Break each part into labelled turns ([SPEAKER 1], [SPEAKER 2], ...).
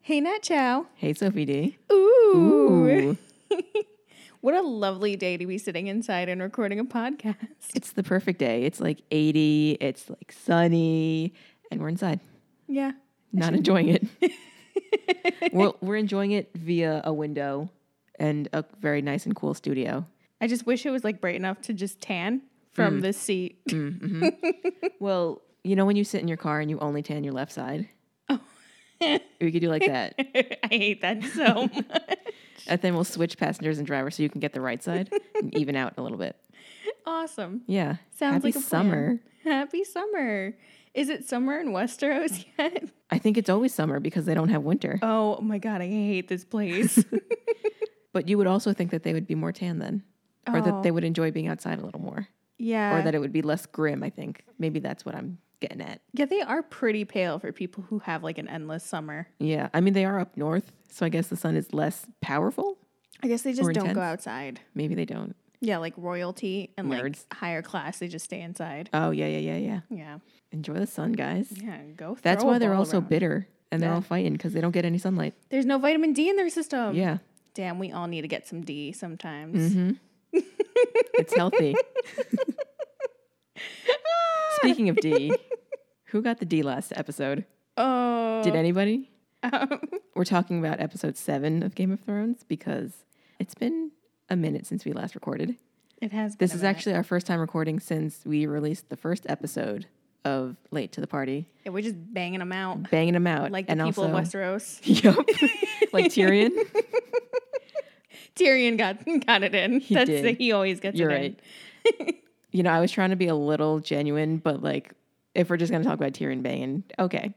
[SPEAKER 1] Hey, Nat Chow.
[SPEAKER 2] Hey, Sophie D.
[SPEAKER 1] Ooh.
[SPEAKER 2] Ooh.
[SPEAKER 1] What a lovely day to be sitting inside and recording a podcast.
[SPEAKER 2] It's the perfect day. It's like 80, it's like sunny, and we're inside,
[SPEAKER 1] Yeah.
[SPEAKER 2] not enjoying it. we're, we're enjoying it via a window and a very nice and cool studio.
[SPEAKER 1] I just wish it was like bright enough to just tan from the seat.
[SPEAKER 2] Well, you know, when you sit in your car and you only tan your left side, we could do like that.
[SPEAKER 1] I hate that so much.
[SPEAKER 2] and then we'll switch passengers and driver so you can get the right side and even out a little bit.
[SPEAKER 1] awesome.
[SPEAKER 2] Yeah.
[SPEAKER 1] Sounds
[SPEAKER 2] Happy
[SPEAKER 1] like a plan.
[SPEAKER 2] summer.
[SPEAKER 1] Happy summer. Is it summer in Westeros yet?
[SPEAKER 2] I think it's always summer because they don't have winter.
[SPEAKER 1] Oh my God, I hate this place.
[SPEAKER 2] But you would also think that they would be more tan then, or
[SPEAKER 1] Oh.
[SPEAKER 2] that they would enjoy being outside a little more,
[SPEAKER 1] yeah.
[SPEAKER 2] or that it would be less grim. I think maybe that's what I'm getting at.
[SPEAKER 1] yeah, they are pretty pale for people who have like an endless summer.
[SPEAKER 2] Yeah, I mean they are up north, so I guess the sun is less powerful.
[SPEAKER 1] I guess they just
[SPEAKER 2] Or
[SPEAKER 1] don't go
[SPEAKER 2] intense.
[SPEAKER 1] outside.
[SPEAKER 2] Maybe they don't.
[SPEAKER 1] Yeah, like royalty and
[SPEAKER 2] Nerds.
[SPEAKER 1] like higher class, they just stay inside.
[SPEAKER 2] Oh yeah, yeah, yeah, yeah.
[SPEAKER 1] Yeah.
[SPEAKER 2] Enjoy the sun, guys.
[SPEAKER 1] Yeah, go.
[SPEAKER 2] That's
[SPEAKER 1] throw a
[SPEAKER 2] why they're
[SPEAKER 1] ball
[SPEAKER 2] all so
[SPEAKER 1] around.
[SPEAKER 2] bitter and they're
[SPEAKER 1] Yeah.
[SPEAKER 2] all fighting because they don't get any sunlight.
[SPEAKER 1] There's no vitamin D in their system.
[SPEAKER 2] Yeah, Mm-hmm.
[SPEAKER 1] Damn, we all need to get some D sometimes.
[SPEAKER 2] it's healthy. Speaking of D, who got the D last episode?
[SPEAKER 1] Oh,
[SPEAKER 2] Did anybody?
[SPEAKER 1] um,
[SPEAKER 2] We're talking about episode seven of Game of Thrones because it's been a minute since we last recorded.
[SPEAKER 1] it has. Been
[SPEAKER 2] This
[SPEAKER 1] a
[SPEAKER 2] is
[SPEAKER 1] minute.
[SPEAKER 2] actually our first time recording since we released the first episode of Late to the Party,
[SPEAKER 1] Yeah, we're just banging them out
[SPEAKER 2] banging them out,
[SPEAKER 1] like the people of Westeros.
[SPEAKER 2] Yep, like Tyrion.
[SPEAKER 1] Tyrion got got it in. That's
[SPEAKER 2] did.
[SPEAKER 1] he always gets
[SPEAKER 2] You're
[SPEAKER 1] it
[SPEAKER 2] right. you know, I was trying to be a little genuine, but like, if we're just gonna talk about Tyrion banging, okay.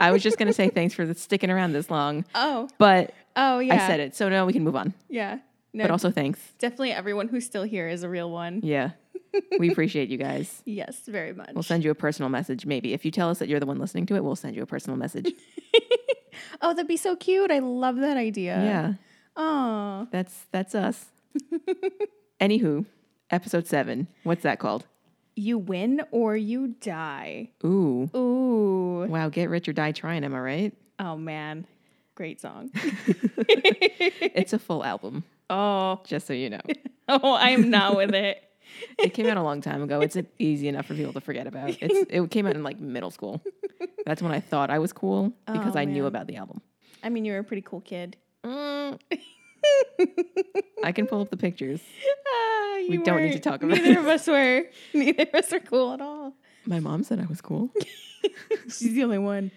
[SPEAKER 2] I was just gonna say thanks for sticking around this long,
[SPEAKER 1] in. Oh,
[SPEAKER 2] but
[SPEAKER 1] oh yeah.
[SPEAKER 2] I said it, so now we can move on.
[SPEAKER 1] Yeah. No,
[SPEAKER 2] But also thanks.
[SPEAKER 1] definitely everyone who's still here is a real one.
[SPEAKER 2] Yeah, we appreciate you guys.
[SPEAKER 1] Yes, very much.
[SPEAKER 2] We'll send you a personal message, maybe. If you tell us that you're the one listening to it, we'll send you a personal message.
[SPEAKER 1] oh, that'd be so cute. I love that idea.
[SPEAKER 2] yeah,
[SPEAKER 1] Oh,
[SPEAKER 2] that's that's us. Anywho, episode seven. What's that called?
[SPEAKER 1] you win or you die.
[SPEAKER 2] Ooh,
[SPEAKER 1] Ooh.
[SPEAKER 2] wow! Get rich or die trying. Am I right?
[SPEAKER 1] Oh man, great song.
[SPEAKER 2] It's a full album,
[SPEAKER 1] oh,
[SPEAKER 2] just so you know.
[SPEAKER 1] oh, I am not with it.
[SPEAKER 2] It came out a long time ago. It's easy enough for people to forget about. It's, it came out in like middle school. That's when I thought I was cool because
[SPEAKER 1] Oh,
[SPEAKER 2] I knew
[SPEAKER 1] man.
[SPEAKER 2] about the album.
[SPEAKER 1] I mean, you're a pretty cool kid.
[SPEAKER 2] Mm. I can pull up the pictures.
[SPEAKER 1] Ah, you
[SPEAKER 2] don't need to
[SPEAKER 1] weren't-
[SPEAKER 2] talk about
[SPEAKER 1] Neither of us were. Neither of us are cool at all.
[SPEAKER 2] My mom said I was cool.
[SPEAKER 1] She's the only one.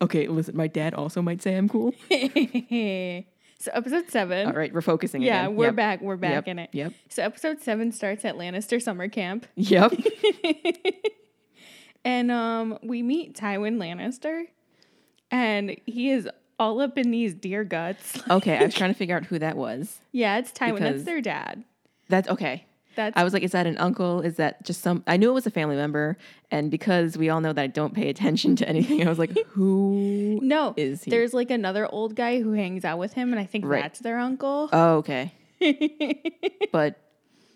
[SPEAKER 2] Okay, listen, my dad also might say I'm cool.
[SPEAKER 1] so episode seven.
[SPEAKER 2] All right, we're focusing
[SPEAKER 1] Yeah,
[SPEAKER 2] again.
[SPEAKER 1] we're
[SPEAKER 2] Yep,
[SPEAKER 1] back. We're back
[SPEAKER 2] yep,
[SPEAKER 1] in it.
[SPEAKER 2] Yep.
[SPEAKER 1] So episode seven starts at Lannister summer camp,
[SPEAKER 2] Yep.
[SPEAKER 1] and um, we meet Tywin Lannister, and he is all up in these deer guts.
[SPEAKER 2] okay, I was trying to figure out who that was.
[SPEAKER 1] yeah, it's Tywin. That's
[SPEAKER 2] Because-
[SPEAKER 1] their dad.
[SPEAKER 2] That's okay.
[SPEAKER 1] That's
[SPEAKER 2] I was like, is that an uncle? Is that just some? I knew it was a family member, and because we all know that I don't pay attention to anything, I was like, who?
[SPEAKER 1] No,
[SPEAKER 2] is he?
[SPEAKER 1] there's like another old guy who hangs out with him, and I think
[SPEAKER 2] Right.
[SPEAKER 1] that's their uncle.
[SPEAKER 2] Oh, okay. but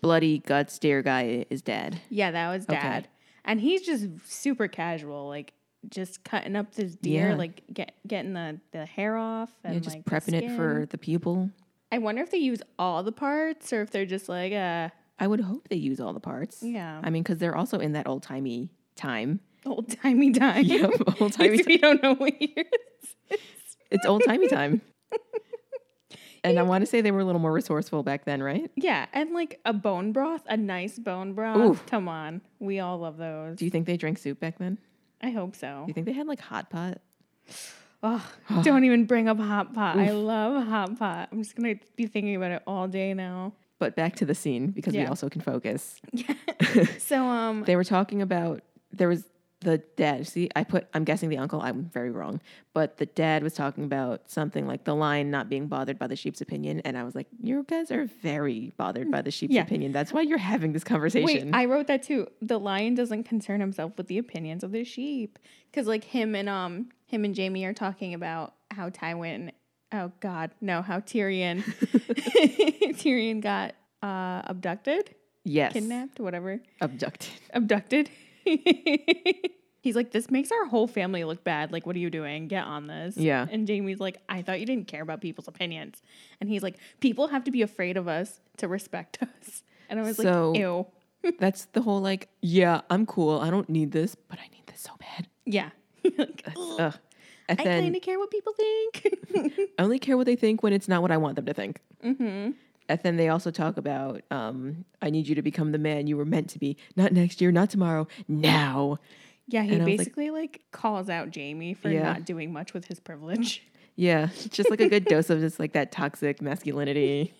[SPEAKER 2] bloody guts, dear guy is dead.
[SPEAKER 1] yeah, that was dad, and he's just super casual, like just cutting up this deer,
[SPEAKER 2] Yeah.
[SPEAKER 1] like get getting the the hair off and
[SPEAKER 2] Yeah, just
[SPEAKER 1] like the
[SPEAKER 2] prepping it for
[SPEAKER 1] skin.
[SPEAKER 2] the pupil.
[SPEAKER 1] I wonder if they use all the parts or if they're just like, uh,
[SPEAKER 2] I would hope they use all the parts.
[SPEAKER 1] Yeah.
[SPEAKER 2] I mean, because they're also in that old timey time.
[SPEAKER 1] old timey time.
[SPEAKER 2] Yep, old
[SPEAKER 1] Because
[SPEAKER 2] timey.
[SPEAKER 1] we don't know what year. this is.
[SPEAKER 2] It's old timey time. And I want to say they were a little more resourceful back then, right?
[SPEAKER 1] Yeah, and like a bone broth, a nice bone broth.
[SPEAKER 2] Oof.
[SPEAKER 1] Come on, we all love those.
[SPEAKER 2] Do you think they drank soup back then?
[SPEAKER 1] I hope so.
[SPEAKER 2] Do you think they had like hot pot?
[SPEAKER 1] Oh, don't even bring up hot pot. I love hot pot. I'm just gonna be thinking about it all day now.
[SPEAKER 2] But back to the scene because we
[SPEAKER 1] Yeah.
[SPEAKER 2] also can focus.
[SPEAKER 1] So um,
[SPEAKER 2] They were talking about there was the dad. See, I put I'm guessing the uncle. I'm very wrong, but the dad was talking about something like the lion not being bothered by the sheep's opinion, and I was like, "You guys are very bothered by the sheep's
[SPEAKER 1] Yeah.
[SPEAKER 2] opinion. That's why you're having this
[SPEAKER 1] wait,
[SPEAKER 2] conversation."
[SPEAKER 1] I wrote that too. The lion doesn't concern himself with the opinions of the sheep, because like him and um, him and Jamie are talking about how Tywin, oh God, no, how Tyrion, Tyrion got uh abducted,
[SPEAKER 2] yes,
[SPEAKER 1] kidnapped, whatever,
[SPEAKER 2] abducted.
[SPEAKER 1] abducted. He's like, This makes our whole family look bad. Like, what are you doing? Get on this.
[SPEAKER 2] Yeah.
[SPEAKER 1] And Jamie's like, I thought you didn't care about people's opinions. And he's like, People have to be afraid of us to respect us. And I was
[SPEAKER 2] So-
[SPEAKER 1] like, Ew.
[SPEAKER 2] That's the whole like, yeah, I'm cool. I don't need this, but I need this so bad.
[SPEAKER 1] Yeah. Like, ugh,
[SPEAKER 2] Ugh. And
[SPEAKER 1] I
[SPEAKER 2] then
[SPEAKER 1] kind of care what people think.
[SPEAKER 2] I only care what they think when it's not what I want them to think. Mm-hmm. And then they also talk about, um, I need you to become the man you were meant to be. Not next year, not tomorrow, now.
[SPEAKER 1] yeah. He
[SPEAKER 2] And I was like-
[SPEAKER 1] basically like, calls out Jamie for
[SPEAKER 2] Yeah.
[SPEAKER 1] not doing much with his privilege.
[SPEAKER 2] Yeah, just like a good dose of just like that toxic masculinity.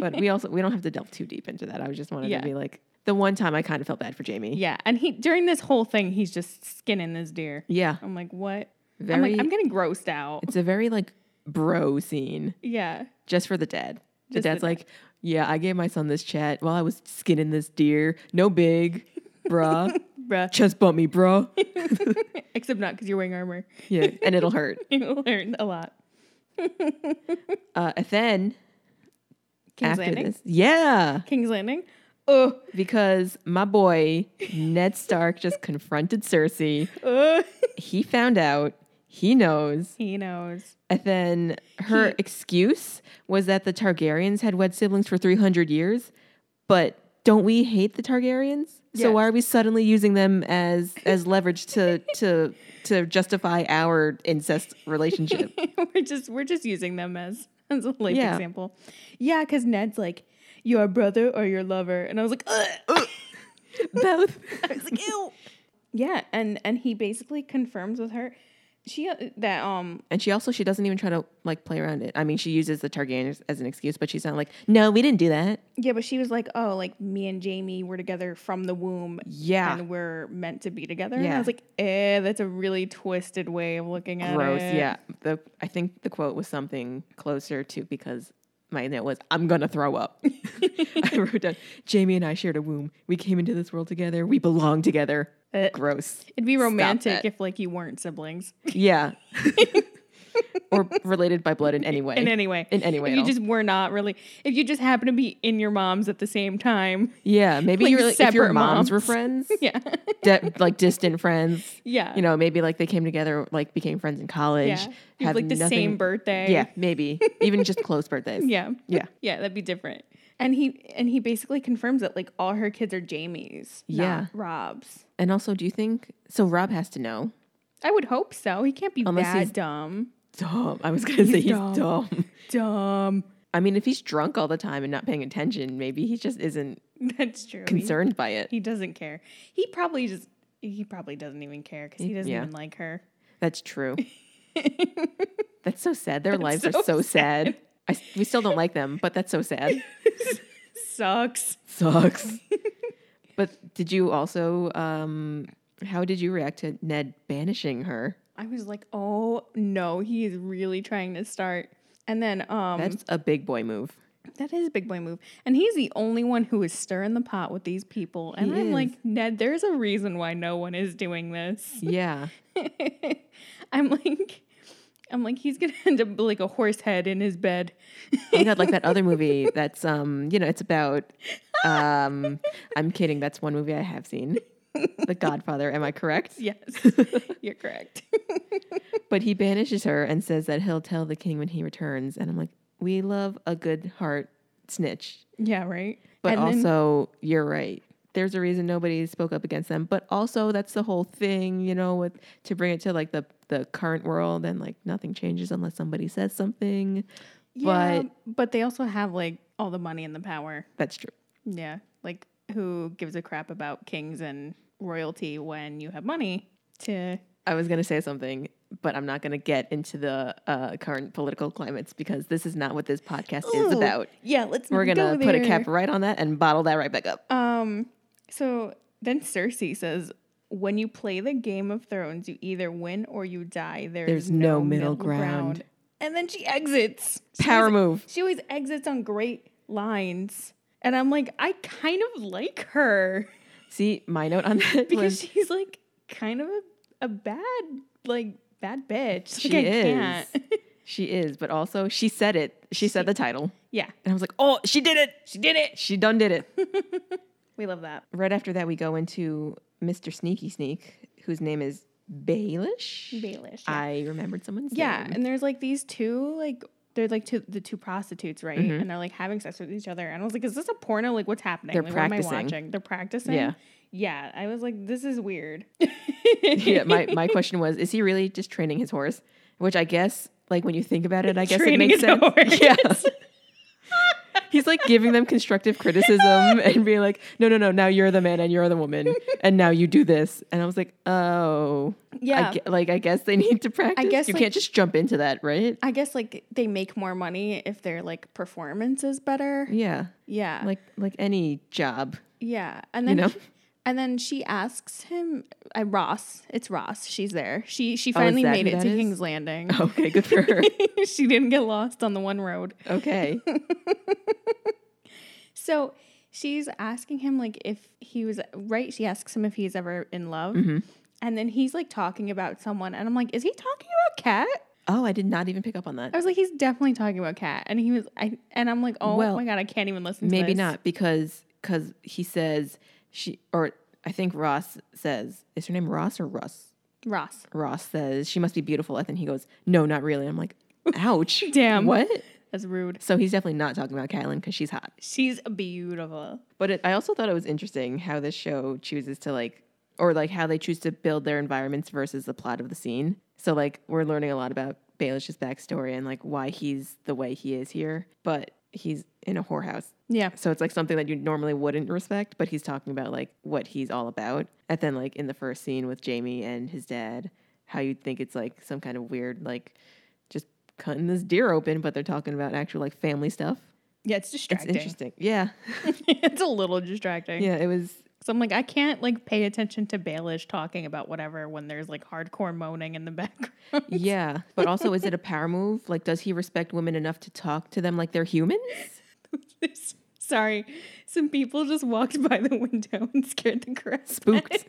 [SPEAKER 2] but we also we don't have to delve too deep into that. I was just wanted
[SPEAKER 1] Yeah.
[SPEAKER 2] to be like the one time I kind of felt bad for Jamie.
[SPEAKER 1] Yeah. And he, during this whole thing, he's just skinning this deer.
[SPEAKER 2] Yeah,
[SPEAKER 1] I'm like, What? I'm
[SPEAKER 2] very.
[SPEAKER 1] like, I'm getting grossed out.
[SPEAKER 2] it's a very like bro scene
[SPEAKER 1] Yeah.
[SPEAKER 2] just for the dad. The
[SPEAKER 1] Just the
[SPEAKER 2] dad's like, yeah, I gave my son this chat while I was skinning this deer. No big, bruh.
[SPEAKER 1] Bruh.
[SPEAKER 2] Chest bump me, bro.
[SPEAKER 1] Except not because you're wearing armor.
[SPEAKER 2] Yeah, and it'll hurt.
[SPEAKER 1] You learned a lot.
[SPEAKER 2] Uh, and then
[SPEAKER 1] King's
[SPEAKER 2] after
[SPEAKER 1] Landing.
[SPEAKER 2] this, yeah,
[SPEAKER 1] King's Landing. Oh,
[SPEAKER 2] because my boy Ned Stark just confronted Cersei.
[SPEAKER 1] oh.
[SPEAKER 2] He found out. He knows.
[SPEAKER 1] he knows.
[SPEAKER 2] And then her
[SPEAKER 1] He-
[SPEAKER 2] excuse was that the Targaryens had wed siblings for 300 years, but don't we hate the Targaryens? So
[SPEAKER 1] Yes.
[SPEAKER 2] why are we suddenly using them as as leverage to to to justify our incest relationship?
[SPEAKER 1] we're just we're just using them as as a life
[SPEAKER 2] Yeah.
[SPEAKER 1] example. Yeah, because Ned's like your brother or your lover, and I was like, Ugh.
[SPEAKER 2] Both.
[SPEAKER 1] I was like, ew. Yeah, and and he basically confirms with her, she uh, that um
[SPEAKER 2] And she also she doesn't even try to like play around it. I mean, she uses the Targaryens as an excuse, but she's not like, no, we didn't do that.
[SPEAKER 1] yeah, but she was like, oh, like me and Jamie were together from the womb.
[SPEAKER 2] Yeah,
[SPEAKER 1] And we're meant to be together. And I
[SPEAKER 2] Yeah.
[SPEAKER 1] was like, eh, that's a really twisted way of looking at
[SPEAKER 2] gross.
[SPEAKER 1] it.
[SPEAKER 2] Yeah, the I think the quote was something closer to because my note was, I'm gonna throw up. I wrote down, Jamie and I shared a womb. We came into this world together. We belong together.
[SPEAKER 1] Uh,
[SPEAKER 2] Gross.
[SPEAKER 1] It'd be romantic
[SPEAKER 2] that.
[SPEAKER 1] if like you weren't siblings
[SPEAKER 2] Yeah. or related by blood in any way.
[SPEAKER 1] in any way.
[SPEAKER 2] In any way
[SPEAKER 1] if
[SPEAKER 2] at
[SPEAKER 1] you
[SPEAKER 2] all.
[SPEAKER 1] just were not really, if you just happen to be in your mom's at the same time,
[SPEAKER 2] yeah, maybe
[SPEAKER 1] like
[SPEAKER 2] you're like, if your
[SPEAKER 1] separate
[SPEAKER 2] moms,
[SPEAKER 1] moms.
[SPEAKER 2] were friends,
[SPEAKER 1] yeah,
[SPEAKER 2] de- like distant friends.
[SPEAKER 1] yeah,
[SPEAKER 2] You know, maybe like they came together, like became friends in college.
[SPEAKER 1] yeah, You have, like the
[SPEAKER 2] nothing-
[SPEAKER 1] same birthday,
[SPEAKER 2] Yeah, maybe even just close birthdays.
[SPEAKER 1] yeah,
[SPEAKER 2] Yeah.
[SPEAKER 1] yeah, that'd be different. And he and he basically confirms that like all her kids are Jamie's,
[SPEAKER 2] Yeah.
[SPEAKER 1] not Rob's.
[SPEAKER 2] And also, do you think so? Rob has to know.
[SPEAKER 1] I would hope so. He can't be
[SPEAKER 2] Unless he's-
[SPEAKER 1] that dumb,
[SPEAKER 2] dumb. I was gonna say he's
[SPEAKER 1] dumb.
[SPEAKER 2] dumb.
[SPEAKER 1] dumb.
[SPEAKER 2] I mean, if he's drunk all the time and not paying attention, maybe he just isn't
[SPEAKER 1] That's true. He-
[SPEAKER 2] concerned by it.
[SPEAKER 1] He, doesn't care. He probably just he probably doesn't even care because he doesn't
[SPEAKER 2] Yeah.
[SPEAKER 1] even like her.
[SPEAKER 2] That's true. that's so sad. Their lives
[SPEAKER 1] so
[SPEAKER 2] are so sad. I s we still don't like them, but that's so sad.
[SPEAKER 1] Sucks.
[SPEAKER 2] Sucks. but did you also? um How did you react to Ned banishing her?
[SPEAKER 1] I was like, oh no, he is really trying to start. And then um
[SPEAKER 2] That's a big boy move.
[SPEAKER 1] that is a big boy move. And he's the only one who is stirring the pot with these people. And
[SPEAKER 2] He
[SPEAKER 1] I'm
[SPEAKER 2] is.
[SPEAKER 1] like, Ned, there's a reason why no one is doing this.
[SPEAKER 2] Yeah.
[SPEAKER 1] I'm like I'm like, he's gonna end up like a horse head in his bed.
[SPEAKER 2] Oh my god, like that other movie that's um, you know, it's about um I'm kidding, that's one movie I have seen. The Godfather, am I correct?
[SPEAKER 1] Yes. You're correct.
[SPEAKER 2] But he banishes her and says that he'll tell the king when he returns and I'm like, "We love a good heart snitch."
[SPEAKER 1] yeah, right.
[SPEAKER 2] But
[SPEAKER 1] And then-
[SPEAKER 2] also, you're right. There's a reason nobody spoke up against them, but also that's the whole thing, you know, with to bring it to like the the current world and like nothing changes unless somebody says something.
[SPEAKER 1] yeah, but they also have like all the money and the power.
[SPEAKER 2] That's true.
[SPEAKER 1] Yeah. Like, who gives a crap about kings and royalty when you have money to.
[SPEAKER 2] I was going to say something, but I'm not going to get into the uh, current political climates because this is not what this podcast is about.
[SPEAKER 1] Yeah, let's
[SPEAKER 2] We're going to put a cap
[SPEAKER 1] cap.
[SPEAKER 2] right on that and bottle that right back up.
[SPEAKER 1] Um, so then Cersei says, when you play the Game of Thrones, you either win or you die. There's,
[SPEAKER 2] There's
[SPEAKER 1] no,
[SPEAKER 2] no
[SPEAKER 1] middle
[SPEAKER 2] middle
[SPEAKER 1] ground.
[SPEAKER 2] ground.
[SPEAKER 1] And then she exits. She
[SPEAKER 2] Power
[SPEAKER 1] always-
[SPEAKER 2] move.
[SPEAKER 1] She always exits on great lines. And I'm like, I kind of like her.
[SPEAKER 2] See, my note on that
[SPEAKER 1] because
[SPEAKER 2] was
[SPEAKER 1] she's like kind of a, a bad like bad bitch.
[SPEAKER 2] she
[SPEAKER 1] like, I
[SPEAKER 2] is.
[SPEAKER 1] can't.
[SPEAKER 2] she is, but also she said it. She said the title.
[SPEAKER 1] yeah,
[SPEAKER 2] And I was like, oh, she did it. She did it. She done did it.
[SPEAKER 1] we love that.
[SPEAKER 2] right after that, we go into Mr. Sneaky Sneak, whose name is Baelish.
[SPEAKER 1] Baelish. Yeah.
[SPEAKER 2] I remembered someone's
[SPEAKER 1] yeah,
[SPEAKER 2] name.
[SPEAKER 1] and there's like these two like they're like two the two prostitutes, right?
[SPEAKER 2] Mhm.
[SPEAKER 1] And they're like having sex with each other. And I was like, is this a porno? Like what's happening?
[SPEAKER 2] They're
[SPEAKER 1] like what am I
[SPEAKER 2] practicing.
[SPEAKER 1] watching? They're practicing.
[SPEAKER 2] Yeah.
[SPEAKER 1] Yeah. I was like, this is weird.
[SPEAKER 2] yeah, my, my question was, is he really just training his horse? Which I guess, like when you think about it, I guess it
[SPEAKER 1] Training his
[SPEAKER 2] makes sense.
[SPEAKER 1] horse.
[SPEAKER 2] Yeah. He's like giving them constructive criticism and being like, no, no, no, now you're the man and you're the woman and now you do this. And I was like, oh,
[SPEAKER 1] Yeah.
[SPEAKER 2] I gue- like I guess they need to practice.
[SPEAKER 1] guess,
[SPEAKER 2] you
[SPEAKER 1] like-
[SPEAKER 2] can't just jump into that, right?
[SPEAKER 1] I guess like they make more money if their like performance is better.
[SPEAKER 2] Yeah,
[SPEAKER 1] Yeah.
[SPEAKER 2] like like any job,
[SPEAKER 1] yeah. And
[SPEAKER 2] you
[SPEAKER 1] then
[SPEAKER 2] know.
[SPEAKER 1] and then she asks him uh, Ross. It's Ross. She's there. She she
[SPEAKER 2] Oh, is
[SPEAKER 1] finally
[SPEAKER 2] that
[SPEAKER 1] made
[SPEAKER 2] who
[SPEAKER 1] it
[SPEAKER 2] that
[SPEAKER 1] to
[SPEAKER 2] is? Oh.
[SPEAKER 1] King's Landing.
[SPEAKER 2] Okay, good for her.
[SPEAKER 1] she didn't get lost on the one road.
[SPEAKER 2] Okay,
[SPEAKER 1] So she's asking him like if he was right. She asks him if he's ever in love,
[SPEAKER 2] Mhm.
[SPEAKER 1] and then he's like talking about someone, and I'm like, is he talking about Kat?
[SPEAKER 2] Oh, I did not even pick up on
[SPEAKER 1] I
[SPEAKER 2] that.
[SPEAKER 1] was like, he's definitely talking about Kat, and he was, I, and I'm like, oh
[SPEAKER 2] Well,
[SPEAKER 1] my god, I can't even listen. to
[SPEAKER 2] Maybe
[SPEAKER 1] this.
[SPEAKER 2] not because because he says she or I think Ross says is her name Ross or Russ?
[SPEAKER 1] Ross.
[SPEAKER 2] Ross says she must be beautiful, and then he goes, "No, not really." I'm like, "Ouch,
[SPEAKER 1] Damn.
[SPEAKER 2] what?"
[SPEAKER 1] That's rude.
[SPEAKER 2] So he's definitely not talking about Catelyn because she's hot.
[SPEAKER 1] She's beautiful.
[SPEAKER 2] But it, I also thought it was interesting how this show chooses to like, or like how they choose to build their environments versus the plot of the scene. So like we're learning a lot about Baelish's backstory and like why he's the way he is here, but he's in a whorehouse.
[SPEAKER 1] Yeah.
[SPEAKER 2] So it's like something that you normally wouldn't respect, but he's talking about like what he's all about. And then like in the first scene with Jamie and his dad, how you'd think it's like some kind of weird like just cutting this deer open, but they're talking about actual like family stuff.
[SPEAKER 1] Yeah, it's
[SPEAKER 2] It's
[SPEAKER 1] distracting. It's,
[SPEAKER 2] interesting. Yeah.
[SPEAKER 1] a little distracting.
[SPEAKER 2] Yeah, it was
[SPEAKER 1] So I'm like, I can't like pay attention to Baelish talking about whatever when there's like hardcore moaning in the background.
[SPEAKER 2] Yeah, but also, is it a power move? Like, does he respect women enough to talk to them like they're humans?
[SPEAKER 1] Sorry, some people just walked by the window and scared the crap.
[SPEAKER 2] Spooked.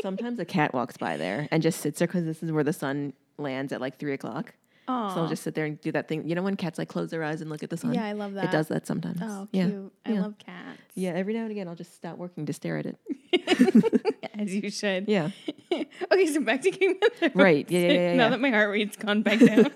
[SPEAKER 2] Sometimes a cat walks by there and just sits there because this is where the sun lands at like three o'clock.
[SPEAKER 1] Oh,
[SPEAKER 2] So I'll just sit there and do that thing. You know, when cats like close their eyes and look at the sun,
[SPEAKER 1] yeah, I love that.
[SPEAKER 2] it does that sometimes.
[SPEAKER 1] Oh,
[SPEAKER 2] yeah,
[SPEAKER 1] cute. I
[SPEAKER 2] yeah.
[SPEAKER 1] love cats.
[SPEAKER 2] yeah. Every now and again, I'll just stop working to stare at it.
[SPEAKER 1] as you should.
[SPEAKER 2] Yeah,
[SPEAKER 1] okay, so back to King Arthur.
[SPEAKER 2] Right, yeah, yeah, yeah,
[SPEAKER 1] now
[SPEAKER 2] yeah.
[SPEAKER 1] that my heart rate's gone back down.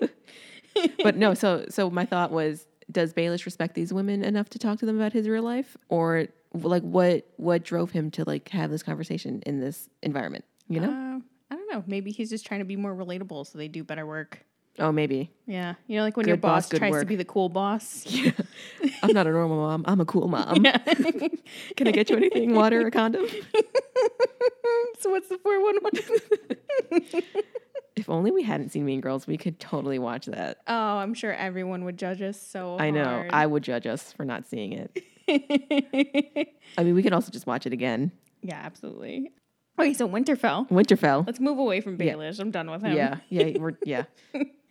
[SPEAKER 2] but no. So, so my thought was, does Baelish respect these women enough to talk to them about his real life, or like what what drove him to like have this conversation in this environment? You know?
[SPEAKER 1] Um, I don't know. Maybe he's just trying to be more relatable, so they do better work.
[SPEAKER 2] oh, maybe.
[SPEAKER 1] Yeah, you know, like when your
[SPEAKER 2] Good boss,
[SPEAKER 1] boss,
[SPEAKER 2] good
[SPEAKER 1] tries to
[SPEAKER 2] work.
[SPEAKER 1] be the cool boss.
[SPEAKER 2] Yeah. I'm not a normal mom. I'm a cool mom.
[SPEAKER 1] Yeah.
[SPEAKER 2] Can I get you anything? Water, a condom?
[SPEAKER 1] so what's the four one one?
[SPEAKER 2] If only we hadn't seen Mean Girls, we could totally watch that.
[SPEAKER 1] Oh, I'm sure everyone would judge us so.
[SPEAKER 2] I know.
[SPEAKER 1] hard.
[SPEAKER 2] I would judge us for not seeing it. I mean, we could also just watch it again.
[SPEAKER 1] yeah, absolutely. Okay, so Winterfell.
[SPEAKER 2] Winterfell.
[SPEAKER 1] Let's move away from
[SPEAKER 2] Yeah.
[SPEAKER 1] Baelish. I'm done with him.
[SPEAKER 2] Yeah. Yeah. We're, yeah.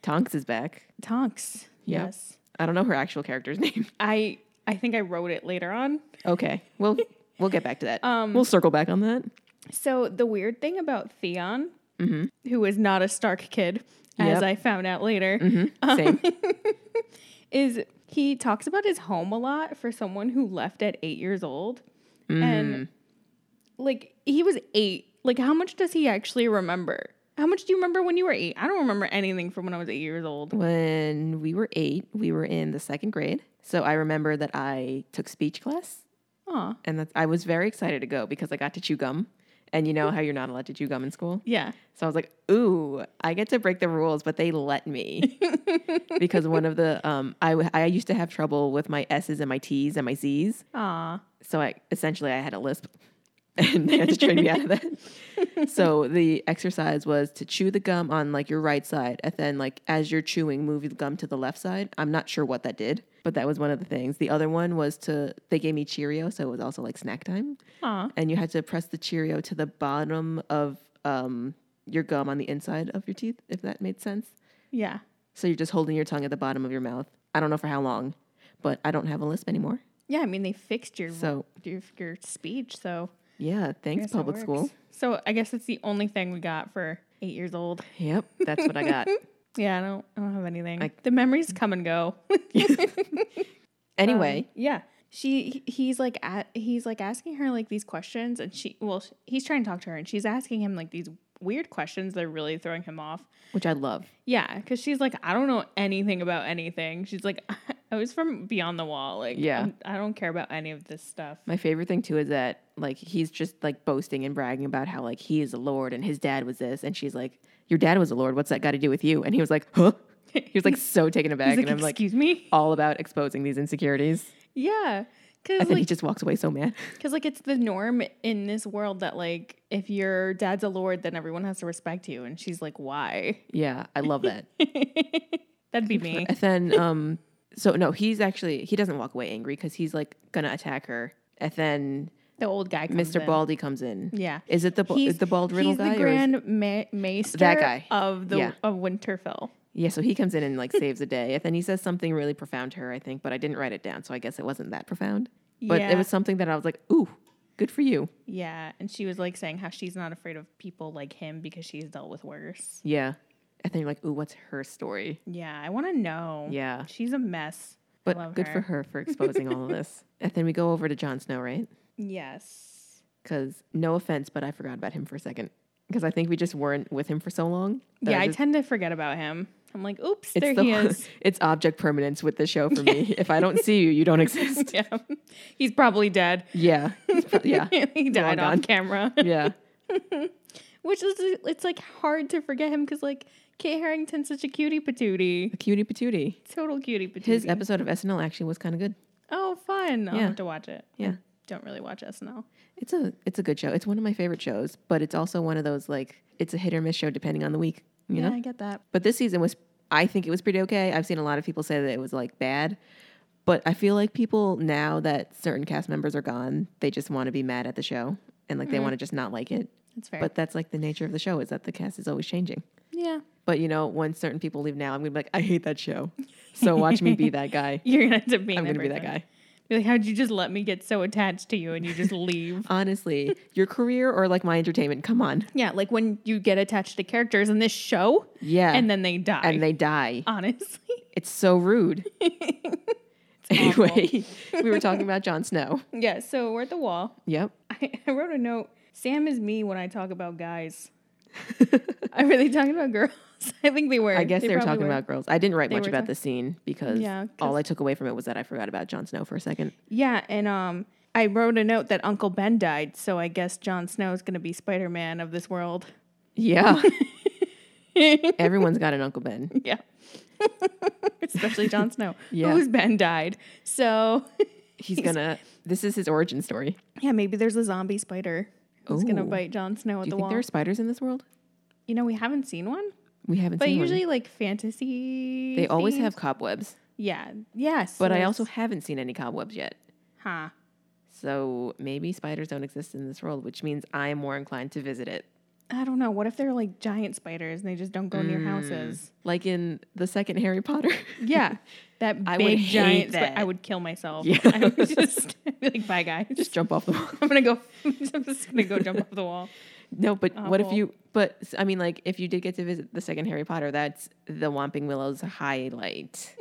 [SPEAKER 2] Tonks is back.
[SPEAKER 1] Tonks.
[SPEAKER 2] Yeah.
[SPEAKER 1] Yes.
[SPEAKER 2] I don't know her actual character's name.
[SPEAKER 1] I I think I wrote it later on.
[SPEAKER 2] Okay. We'll, we'll get back to that.
[SPEAKER 1] Um,
[SPEAKER 2] we'll circle back on that.
[SPEAKER 1] So the weird thing about Theon, who is not a Stark kid, as
[SPEAKER 2] Mm-hmm. Yep. Mm-hmm.
[SPEAKER 1] I found out later,
[SPEAKER 2] Same.
[SPEAKER 1] is he talks about his home a lot for someone who left at eight years old.
[SPEAKER 2] Mm.
[SPEAKER 1] And like he was eight. Like how much does he actually remember? How much do you remember when you were eight? I don't remember anything from when I was eight years old.
[SPEAKER 2] When we were eight, we were in the second grade. So I remember that I took speech class
[SPEAKER 1] Aw.
[SPEAKER 2] and that's, I was very excited to go because I got to chew gum, and you know how you're not allowed to chew gum in school.
[SPEAKER 1] Yeah.
[SPEAKER 2] So I was like, "Ooh, I get to break the rules," but they let me because one of the um, I w- I used to have trouble with my S's and my T's and my Z's,
[SPEAKER 1] Aw.
[SPEAKER 2] so I essentially I had a lisp, and they had to train me out of that. So the exercise was to chew the gum on like your right side, and then like as you're chewing, move the gum to the left side. I'm not sure what that did. But that was one of the things. The other one was to, they gave me Cheerio, so it was also like snack time
[SPEAKER 1] Aw.
[SPEAKER 2] and you had to press the Cheerio to the bottom of um, your gum on the inside of your teeth, if that made sense.
[SPEAKER 1] Yeah.
[SPEAKER 2] So you're just holding your tongue at the bottom of your mouth. I don't know for how long, but I don't have a lisp anymore.
[SPEAKER 1] Yeah, I mean they fixed your
[SPEAKER 2] So
[SPEAKER 1] your, your speech, so
[SPEAKER 2] yeah,
[SPEAKER 1] I
[SPEAKER 2] thanks
[SPEAKER 1] guess that
[SPEAKER 2] public school.
[SPEAKER 1] works. So I guess it's the only thing we got for eight years old.
[SPEAKER 2] Yep, that's what I got.
[SPEAKER 1] Yeah, I don't I don't have anything.
[SPEAKER 2] I-
[SPEAKER 1] the memories come and go.
[SPEAKER 2] Anyway,
[SPEAKER 1] Um, yeah. She he- he's like at he's like asking her like these questions and she well sh- he's trying to talk to her and she's asking him like these weird questions that are really throwing him off.
[SPEAKER 2] which I love.
[SPEAKER 1] Yeah, because she's like, I don't know anything about anything. She's like, I was from beyond the wall. Like,
[SPEAKER 2] Yeah.
[SPEAKER 1] I'm- I don't care about any of this stuff.
[SPEAKER 2] My favorite thing too is that like he's just like boasting and bragging about how like he is a lord and his dad was this, and she's like, "Your dad was a lord. What's that got to do with you?" And he was like, "Huh." He was like so taken aback,
[SPEAKER 1] He's like,
[SPEAKER 2] and I'm like
[SPEAKER 1] excuse me.
[SPEAKER 2] all about exposing these insecurities.
[SPEAKER 1] Yeah, because
[SPEAKER 2] And then he
[SPEAKER 1] like,
[SPEAKER 2] just walks away so mad.
[SPEAKER 1] because like it's the norm in this world that like if your dad's a lord, then everyone has to respect you. And she's like, why?
[SPEAKER 2] Yeah, I love that.
[SPEAKER 1] That'd be me.
[SPEAKER 2] And then, um, so no, he's actually he doesn't walk away angry because he's like gonna attack her. And then
[SPEAKER 1] The old guy, comes
[SPEAKER 2] Mr.
[SPEAKER 1] in.
[SPEAKER 2] Baldy comes in.
[SPEAKER 1] Yeah.
[SPEAKER 2] Is it the ba-
[SPEAKER 1] He's-
[SPEAKER 2] is the bald riddle
[SPEAKER 1] he's
[SPEAKER 2] guy?
[SPEAKER 1] the
[SPEAKER 2] or is-
[SPEAKER 1] grand ma- maester
[SPEAKER 2] guy.
[SPEAKER 1] of the
[SPEAKER 2] Yeah.
[SPEAKER 1] of Winterfell.
[SPEAKER 2] yeah, so he comes in and like saves the day. And then he says something really profound to her, I think, but I didn't write it down, so I guess it wasn't that profound. But
[SPEAKER 1] Yeah.
[SPEAKER 2] it was something that I was like, ooh, good for you.
[SPEAKER 1] Yeah, and she was like saying how she's not afraid of people like him because she's dealt with worse.
[SPEAKER 2] Yeah. Mm. And then you're like, ooh, what's her story?
[SPEAKER 1] Yeah, I want to know.
[SPEAKER 2] Yeah.
[SPEAKER 1] she's a mess. I
[SPEAKER 2] But
[SPEAKER 1] love
[SPEAKER 2] good for her for exposing all of this. And then we go over to Jon Snow, right?
[SPEAKER 1] Yes.
[SPEAKER 2] Because no offense, but I forgot about him for a second. Because I think we just weren't with him for so long. that
[SPEAKER 1] yeah, I
[SPEAKER 2] just-
[SPEAKER 1] tend to forget about him. I'm like, oops,
[SPEAKER 2] it's
[SPEAKER 1] there
[SPEAKER 2] the
[SPEAKER 1] he
[SPEAKER 2] whole-
[SPEAKER 1] is.
[SPEAKER 2] It's object permanence with the show for me. if I don't see you, you don't exist.
[SPEAKER 1] yeah, he's probably dead.
[SPEAKER 2] Yeah. It's pro- Yeah.
[SPEAKER 1] he died
[SPEAKER 2] Long
[SPEAKER 1] off
[SPEAKER 2] gone.
[SPEAKER 1] camera,
[SPEAKER 2] Yeah.
[SPEAKER 1] which is it's like hard to forget him because like Kate Harrington's such a cutie patootie,
[SPEAKER 2] A cutie patootie.
[SPEAKER 1] total cutie patootie.
[SPEAKER 2] His episode of SNL actually was kind of good.
[SPEAKER 1] oh, fun! I'll
[SPEAKER 2] Yeah.
[SPEAKER 1] have to watch it. I
[SPEAKER 2] Yeah.
[SPEAKER 1] don't really watch SNL.
[SPEAKER 2] It's a it's a good show. It's one of my favorite shows, but it's also one of those like it's a hit or miss show depending on the week, you
[SPEAKER 1] yeah,
[SPEAKER 2] know.
[SPEAKER 1] I get that.
[SPEAKER 2] But this season was I think it was pretty okay. I've seen a lot of people say that it was like bad, but I feel like people now that certain cast members are gone, they just want to be mad at the show and like they want to just not like it.
[SPEAKER 1] That's fair.
[SPEAKER 2] But that's like the nature of the show is that the cast is always changing.
[SPEAKER 1] yeah,
[SPEAKER 2] But you know, when certain people leave now, I'm gonna be like, I hate that show. So watch me be that guy.
[SPEAKER 1] you're gonna end up being.
[SPEAKER 2] I'm gonna be that
[SPEAKER 1] person.
[SPEAKER 2] guy.
[SPEAKER 1] Be like, how'd you just let me get so attached to you and you just leave?
[SPEAKER 2] Honestly, your career or like my entertainment, come on.
[SPEAKER 1] yeah, like when you get attached to characters in this show
[SPEAKER 2] Yeah.
[SPEAKER 1] and then they die.
[SPEAKER 2] and they die.
[SPEAKER 1] honestly,
[SPEAKER 2] It's so rude. anyway, we were talking about Jon Snow.
[SPEAKER 1] yeah. So we're at the wall.
[SPEAKER 2] Yep.
[SPEAKER 1] I, I wrote a note. Sam is me when I talk about guys. Are they talking about girls? I think they were.
[SPEAKER 2] I guess they, were
[SPEAKER 1] probably
[SPEAKER 2] talking about girls. I didn't write much
[SPEAKER 1] were
[SPEAKER 2] about
[SPEAKER 1] talk-
[SPEAKER 2] the scene because
[SPEAKER 1] Yeah, 'cause-
[SPEAKER 2] all I took away from it was that I forgot about Jon Snow for a second.
[SPEAKER 1] Yeah, and um, I wrote a note that Uncle Ben died, so I guess Jon Snow is gonna be Spider Man of this world.
[SPEAKER 2] Yeah. Everyone's got an Uncle Ben.
[SPEAKER 1] Yeah. Especially Jon Snow,
[SPEAKER 2] Yeah.
[SPEAKER 1] whose Ben died. So,
[SPEAKER 2] He's, gonna. This is his origin story.
[SPEAKER 1] yeah, maybe there's a zombie spider who's going to
[SPEAKER 2] Ooh.
[SPEAKER 1] bite Jon Snow at
[SPEAKER 2] Do you
[SPEAKER 1] the
[SPEAKER 2] think
[SPEAKER 1] wall.
[SPEAKER 2] there are spiders in this world?
[SPEAKER 1] You know, we haven't seen one,
[SPEAKER 2] We haven't
[SPEAKER 1] but
[SPEAKER 2] seen one.
[SPEAKER 1] usually like fantasy.
[SPEAKER 2] They always
[SPEAKER 1] themed-
[SPEAKER 2] have cobwebs,
[SPEAKER 1] Yeah. Yes.
[SPEAKER 2] but I
[SPEAKER 1] there's-
[SPEAKER 2] also haven't seen any cobwebs yet.
[SPEAKER 1] Huh.
[SPEAKER 2] So maybe spiders don't exist in this world, which means I am more inclined to visit it.
[SPEAKER 1] I don't know. What if they're like giant spiders and they just don't go near houses?
[SPEAKER 2] Like in the second Harry Potter.
[SPEAKER 1] Yeah. That
[SPEAKER 2] Mm. I would
[SPEAKER 1] big
[SPEAKER 2] hate
[SPEAKER 1] giant. spi- I
[SPEAKER 2] that.
[SPEAKER 1] would kill myself.
[SPEAKER 2] Yeah.
[SPEAKER 1] I would just I'd be like, bye, guys.
[SPEAKER 2] Just jump off the wall.
[SPEAKER 1] I'm gonna go. I'm just gonna go jump off the wall.
[SPEAKER 2] No, but what if
[SPEAKER 1] Awful.
[SPEAKER 2] you? But s- I mean, like, if you did get to visit the second Harry Potter, that's the Whomping Willow's highlight.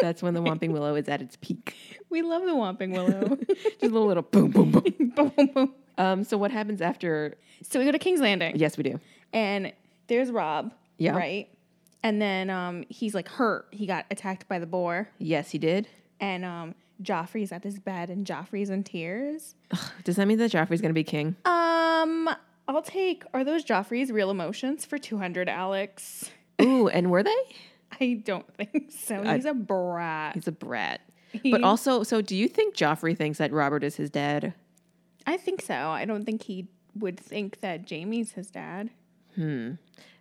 [SPEAKER 2] that's when the Whomping Willow is at its peak.
[SPEAKER 1] We love the Whomping Willow.
[SPEAKER 2] Just a little, little boom, boom, boom.
[SPEAKER 1] boom, boom, boom.
[SPEAKER 2] Um, so what happens after?
[SPEAKER 1] So we go to King's Landing,
[SPEAKER 2] Yes, we do.
[SPEAKER 1] and there's Rob,
[SPEAKER 2] Yeah.
[SPEAKER 1] right? And then um, he's like hurt. He got attacked by the boar,
[SPEAKER 2] Yes, he did.
[SPEAKER 1] and um, Joffrey's at his bed, and Joffrey's in tears.
[SPEAKER 2] Ugh, does that mean that Joffrey's gonna be king?
[SPEAKER 1] Um, I'll take. Are those Joffrey's real emotions for two hundred, Alex?
[SPEAKER 2] Ooh, and were they?
[SPEAKER 1] I don't think so. He's a brat.
[SPEAKER 2] He's a brat.
[SPEAKER 1] He-
[SPEAKER 2] But also, so do you think Joffrey thinks that Robert is his dad?
[SPEAKER 1] I think so. I don't think he would think that Jamie's his dad.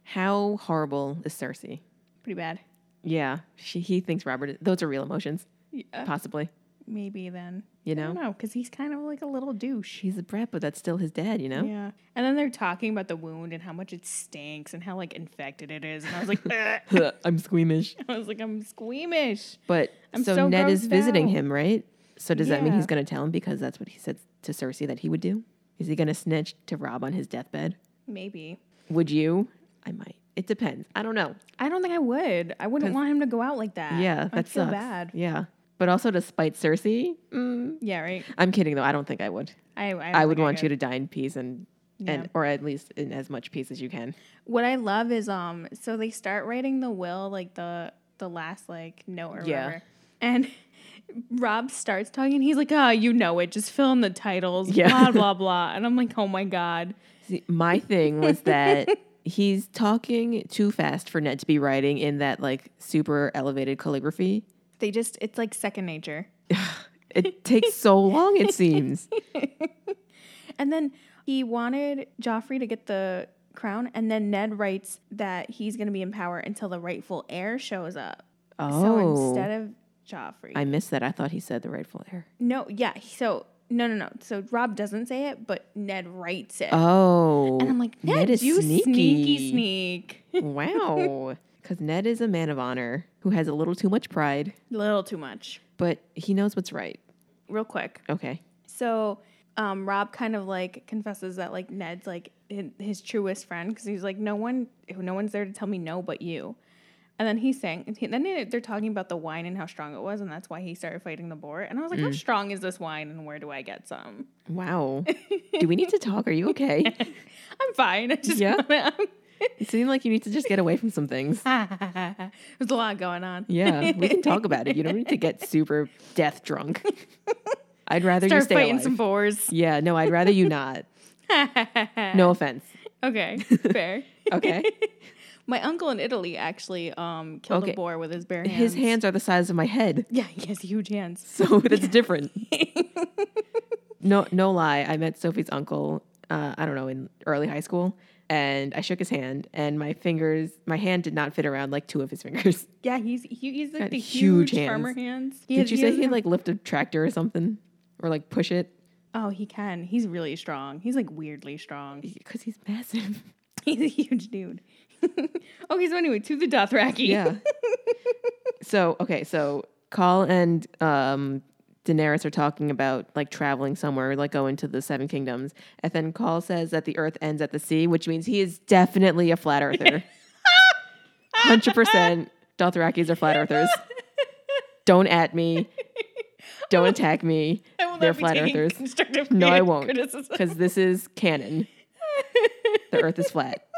[SPEAKER 2] How horrible is Cersei?
[SPEAKER 1] Pretty bad.
[SPEAKER 2] Yeah, she, he thinks Robert. Those are real emotions,
[SPEAKER 1] Yeah,
[SPEAKER 2] possibly.
[SPEAKER 1] maybe then.
[SPEAKER 2] You
[SPEAKER 1] I
[SPEAKER 2] know,
[SPEAKER 1] don't know, because he's kind of like a little douche.
[SPEAKER 2] he's a brat, but that's still his dad. You know.
[SPEAKER 1] Yeah. And then they're talking about the wound and how much it stinks and how like infected it is. And I was like, "Ugh."
[SPEAKER 2] I'm squeamish.
[SPEAKER 1] I was like, I'm squeamish.
[SPEAKER 2] But
[SPEAKER 1] I'm
[SPEAKER 2] so,
[SPEAKER 1] so
[SPEAKER 2] Ned is
[SPEAKER 1] grossed
[SPEAKER 2] visiting
[SPEAKER 1] out.
[SPEAKER 2] him, right? So does that mean
[SPEAKER 1] Yeah.
[SPEAKER 2] he's going to tell him because that's what he said to Cersei that he would do? Is he going to snitch to Rob on his deathbed?
[SPEAKER 1] Maybe.
[SPEAKER 2] Would you? I might. It depends. I don't know.
[SPEAKER 1] I don't think I would. I wouldn't want him to go out like that.
[SPEAKER 2] Yeah,
[SPEAKER 1] I'd
[SPEAKER 2] that's
[SPEAKER 1] feel bad.
[SPEAKER 2] Yeah, but also to spite Cersei. Mm.
[SPEAKER 1] Yeah, right.
[SPEAKER 2] I'm kidding though. I don't think I would.
[SPEAKER 1] I I, don't
[SPEAKER 2] I would
[SPEAKER 1] think
[SPEAKER 2] want you
[SPEAKER 1] could.
[SPEAKER 2] to die in peace and and or at least in as much peace as you can.
[SPEAKER 1] What I love is um so they start writing the will like the the last like note or
[SPEAKER 2] Yeah.
[SPEAKER 1] whatever. And Rob starts talking he's like, "Ah, you know it. Just fill in the titles,
[SPEAKER 2] Yeah.
[SPEAKER 1] blah blah blah." And I'm like, "Oh my god."
[SPEAKER 2] See, my thing was that he's talking too fast for Ned to be writing in that like super elevated calligraphy.
[SPEAKER 1] They just it's like second nature.
[SPEAKER 2] It takes so long, it seems.
[SPEAKER 1] And then he wanted Joffrey to get the crown and then Ned writes that he's going to be in power until the rightful heir shows up.
[SPEAKER 2] Oh,
[SPEAKER 1] So instead of Joffrey.
[SPEAKER 2] I missed that. I thought he said the rightful heir.
[SPEAKER 1] no, yeah, so no, no, no. So Rob doesn't say it, but Ned writes it.
[SPEAKER 2] Oh,
[SPEAKER 1] And I'm like, Ned,
[SPEAKER 2] is
[SPEAKER 1] you sneaky sneak.
[SPEAKER 2] wow, because Ned is a man of honor who has a little too much pride,
[SPEAKER 1] Little too much.
[SPEAKER 2] but he knows what's right.
[SPEAKER 1] Real quick.
[SPEAKER 2] Okay.
[SPEAKER 1] So um, Rob kind of like confesses that like Ned's like hi- his truest friend because he's like no one no one's there to tell me no but you. And then he's saying, and he- then they- they're talking about the wine and how strong it was, and that's why he started fighting the boar. And I was like, how
[SPEAKER 2] Mm.
[SPEAKER 1] strong is this wine, and where do I get some?
[SPEAKER 2] Wow. Do we need to talk? Are you okay?
[SPEAKER 1] I'm fine. I just
[SPEAKER 2] Yeah.
[SPEAKER 1] it
[SPEAKER 2] It seems like you need to just get away from some things.
[SPEAKER 1] There's a lot going on.
[SPEAKER 2] Yeah, we can talk about it. You don't need to get super death drunk. I'd rather you
[SPEAKER 1] Start
[SPEAKER 2] stay
[SPEAKER 1] fighting
[SPEAKER 2] alive.
[SPEAKER 1] some boars.
[SPEAKER 2] yeah, no, I'd rather you not. No offense.
[SPEAKER 1] Okay, fair.
[SPEAKER 2] Okay.
[SPEAKER 1] My uncle in Italy actually um, killed
[SPEAKER 2] Okay.
[SPEAKER 1] a boar with his bare hands.
[SPEAKER 2] His hands are the size of my head,
[SPEAKER 1] Yeah, he has huge hands.
[SPEAKER 2] so that's different. No, no lie. I met Sophie's uncle. Uh, I don't know in early high school, and I shook his hand, and my fingers, my hand did not fit around like two of his fingers.
[SPEAKER 1] Yeah, he's he, he's like
[SPEAKER 2] Got
[SPEAKER 1] the
[SPEAKER 2] huge
[SPEAKER 1] huge, farmer hands. He
[SPEAKER 2] Did
[SPEAKER 1] has-
[SPEAKER 2] you
[SPEAKER 1] he
[SPEAKER 2] say
[SPEAKER 1] doesn't
[SPEAKER 2] he
[SPEAKER 1] have-
[SPEAKER 2] like lift a tractor or something, or like push it?
[SPEAKER 1] Oh, he can. He's really strong. He's like weirdly strong.
[SPEAKER 2] Because he's massive.
[SPEAKER 1] He's a huge dude. okay, so anyway, to the Dothraki.
[SPEAKER 2] Yeah. so okay, so Call and um, Daenerys are talking about like traveling somewhere, like going to the Seven Kingdoms, and then Call says that the Earth ends at the sea, which means he is definitely a flat earther. Hundred percent, Dothrakis are flat earthers. Don't at me. Don't attack me.
[SPEAKER 1] I will not
[SPEAKER 2] They're
[SPEAKER 1] be
[SPEAKER 2] flat
[SPEAKER 1] taking
[SPEAKER 2] earthers.
[SPEAKER 1] constructive
[SPEAKER 2] No, I
[SPEAKER 1] crit-
[SPEAKER 2] won't.
[SPEAKER 1] criticism.
[SPEAKER 2] Because this is canon. The Earth is flat.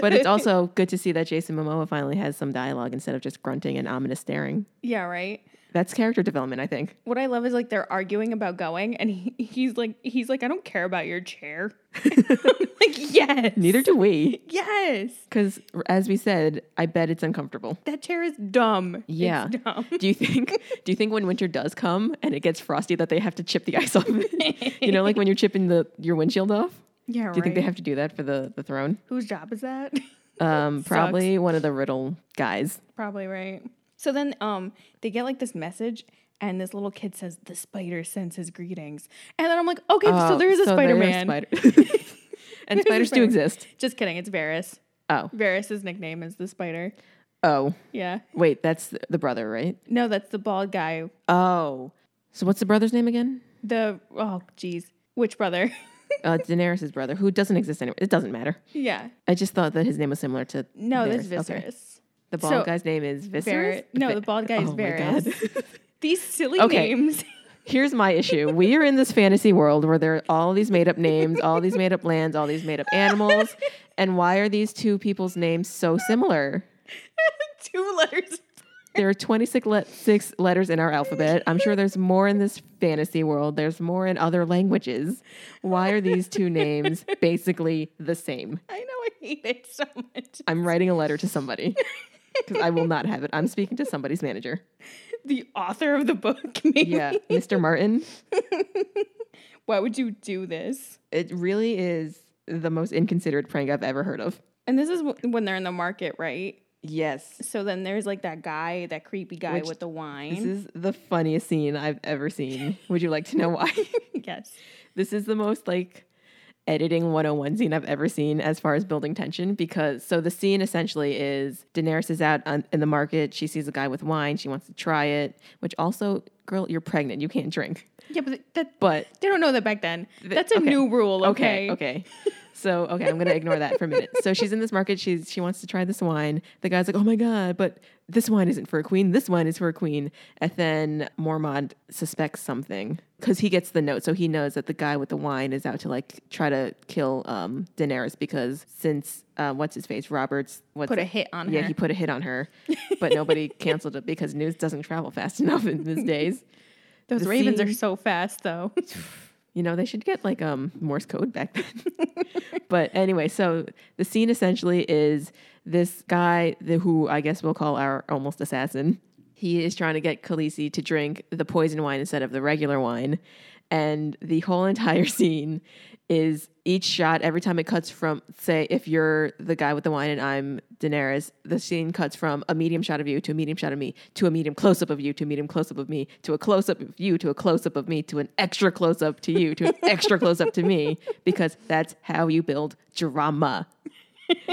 [SPEAKER 2] But it's also good to see that Jason Momoa finally has some dialogue instead of just grunting and ominous staring.
[SPEAKER 1] yeah, right.
[SPEAKER 2] That's character development, I think.
[SPEAKER 1] What I love is like they're arguing about going, and he, he's like, he's like, I don't care about your chair. like, yes,
[SPEAKER 2] Neither do we.
[SPEAKER 1] yes.
[SPEAKER 2] Because as we said, I bet it's uncomfortable.
[SPEAKER 1] That chair is dumb.
[SPEAKER 2] Yeah.
[SPEAKER 1] it's dumb.
[SPEAKER 2] Do you think do you think when winter does come and it gets frosty that they have to chip the ice off? it? you know, like when you're chipping the your windshield off?
[SPEAKER 1] Yeah, right.
[SPEAKER 2] Do you think they have to do that for the, the throne?
[SPEAKER 1] Whose job is that?
[SPEAKER 2] Um,
[SPEAKER 1] Sucks.
[SPEAKER 2] probably one of the riddle guys.
[SPEAKER 1] Probably right. So then um they get like this message and this little kid says the spider sends his greetings. And then I'm like, okay, so
[SPEAKER 2] Oh,
[SPEAKER 1] there is a
[SPEAKER 2] so there is
[SPEAKER 1] Spider-Man.
[SPEAKER 2] Spider- and spiders do
[SPEAKER 1] Spider-Man.
[SPEAKER 2] exist.
[SPEAKER 1] Just kidding, it's Varys.
[SPEAKER 2] Oh.
[SPEAKER 1] Varys's nickname is the spider.
[SPEAKER 2] Oh.
[SPEAKER 1] Yeah.
[SPEAKER 2] Wait, that's th- the brother, right?
[SPEAKER 1] No, that's the bald guy.
[SPEAKER 2] Oh. So what's the brother's name again?
[SPEAKER 1] The oh geez. Which brother?
[SPEAKER 2] Uh, Daenerys' brother, who doesn't exist anymore. It doesn't matter.
[SPEAKER 1] yeah.
[SPEAKER 2] I just thought that his name was similar to
[SPEAKER 1] No, that's
[SPEAKER 2] theirs. Okay.
[SPEAKER 1] Viserys.
[SPEAKER 2] The bald
[SPEAKER 1] So-
[SPEAKER 2] guy's name is Viserys.
[SPEAKER 1] Varys. No, the bald guy is
[SPEAKER 2] Oh my God.
[SPEAKER 1] Varys. These silly
[SPEAKER 2] Okay.
[SPEAKER 1] names.
[SPEAKER 2] Here's my issue. We are in this fantasy world where there are all these made up names, all these made up lands, all these made up animals. And why are these two people's names so similar?
[SPEAKER 1] Two letters.
[SPEAKER 2] There are 26 le- six letters in our alphabet. I'm sure there's more in this fantasy world. There's more in other languages. Why are these two names basically the same?
[SPEAKER 1] I know I hate it so much.
[SPEAKER 2] I'm writing a letter to somebody because I will not have it. I'm speaking to somebody's manager.
[SPEAKER 1] The author of the book, maybe.
[SPEAKER 2] Yeah, Mr. Martin.
[SPEAKER 1] Why would you do this?
[SPEAKER 2] It really is the most inconsiderate prank I've ever heard of.
[SPEAKER 1] And this is wh- when they're in the market, right?
[SPEAKER 2] Yes.
[SPEAKER 1] So then there's like that guy, that creepy guy
[SPEAKER 2] Which-
[SPEAKER 1] with the
[SPEAKER 2] This
[SPEAKER 1] wine.
[SPEAKER 2] is the funniest scene I've ever seen. Would you like to know why?
[SPEAKER 1] yes.
[SPEAKER 2] this is the most like editing 101 scene I've ever seen as far as building tension because so the scene essentially is Daenerys is out on, in the market. She sees a guy with wine. She wants to try it, which also, girl, you're pregnant. You can't drink.
[SPEAKER 1] Yeah, but that
[SPEAKER 2] But
[SPEAKER 1] they don't know that back then. That's a
[SPEAKER 2] okay.
[SPEAKER 1] new rule. Okay.
[SPEAKER 2] okay. So okay, I'm gonna ignore that for a minute. So she's in this market. She's she wants to try this wine. The guy's like, oh my god, but this wine isn't for a queen. This wine is for a queen. And then Mormont suspects something because he gets the note, so he knows that the guy with the wine is out to like try to kill um, Daenerys because since uh, what's his face Roberts what's
[SPEAKER 1] Put a hit on
[SPEAKER 2] yeah
[SPEAKER 1] her.
[SPEAKER 2] he put a hit on her, but nobody canceled it because news doesn't travel fast enough in these days.
[SPEAKER 1] Those
[SPEAKER 2] the
[SPEAKER 1] ravens are
[SPEAKER 2] scene-
[SPEAKER 1] so fast, though.
[SPEAKER 2] You know, they should get like um Morse code back then. but anyway, so the scene essentially is this guy the, who I guess we'll call our almost assassin. He is trying to get Khaleesi to drink the poison wine instead of the regular wine. And the whole entire scene is each shot, every time it cuts from, say, if you're the guy with the wine and I'm Daenerys, the scene cuts from a medium shot of you to a medium shot of me to a medium close up of you to a medium close up of me to a close up of you to a close up of me to an extra close up to you to an extra close up to me because that's how you build drama.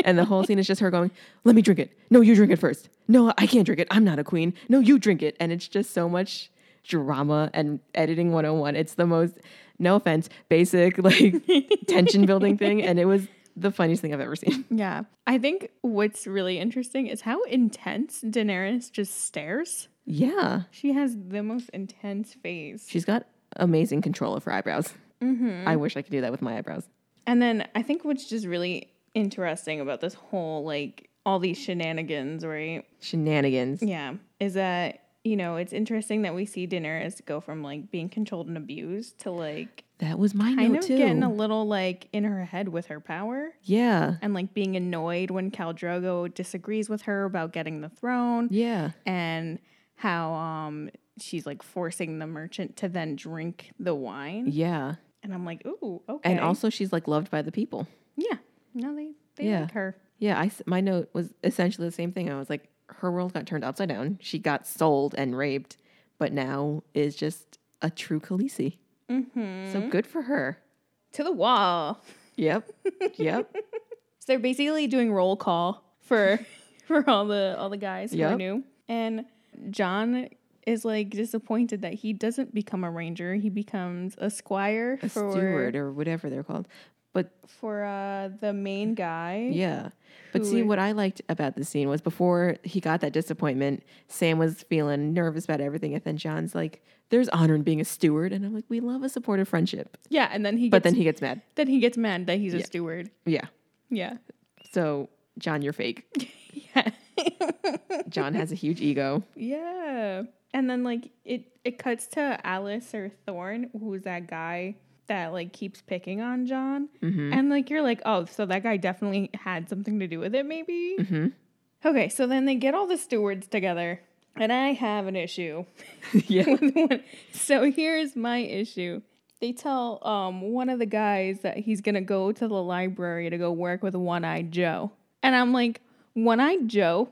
[SPEAKER 2] And the whole scene is just her going, Let me drink it. No, you drink it first. No, I can't drink it. I'm not a queen. No, you drink it. And it's just so much drama and editing 101. It's the most, no offense, basic, like tension building thing. And it was the funniest thing I've ever seen.
[SPEAKER 1] yeah. I think what's really interesting is how intense Daenerys just stares.
[SPEAKER 2] Yeah.
[SPEAKER 1] She has the most intense face.
[SPEAKER 2] She's got amazing control of her eyebrows. I wish I could do that with my eyebrows.
[SPEAKER 1] And then I think what's just really interesting about this whole, like, all these shenanigans, right?
[SPEAKER 2] Shenanigans.
[SPEAKER 1] Yeah. Is that, you know, it's interesting that we see Daenerys go from, like, being controlled and abused to, like,
[SPEAKER 2] That was my
[SPEAKER 1] kind
[SPEAKER 2] note
[SPEAKER 1] of
[SPEAKER 2] too.
[SPEAKER 1] getting a little, like, in her head with her power.
[SPEAKER 2] yeah.
[SPEAKER 1] and like being annoyed when Cal Drogo disagrees with her about getting the throne
[SPEAKER 2] Yeah.
[SPEAKER 1] and how um she's like forcing the merchant to then drink the wine.
[SPEAKER 2] Yeah.
[SPEAKER 1] And I'm like, ooh, okay.
[SPEAKER 2] And also, she's like loved by the people.
[SPEAKER 1] yeah, no, they they
[SPEAKER 2] Yeah.
[SPEAKER 1] like her.
[SPEAKER 2] Yeah, I s my note was essentially the same thing. I was like, her world got turned upside down. She got sold and raped, but now is just a true Khaleesi. Mm-hmm. So good for her.
[SPEAKER 1] To the wall.
[SPEAKER 2] Yep. Yep.
[SPEAKER 1] So they're basically doing roll call for for all the all the guys who are
[SPEAKER 2] Yep.
[SPEAKER 1] new. And John is like disappointed that he doesn't become a ranger. He becomes a squire
[SPEAKER 2] a
[SPEAKER 1] for
[SPEAKER 2] steward or whatever they're called. But
[SPEAKER 1] for uh the main guy.
[SPEAKER 2] yeah. But
[SPEAKER 1] Who
[SPEAKER 2] see,
[SPEAKER 1] would-
[SPEAKER 2] what I liked about the scene was before he got that disappointment, Sam was feeling nervous about everything. And then John's like, there's honor in being a steward. And I'm like, we love a supportive friendship.
[SPEAKER 1] Yeah, and then he gets,
[SPEAKER 2] But then he gets mad.
[SPEAKER 1] then he gets mad that he's a steward.
[SPEAKER 2] Yeah.
[SPEAKER 1] Yeah.
[SPEAKER 2] So, John, you're fake.
[SPEAKER 1] Yeah.
[SPEAKER 2] John has a huge ego.
[SPEAKER 1] yeah. And then like it it cuts to Alice or Thorn, who's that guy that like keeps picking on John.
[SPEAKER 2] Mm-hmm.
[SPEAKER 1] And like you're like, "Oh, so that guy definitely had something to do with it maybe?"
[SPEAKER 2] Mhm.
[SPEAKER 1] Okay, so then they get all the stewards together, and I have an issue.
[SPEAKER 2] yeah.
[SPEAKER 1] with one. So here's my issue. They tell um, one of the guys that he's gonna go to the library to go work with One Eyed Joe, and I'm like, One Eyed Joe.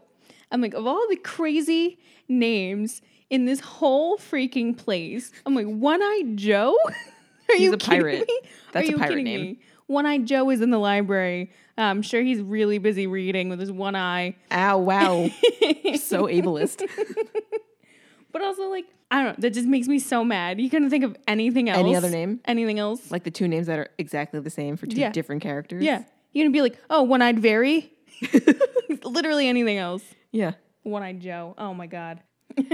[SPEAKER 1] I'm like, of all the crazy names in this whole freaking place, I'm like, One Eyed Joe. Are
[SPEAKER 2] He's
[SPEAKER 1] you
[SPEAKER 2] a
[SPEAKER 1] kidding
[SPEAKER 2] pirate.
[SPEAKER 1] me?
[SPEAKER 2] That's
[SPEAKER 1] Are
[SPEAKER 2] a
[SPEAKER 1] you
[SPEAKER 2] pirate
[SPEAKER 1] kidding
[SPEAKER 2] name.
[SPEAKER 1] me? One Eyed Joe is in the library. I'm sure he's really busy reading with his one eye.
[SPEAKER 2] Ow, wow. so ableist.
[SPEAKER 1] But also, like, I don't know. That just makes me so mad. You couldn't think of anything else.
[SPEAKER 2] Any other name?
[SPEAKER 1] Anything else?
[SPEAKER 2] Like the two names that are exactly the same for two
[SPEAKER 1] Yeah.
[SPEAKER 2] different characters.
[SPEAKER 1] yeah. You're going to be like, oh, one eyed Very? Literally anything else.
[SPEAKER 2] Yeah.
[SPEAKER 1] One eyed Joe. Oh my God.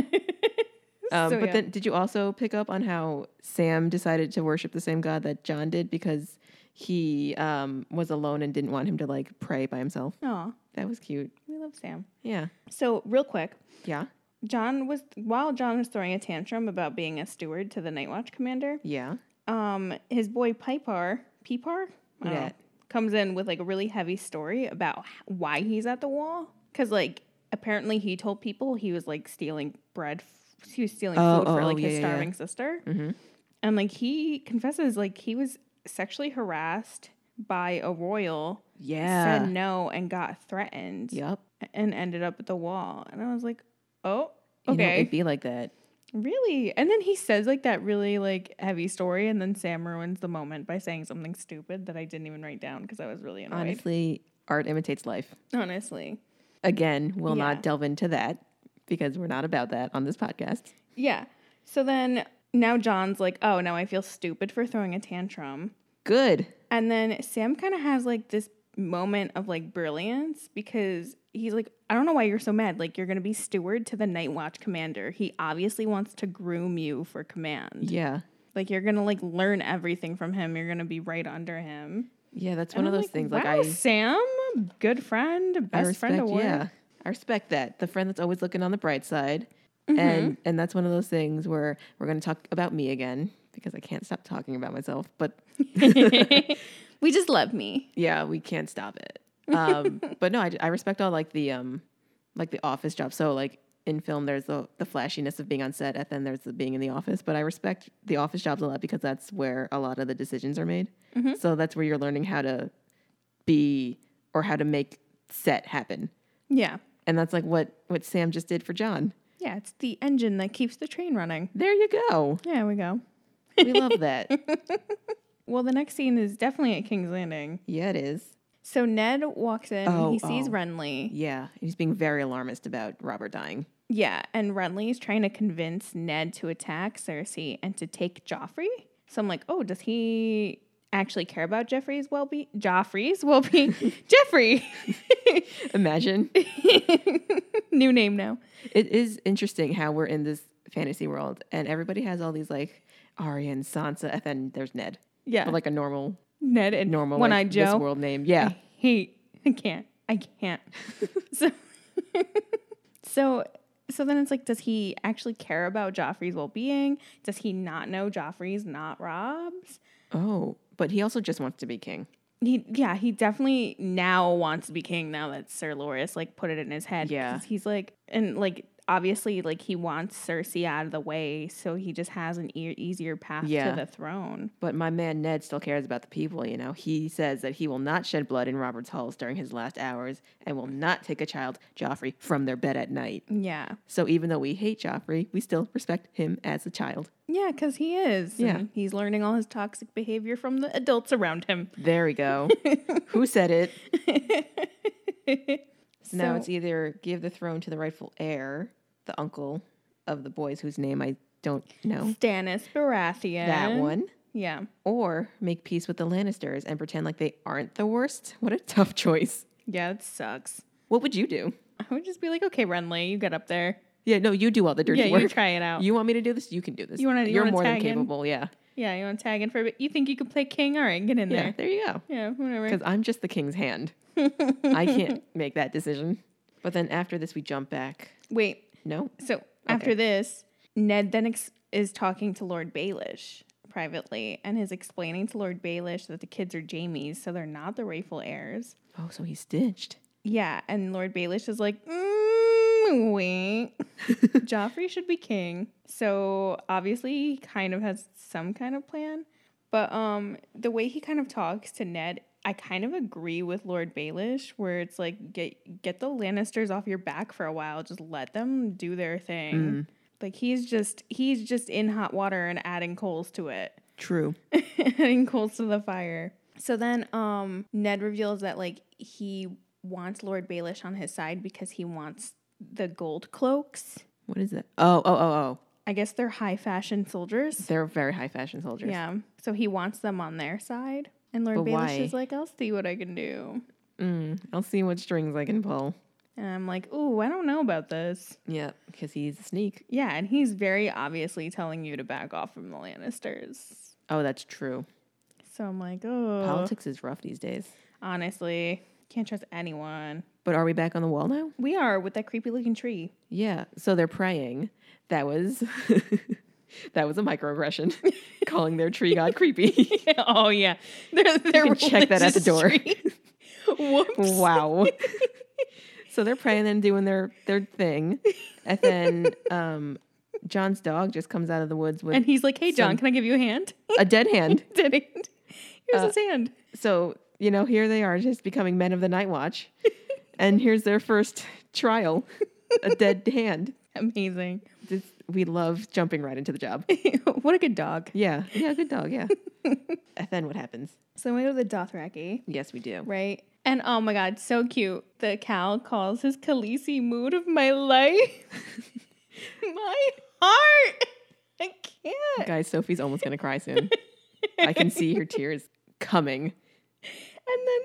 [SPEAKER 2] Um,
[SPEAKER 1] So,
[SPEAKER 2] but
[SPEAKER 1] yeah.
[SPEAKER 2] then did you also pick up on how Sam decided to worship the same God that John did because he um, was alone and didn't want him to like pray by himself?
[SPEAKER 1] Aw,
[SPEAKER 2] That was cute.
[SPEAKER 1] we love Sam.
[SPEAKER 2] Yeah.
[SPEAKER 1] So, real quick,
[SPEAKER 2] Yeah.
[SPEAKER 1] John was, while John was throwing a tantrum about being a steward to the Night Watch commander,
[SPEAKER 2] Yeah.
[SPEAKER 1] um, his boy Pipar, Pipar, I don't know,
[SPEAKER 2] Yeah.
[SPEAKER 1] comes in with like a really heavy story about h- why he's at the wall. Because like apparently he told people he was like stealing bread, f- he was stealing
[SPEAKER 2] Oh,
[SPEAKER 1] food
[SPEAKER 2] oh,
[SPEAKER 1] for
[SPEAKER 2] oh,
[SPEAKER 1] like his
[SPEAKER 2] yeah, Mm-hmm. yeah, yeah.
[SPEAKER 1] starving sister, and like he confesses like he was sexually harassed by a royal,
[SPEAKER 2] Yeah.
[SPEAKER 1] said no and got threatened,
[SPEAKER 2] Yep.
[SPEAKER 1] and ended up at the wall. And I was like, oh,
[SPEAKER 2] You know,
[SPEAKER 1] okay.
[SPEAKER 2] it'd be like that.
[SPEAKER 1] Really? And then he says like that really like heavy story, and then Sam ruins the moment by saying something stupid that I didn't even write down because I was really annoyed. Honestly,
[SPEAKER 2] Honestly, art imitates life. Again, we'll
[SPEAKER 1] Yeah.
[SPEAKER 2] not delve into that because we're not about that on this podcast.
[SPEAKER 1] yeah. So then now John's like, oh, now I feel stupid for throwing a tantrum.
[SPEAKER 2] Good.
[SPEAKER 1] And then Sam kind of has like this moment of like brilliance because he's like, I don't know why you're so mad. Like, you're going to be steward to the Night Watch commander. He obviously wants to groom you for command.
[SPEAKER 2] Yeah.
[SPEAKER 1] Like, you're going to like learn everything from him. You're going to be right under him.
[SPEAKER 2] Yeah, that's
[SPEAKER 1] And
[SPEAKER 2] one of
[SPEAKER 1] I'm
[SPEAKER 2] those things. Like
[SPEAKER 1] wow,
[SPEAKER 2] I,
[SPEAKER 1] Sam, good friend,
[SPEAKER 2] I
[SPEAKER 1] best friend
[SPEAKER 2] respect-
[SPEAKER 1] award.
[SPEAKER 2] Yeah, I respect that. The friend that's always looking on the bright side,
[SPEAKER 1] Mm-hmm.
[SPEAKER 2] and and that's one of those things where we're going to talk about me again because I can't stop talking about myself. But
[SPEAKER 1] we just love me.
[SPEAKER 2] yeah, we can't stop it. Um, but no, I, I respect all like the um, like the office job. So like in film, there's the the flashiness of being on set, and then there's the being in the office. But I respect the office jobs a lot because that's where a lot of the decisions are made.
[SPEAKER 1] Mm-hmm.
[SPEAKER 2] So that's where you're learning how to be or how to make set happen.
[SPEAKER 1] Yeah.
[SPEAKER 2] And that's like what what Sam just did for John.
[SPEAKER 1] Yeah, it's the engine that keeps the train running.
[SPEAKER 2] There you go.
[SPEAKER 1] Yeah, we go.
[SPEAKER 2] We love that.
[SPEAKER 1] Well, the next scene is definitely at King's Landing.
[SPEAKER 2] yeah, it is.
[SPEAKER 1] So Ned walks in,
[SPEAKER 2] Oh,
[SPEAKER 1] he sees
[SPEAKER 2] oh.
[SPEAKER 1] Renly.
[SPEAKER 2] Yeah, he's being very alarmist about Robert dying.
[SPEAKER 1] Yeah, and Renly is trying to convince Ned to attack Cersei and to take Joffrey. So I'm like, oh, does he actually care about Jeffrey's well being? Joffrey's well being? Jeffrey!
[SPEAKER 2] Imagine
[SPEAKER 1] New name now.
[SPEAKER 2] it is interesting how we're in this fantasy world and everybody has all these like Arya and Sansa, and then there's Ned,
[SPEAKER 1] Yeah.
[SPEAKER 2] but like a normal,
[SPEAKER 1] Ned and
[SPEAKER 2] normal
[SPEAKER 1] One Eyed
[SPEAKER 2] like, this
[SPEAKER 1] Joe.
[SPEAKER 2] world name. Yeah,
[SPEAKER 1] I hate. I can't. I can't. so, so, so then it's like, does he actually care about Joffrey's well-being? Does he not know Joffrey's not Rob's?
[SPEAKER 2] Oh, but he also just wants to be king.
[SPEAKER 1] He, yeah, he definitely now wants to be king. Now that Sir Loris like put it in his head,
[SPEAKER 2] Yeah.
[SPEAKER 1] 'cause he's like, and like obviously, like he wants Cersei out of the way, so he just has an e- easier path
[SPEAKER 2] Yeah.
[SPEAKER 1] to the throne.
[SPEAKER 2] But my man Ned still cares about the people, you know. He says that he will not shed blood in Robert's halls during his last hours and will not take a child, Joffrey, from their bed at night.
[SPEAKER 1] Yeah,
[SPEAKER 2] So even though we hate Joffrey, we still respect him as a child.
[SPEAKER 1] yeah, because he is.
[SPEAKER 2] Yeah.
[SPEAKER 1] and he's learning all his toxic behavior from the adults around him.
[SPEAKER 2] There we go. Who said it?
[SPEAKER 1] so,
[SPEAKER 2] So now it's either give the throne to the rightful heir, the uncle of the boys whose name I don't know,
[SPEAKER 1] Stannis Baratheon.
[SPEAKER 2] that one,
[SPEAKER 1] Yeah.
[SPEAKER 2] or make peace with the Lannisters and pretend like they aren't the worst. What a tough choice.
[SPEAKER 1] Yeah, it sucks.
[SPEAKER 2] What would you do?
[SPEAKER 1] I would just be like, okay, Renly, you get up there.
[SPEAKER 2] Yeah, no, you do all the dirty
[SPEAKER 1] yeah,
[SPEAKER 2] work.
[SPEAKER 1] you try it out.
[SPEAKER 2] You want me to do this? You can do this.
[SPEAKER 1] You wanna- you
[SPEAKER 2] You're
[SPEAKER 1] wanna
[SPEAKER 2] more than
[SPEAKER 1] tag in?
[SPEAKER 2] capable. Yeah.
[SPEAKER 1] yeah, you want to tag in for a bit. You think you can play king? All right, get in
[SPEAKER 2] Yeah.
[SPEAKER 1] there.
[SPEAKER 2] There you go.
[SPEAKER 1] Yeah, whatever.
[SPEAKER 2] Because I'm just the king's hand. I can't make that decision. But then after this, we jump back.
[SPEAKER 1] Wait.
[SPEAKER 2] No.
[SPEAKER 1] So after this, Ned then ex- is talking to Lord Baelish privately and is explaining to Lord Baelish that the kids are Jamie's, so they're not the rightful heirs.
[SPEAKER 2] Oh, so he stitched.
[SPEAKER 1] Yeah, and Lord Baelish is like, mm, wait, Joffrey should be king. So obviously, he kind of has some kind of plan. But um, the way he kind of talks to Ned, I kind of agree with Lord Baelish, where it's like, get get the Lannisters off your back for a while. Just let them do their thing. Like he's just he's just in hot water and adding coals to it
[SPEAKER 2] True.
[SPEAKER 1] adding coals to the fire. So then um Ned reveals that like he wants Lord Baelish on his side because he wants the gold cloaks.
[SPEAKER 2] What is that? Oh, oh, oh, oh.
[SPEAKER 1] I guess they're high fashion soldiers.
[SPEAKER 2] They're very high fashion soldiers.
[SPEAKER 1] Yeah. So he wants them on their side. And Lord
[SPEAKER 2] But
[SPEAKER 1] Baelish
[SPEAKER 2] why?
[SPEAKER 1] is like, I'll see what I can do.
[SPEAKER 2] Mm, I'll see what strings I can pull.
[SPEAKER 1] And I'm like, ooh, I don't know about this.
[SPEAKER 2] Yeah, because he's a sneak.
[SPEAKER 1] Yeah, and he's very obviously telling you to back off from the Lannisters.
[SPEAKER 2] Oh, that's true.
[SPEAKER 1] So I'm like, oh,
[SPEAKER 2] Politics is rough these days.
[SPEAKER 1] honestly, can't trust anyone.
[SPEAKER 2] But are we back on the wall now?
[SPEAKER 1] We are with that creepy looking tree.
[SPEAKER 2] Yeah. So they're praying. That was that was a microaggression. Calling their tree god creepy.
[SPEAKER 1] oh yeah, they're, they're
[SPEAKER 2] can check that at the door.
[SPEAKER 1] Whoops.
[SPEAKER 2] wow. so they're praying and doing their their thing, and then um, John's dog just comes out of the woods with
[SPEAKER 1] And he's like, "Hey, John, can I give you a hand?"
[SPEAKER 2] a dead hand.
[SPEAKER 1] Did it? Here's
[SPEAKER 2] Uh.
[SPEAKER 1] his hand.
[SPEAKER 2] So you know, here they are, just becoming men of the night watch, and here's their first trial, a dead hand.
[SPEAKER 1] Amazing.
[SPEAKER 2] This, we love jumping right into the job.
[SPEAKER 1] what a good dog.
[SPEAKER 2] Yeah, yeah, good dog. Yeah. and then what happens?
[SPEAKER 1] So we go to the Dothraki,
[SPEAKER 2] Yes, we do.
[SPEAKER 1] right? And oh my god, so cute. The cow calls his Khaleesi mood of my life. my heart. I can't.
[SPEAKER 2] Guys, Sophie's almost gonna cry soon. I can see her tears coming.
[SPEAKER 1] And then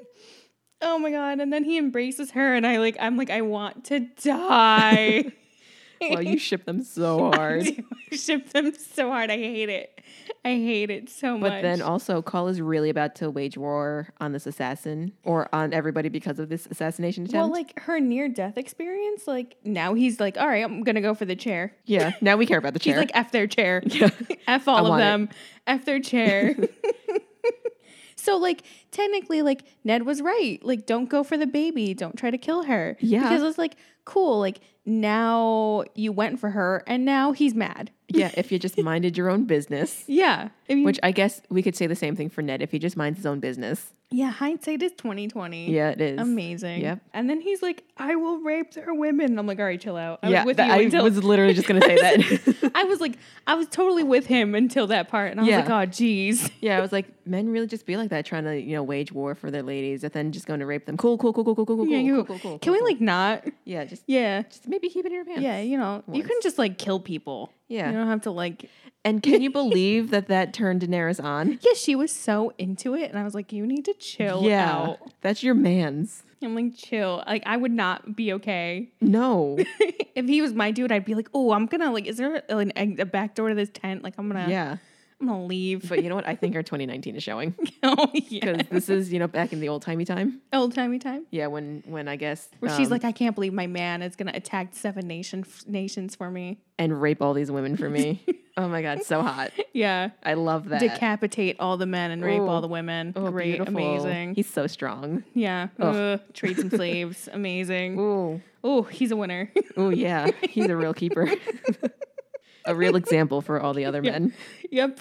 [SPEAKER 1] oh my god, and then he embraces her and I like I'm like I want to die.
[SPEAKER 2] Well, you ship them so hard.
[SPEAKER 1] I ship them so hard. I hate it. I hate it so much.
[SPEAKER 2] But then also, Call is really about to wage war on this assassin or on everybody because of this assassination attempt.
[SPEAKER 1] well, like her near death experience, like now he's like, all right, I'm gonna go for the chair.
[SPEAKER 2] yeah, now we care about the
[SPEAKER 1] He's
[SPEAKER 2] chair.
[SPEAKER 1] like, F their chair.
[SPEAKER 2] yeah.
[SPEAKER 1] F
[SPEAKER 2] I
[SPEAKER 1] all of
[SPEAKER 2] want it.
[SPEAKER 1] them. F their chair. so like technically like Ned was right. Like don't go for the baby. Don't try to kill her.
[SPEAKER 2] Yeah.
[SPEAKER 1] Because it's like cool. Like now you went for her and now he's mad.
[SPEAKER 2] yeah, if you just minded your own business,
[SPEAKER 1] Yeah. I mean,
[SPEAKER 2] which I guess we could say the same thing for Ned if he just minds his own business.
[SPEAKER 1] yeah, hindsight is 2020.
[SPEAKER 2] Yeah, it is.
[SPEAKER 1] Amazing.
[SPEAKER 2] Yep.
[SPEAKER 1] And then he's like, I will rape their women. And I'm like, all right, chill out. I
[SPEAKER 2] yeah,
[SPEAKER 1] was with
[SPEAKER 2] that-
[SPEAKER 1] you
[SPEAKER 2] I
[SPEAKER 1] until
[SPEAKER 2] was literally just gonna say that.
[SPEAKER 1] I was like, I was totally with him until that part. And I
[SPEAKER 2] Yeah.
[SPEAKER 1] was like, oh geez.
[SPEAKER 2] yeah, I was like, men really just be like that, trying to you know wage war for their ladies, and then just going to rape them. Cool, cool, cool, cool, cool, cool, cool,
[SPEAKER 1] Yeah, you-
[SPEAKER 2] cool, cool, cool.
[SPEAKER 1] Can we
[SPEAKER 2] cool.
[SPEAKER 1] like not?
[SPEAKER 2] Yeah, just
[SPEAKER 1] Yeah.
[SPEAKER 2] just maybe keep it in your pants.
[SPEAKER 1] Yeah, you know, you can
[SPEAKER 2] once.
[SPEAKER 1] just like kill people.
[SPEAKER 2] Yeah.
[SPEAKER 1] You don't have to like.
[SPEAKER 2] And can you believe that that turned Daenerys on?
[SPEAKER 1] Yeah, she was so into it. And I was like, you need to chill
[SPEAKER 2] yeah,
[SPEAKER 1] out.
[SPEAKER 2] that's your man's.
[SPEAKER 1] I'm like, chill. Like, I would not be okay.
[SPEAKER 2] No,
[SPEAKER 1] if he was my dude, I'd be like, oh, I'm gonna, like, is there an, a back door to this tent? Like, I'm gonna,
[SPEAKER 2] yeah.
[SPEAKER 1] I'm gonna leave.
[SPEAKER 2] But you know what? I think our 2019 is showing
[SPEAKER 1] oh,
[SPEAKER 2] because
[SPEAKER 1] yeah.
[SPEAKER 2] this is you know back in the old timey time.
[SPEAKER 1] Old timey time.
[SPEAKER 2] Yeah, when when I guess
[SPEAKER 1] Where she's
[SPEAKER 2] um,
[SPEAKER 1] like, I can't believe my man is gonna attack seven nation nations for me.
[SPEAKER 2] and rape all these women for me. oh my god, so hot.
[SPEAKER 1] Yeah,
[SPEAKER 2] I love that.
[SPEAKER 1] decapitate all the men and rape
[SPEAKER 2] Ooh.
[SPEAKER 1] all the women.
[SPEAKER 2] Oh,
[SPEAKER 1] Great,
[SPEAKER 2] beautiful.
[SPEAKER 1] amazing.
[SPEAKER 2] He's so strong.
[SPEAKER 1] yeah,
[SPEAKER 2] Ugh.
[SPEAKER 1] Ugh. trade some slaves, amazing.
[SPEAKER 2] Ooh,
[SPEAKER 1] Oh, he's a winner.
[SPEAKER 2] ooh, yeah. He's a real keeper. a real example for all the other men.
[SPEAKER 1] yep.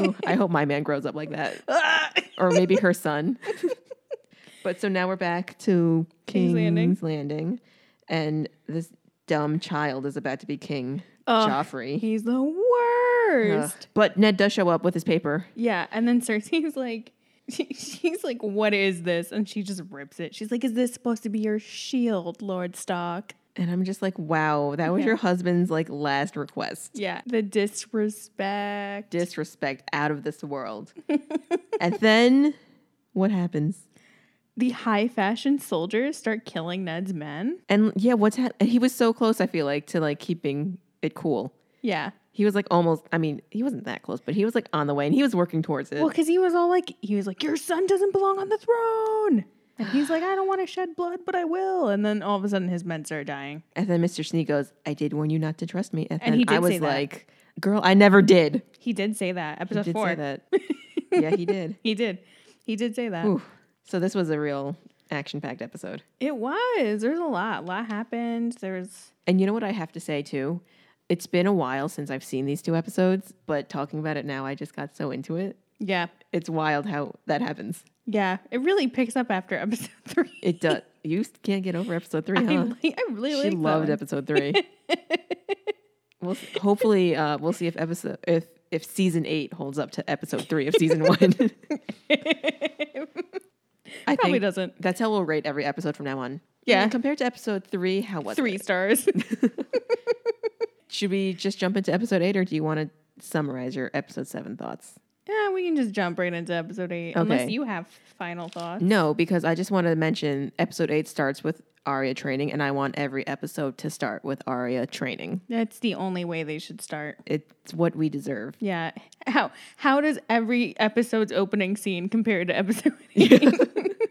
[SPEAKER 2] Ooh, I hope my man grows up like that,
[SPEAKER 1] Ah!
[SPEAKER 2] or maybe her son. but so now we're back to
[SPEAKER 1] King's
[SPEAKER 2] King's
[SPEAKER 1] Landing.
[SPEAKER 2] Landing, and this dumb child is about to be king,
[SPEAKER 1] Ugh.
[SPEAKER 2] Joffrey.
[SPEAKER 1] He's the
[SPEAKER 2] Ugh.
[SPEAKER 1] worst.
[SPEAKER 2] But Ned does show up with his paper.
[SPEAKER 1] Yeah, and then Cersei's like she's like what is this? And she just rips it. She's like is this supposed to be your shield, Lord Stark?
[SPEAKER 2] And I'm just like, wow, that was
[SPEAKER 1] Yeah.
[SPEAKER 2] your husband's like last request.
[SPEAKER 1] Yeah, the disrespect.
[SPEAKER 2] Disrespect out of this world. and then what happens?
[SPEAKER 1] the high fashion soldiers start killing Ned's men.
[SPEAKER 2] And yeah, what's ha- he was so close, I feel like, to like keeping it cool.
[SPEAKER 1] Yeah.
[SPEAKER 2] He was like almost, I mean, he wasn't that close, but he was like on the way and he was working towards it.
[SPEAKER 1] Well, because he was all like, he was like, your son doesn't belong on the throne. And he's like, I don't want to shed blood, but I will. And then all of a sudden his men start dying.
[SPEAKER 2] And then Mr. Sneak goes, I did warn you not to trust me. And,
[SPEAKER 1] And
[SPEAKER 2] then
[SPEAKER 1] he
[SPEAKER 2] I
[SPEAKER 1] did
[SPEAKER 2] was
[SPEAKER 1] say that.
[SPEAKER 2] like, girl, I never did.
[SPEAKER 1] He did say that.
[SPEAKER 2] He
[SPEAKER 1] Episode
[SPEAKER 2] did
[SPEAKER 1] four.
[SPEAKER 2] say that. yeah, he did.
[SPEAKER 1] He did. He did say that.
[SPEAKER 2] Ooh. So this was a real action packed episode.
[SPEAKER 1] It was. There's a lot. A lot happened. There was
[SPEAKER 2] And you know what I have to say too? It's been a while since I've seen these two episodes, but talking about it now, I just got so into it.
[SPEAKER 1] yeah.
[SPEAKER 2] It's wild how that happens.
[SPEAKER 1] Yeah. It really picks up after episode three.
[SPEAKER 2] It does. you can't get over episode three,
[SPEAKER 1] I,
[SPEAKER 2] huh?
[SPEAKER 1] like, I really
[SPEAKER 2] she
[SPEAKER 1] like
[SPEAKER 2] loved episode three. we'll s- hopefully uh, we'll see if episode if if season eight holds up to episode three of season one.
[SPEAKER 1] it.
[SPEAKER 2] I
[SPEAKER 1] Probably
[SPEAKER 2] think
[SPEAKER 1] doesn't.
[SPEAKER 2] that's how we'll rate every episode from now on.
[SPEAKER 1] Yeah.
[SPEAKER 2] Mm, compared to episode three, how was
[SPEAKER 1] Three
[SPEAKER 2] it?
[SPEAKER 1] stars.
[SPEAKER 2] Should we just jump into episode eight, or do you want to summarize your episode seven thoughts?
[SPEAKER 1] yeah, we can just jump right into episode eight. Unless
[SPEAKER 2] Okay.
[SPEAKER 1] you have final thoughts.
[SPEAKER 2] No, because I just want to mention episode eight starts with Arya training, and I want every episode to start with Arya training.
[SPEAKER 1] That's the only way they should start.
[SPEAKER 2] It's what we deserve.
[SPEAKER 1] Yeah. How how does every episode's opening scene compare to episode eight?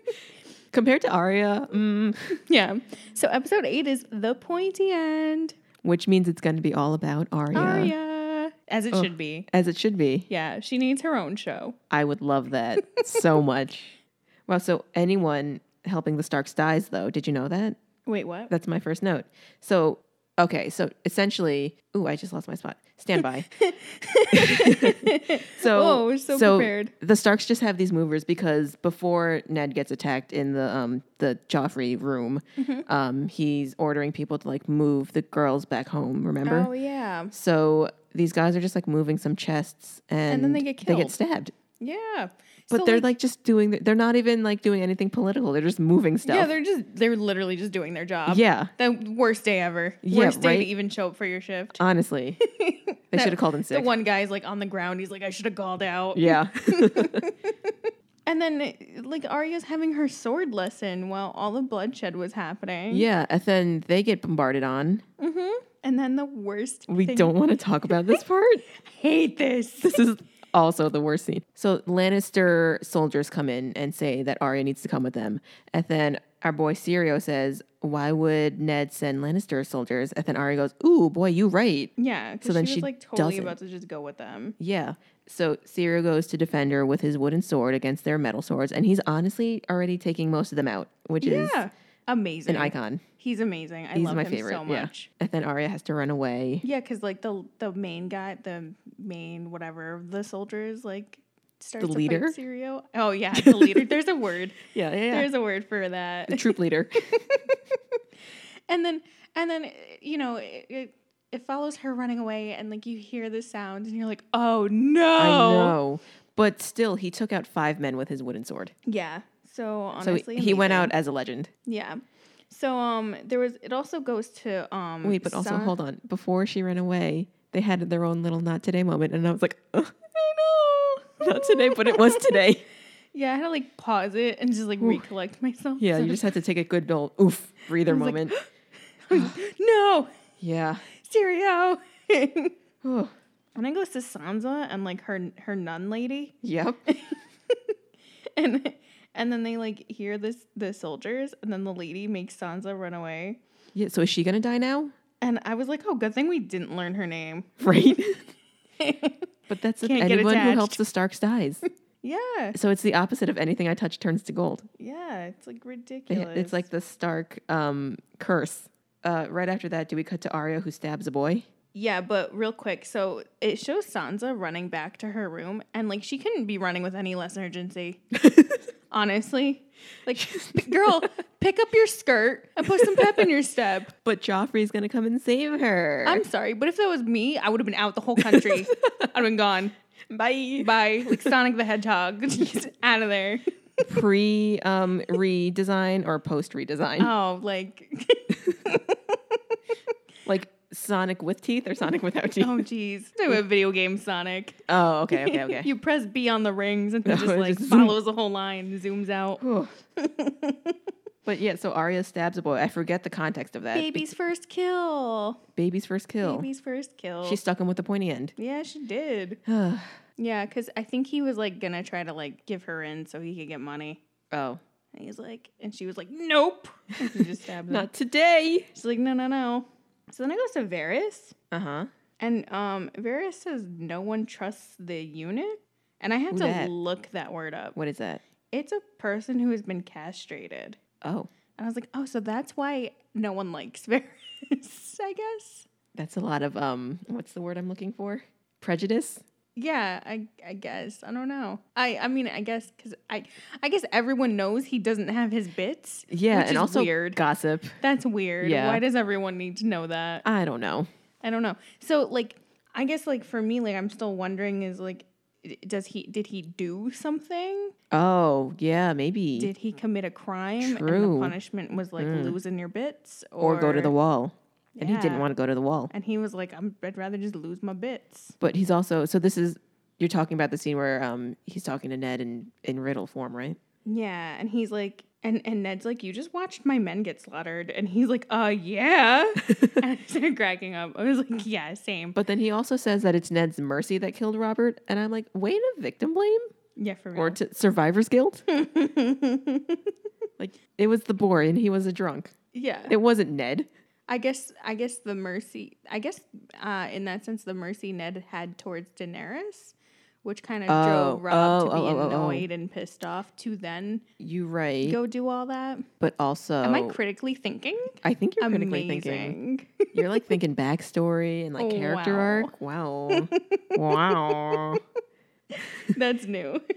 [SPEAKER 2] Compared to Arya, mm,
[SPEAKER 1] yeah. So episode eight is the pointy end.
[SPEAKER 2] which means it's going to be all about Arya,
[SPEAKER 1] Arya. As it should be.
[SPEAKER 2] as it should be.
[SPEAKER 1] Yeah. She needs her own show.
[SPEAKER 2] I would love that so much. Well, so anyone helping the Starks dies, though. Did you know that?
[SPEAKER 1] Wait, what?
[SPEAKER 2] That's my first note. So, okay, so essentially, ooh, I just lost my spot. Stand by. so,
[SPEAKER 1] Whoa, we're so prepared.
[SPEAKER 2] The Starks just have these movers because before Ned gets attacked in the um the Joffrey room, um he's ordering people to like move the girls back home. Remember?
[SPEAKER 1] Oh yeah.
[SPEAKER 2] So these guys are just like moving some chests, and,
[SPEAKER 1] then they get
[SPEAKER 2] They
[SPEAKER 1] killed.
[SPEAKER 2] get stabbed.
[SPEAKER 1] Yeah.
[SPEAKER 2] But
[SPEAKER 1] So,
[SPEAKER 2] they're like, just doing. th- They're not even like doing anything political. They're just moving stuff.
[SPEAKER 1] Yeah, they're just they're literally just doing their job.
[SPEAKER 2] yeah.
[SPEAKER 1] The worst day ever.
[SPEAKER 2] Yeah,
[SPEAKER 1] worst day to
[SPEAKER 2] right?
[SPEAKER 1] even show up for your shift.
[SPEAKER 2] Honestly, they should have called in
[SPEAKER 1] the
[SPEAKER 2] sick.
[SPEAKER 1] one guy's like on the ground, he's like, I should have called out.
[SPEAKER 2] Yeah.
[SPEAKER 1] And then, like, Arya's having her sword lesson while all the bloodshed was happening.
[SPEAKER 2] Yeah, and then they get bombarded on.
[SPEAKER 1] hmm And then the worst.
[SPEAKER 2] We
[SPEAKER 1] thing-
[SPEAKER 2] don't want to talk about this part.
[SPEAKER 1] hate this.
[SPEAKER 2] this is also the worst scene. So Lannister soldiers come in and say that Arya needs to come with them. And then our boy Sirio says, Why would Ned send Lannister soldiers? And then Arya goes, Ooh, boy, you right.
[SPEAKER 1] Yeah.
[SPEAKER 2] So
[SPEAKER 1] So
[SPEAKER 2] then
[SPEAKER 1] she was
[SPEAKER 2] she
[SPEAKER 1] like totally
[SPEAKER 2] doesn't.
[SPEAKER 1] about to just go with them.
[SPEAKER 2] Yeah. So Sirio goes to defend her with his wooden sword against their metal swords, and he's honestly already taking most of them out, which is
[SPEAKER 1] Yeah. Amazing.
[SPEAKER 2] an icon.
[SPEAKER 1] He's amazing. I
[SPEAKER 2] He's
[SPEAKER 1] love
[SPEAKER 2] my
[SPEAKER 1] him
[SPEAKER 2] favorite.
[SPEAKER 1] so
[SPEAKER 2] yeah.
[SPEAKER 1] much.
[SPEAKER 2] And then Arya has to run away.
[SPEAKER 1] Yeah, because like the the main guy, the main whatever, of the soldiers like starts to
[SPEAKER 2] leader?
[SPEAKER 1] fight Sirio. Oh yeah, the leader. There's a word.
[SPEAKER 2] Yeah, yeah,
[SPEAKER 1] There's a word for that.
[SPEAKER 2] The troop leader.
[SPEAKER 1] And then and then you know it, it, it follows her running away, and like you hear the sound, and you're like, oh no.
[SPEAKER 2] I know. But still, he took out five men with his wooden sword.
[SPEAKER 1] Yeah. So
[SPEAKER 2] So
[SPEAKER 1] honestly,
[SPEAKER 2] he went
[SPEAKER 1] amazing.
[SPEAKER 2] out as a legend.
[SPEAKER 1] Yeah. So um, there was. It also goes to um.
[SPEAKER 2] Wait, but also
[SPEAKER 1] Sa-
[SPEAKER 2] hold on. Before she ran away, they had their own little not today moment, and I was like, "Ugh,
[SPEAKER 1] I know.
[SPEAKER 2] not today, but it was today.
[SPEAKER 1] Yeah, I had to like pause it and just like recollect myself.
[SPEAKER 2] Yeah, you just had to take a good old oof breather
[SPEAKER 1] like,
[SPEAKER 2] moment.
[SPEAKER 1] no,
[SPEAKER 2] yeah.
[SPEAKER 1] Stereo. and
[SPEAKER 2] Oh,
[SPEAKER 1] then goes to Sansa and like her her nun lady,
[SPEAKER 2] yep.
[SPEAKER 1] and and then they like hear this the soldiers, and then the lady makes Sansa run away.
[SPEAKER 2] Yeah. So is she gonna die now?
[SPEAKER 1] And I was like, oh, good thing we didn't learn her name.
[SPEAKER 2] Right. but that's
[SPEAKER 1] Can't get
[SPEAKER 2] anyone who
[SPEAKER 1] attached.
[SPEAKER 2] helps the Starks dies.
[SPEAKER 1] yeah,
[SPEAKER 2] So it's the opposite of anything I touch turns to gold.
[SPEAKER 1] yeah, it's like
[SPEAKER 2] They-
[SPEAKER 1] ridiculous.
[SPEAKER 2] It's like the Stark um, curse. Uh, right after that, do we cut to Arya who stabs a boy?
[SPEAKER 1] Yeah, but real quick, so it shows Sansa running back to her room, and like she couldn't be running with any less urgency. Honestly, like, girl, pick up your skirt and put some pep in your step.
[SPEAKER 2] But Joffrey's gonna come and save her.
[SPEAKER 1] I'm sorry, but if that was me, I would have been out the whole country. I'd have been gone.
[SPEAKER 2] Bye.
[SPEAKER 1] Bye. Like Sonic the Hedgehog, just out of there.
[SPEAKER 2] pre um, redesign or post redesign?
[SPEAKER 1] Oh, like,
[SPEAKER 2] like Sonic with teeth or Sonic without teeth?
[SPEAKER 1] oh, jeez. It's like a video game Sonic.
[SPEAKER 2] Oh, okay, okay, okay.
[SPEAKER 1] you press B on the rings and it
[SPEAKER 2] No,
[SPEAKER 1] just
[SPEAKER 2] it
[SPEAKER 1] like
[SPEAKER 2] just-
[SPEAKER 1] follows the whole line, zooms out.
[SPEAKER 2] Whew. but yeah, so Arya stabs a boy. I forget the context of that.
[SPEAKER 1] Baby's first kill.
[SPEAKER 2] Baby's first kill.
[SPEAKER 1] Baby's first kill.
[SPEAKER 2] She stuck him with the pointy end.
[SPEAKER 1] yeah, she did.
[SPEAKER 2] oh,
[SPEAKER 1] Yeah, because I think he was like gonna try to like give her in so he could get money.
[SPEAKER 2] Oh.
[SPEAKER 1] And he's like, and she was like, nope. And she just stabbed him.
[SPEAKER 2] not today.
[SPEAKER 1] She's like, no, no, no. So then it goes to Varys,
[SPEAKER 2] Uh huh.
[SPEAKER 1] and um, Varys says no one trusts the eunuch. And I had
[SPEAKER 2] Who
[SPEAKER 1] to
[SPEAKER 2] dat?
[SPEAKER 1] look that word up.
[SPEAKER 2] What is that?
[SPEAKER 1] It's a person who has been castrated.
[SPEAKER 2] Oh,
[SPEAKER 1] And I was like, oh, so that's why no one likes Varys, I guess.
[SPEAKER 2] that's a lot of um. What's the word I'm looking for? Prejudice.
[SPEAKER 1] Yeah, I I guess I don't know. I I mean I guess because I I guess everyone knows he doesn't have his bits.
[SPEAKER 2] Yeah,
[SPEAKER 1] which
[SPEAKER 2] and
[SPEAKER 1] is
[SPEAKER 2] also
[SPEAKER 1] weird.
[SPEAKER 2] gossip.
[SPEAKER 1] That's weird.
[SPEAKER 2] Yeah.
[SPEAKER 1] Why does everyone need to know that?
[SPEAKER 2] I don't know.
[SPEAKER 1] I don't know. So like I guess like for me like I'm still wondering is like i- does he did he do something?
[SPEAKER 2] Oh, yeah, maybe.
[SPEAKER 1] Did he commit a crime? And
[SPEAKER 2] True. Mm.
[SPEAKER 1] the punishment was like losing your bits
[SPEAKER 2] or, go to the wall. And he didn't
[SPEAKER 1] Yeah.
[SPEAKER 2] want to go to the wall.
[SPEAKER 1] And he was like, I'm, I'd rather just lose my bits.
[SPEAKER 2] But he's also so this is you're talking about the scene where um he's talking to Ned in in riddle form, right?
[SPEAKER 1] Yeah, and he's like, and and Ned's like, you just watched my men get slaughtered, and he's like, uh, yeah. and I started cracking up. I was like, yeah, same. But
[SPEAKER 2] But then he also says that it's Ned's mercy that killed Robert, and I'm like, wait, a victim blame
[SPEAKER 1] yeah, for real.
[SPEAKER 2] or to survivor's guilt? like it was the boy and he was a drunk.
[SPEAKER 1] yeah,
[SPEAKER 2] It wasn't Ned.
[SPEAKER 1] I guess I guess the mercy, I guess uh, in that sense, the mercy Ned had towards Daenerys, which kind of
[SPEAKER 2] Oh,
[SPEAKER 1] drove Rob to
[SPEAKER 2] oh,
[SPEAKER 1] be
[SPEAKER 2] oh, oh, oh.
[SPEAKER 1] annoyed and pissed off to then
[SPEAKER 2] You right,
[SPEAKER 1] go do all that.
[SPEAKER 2] but also
[SPEAKER 1] Am I critically thinking?
[SPEAKER 2] I think you're Oh. critically
[SPEAKER 1] Amazing.
[SPEAKER 2] thinking. You're like thinking backstory and like character
[SPEAKER 1] Wow.
[SPEAKER 2] arc. Wow, wow.
[SPEAKER 1] That's new.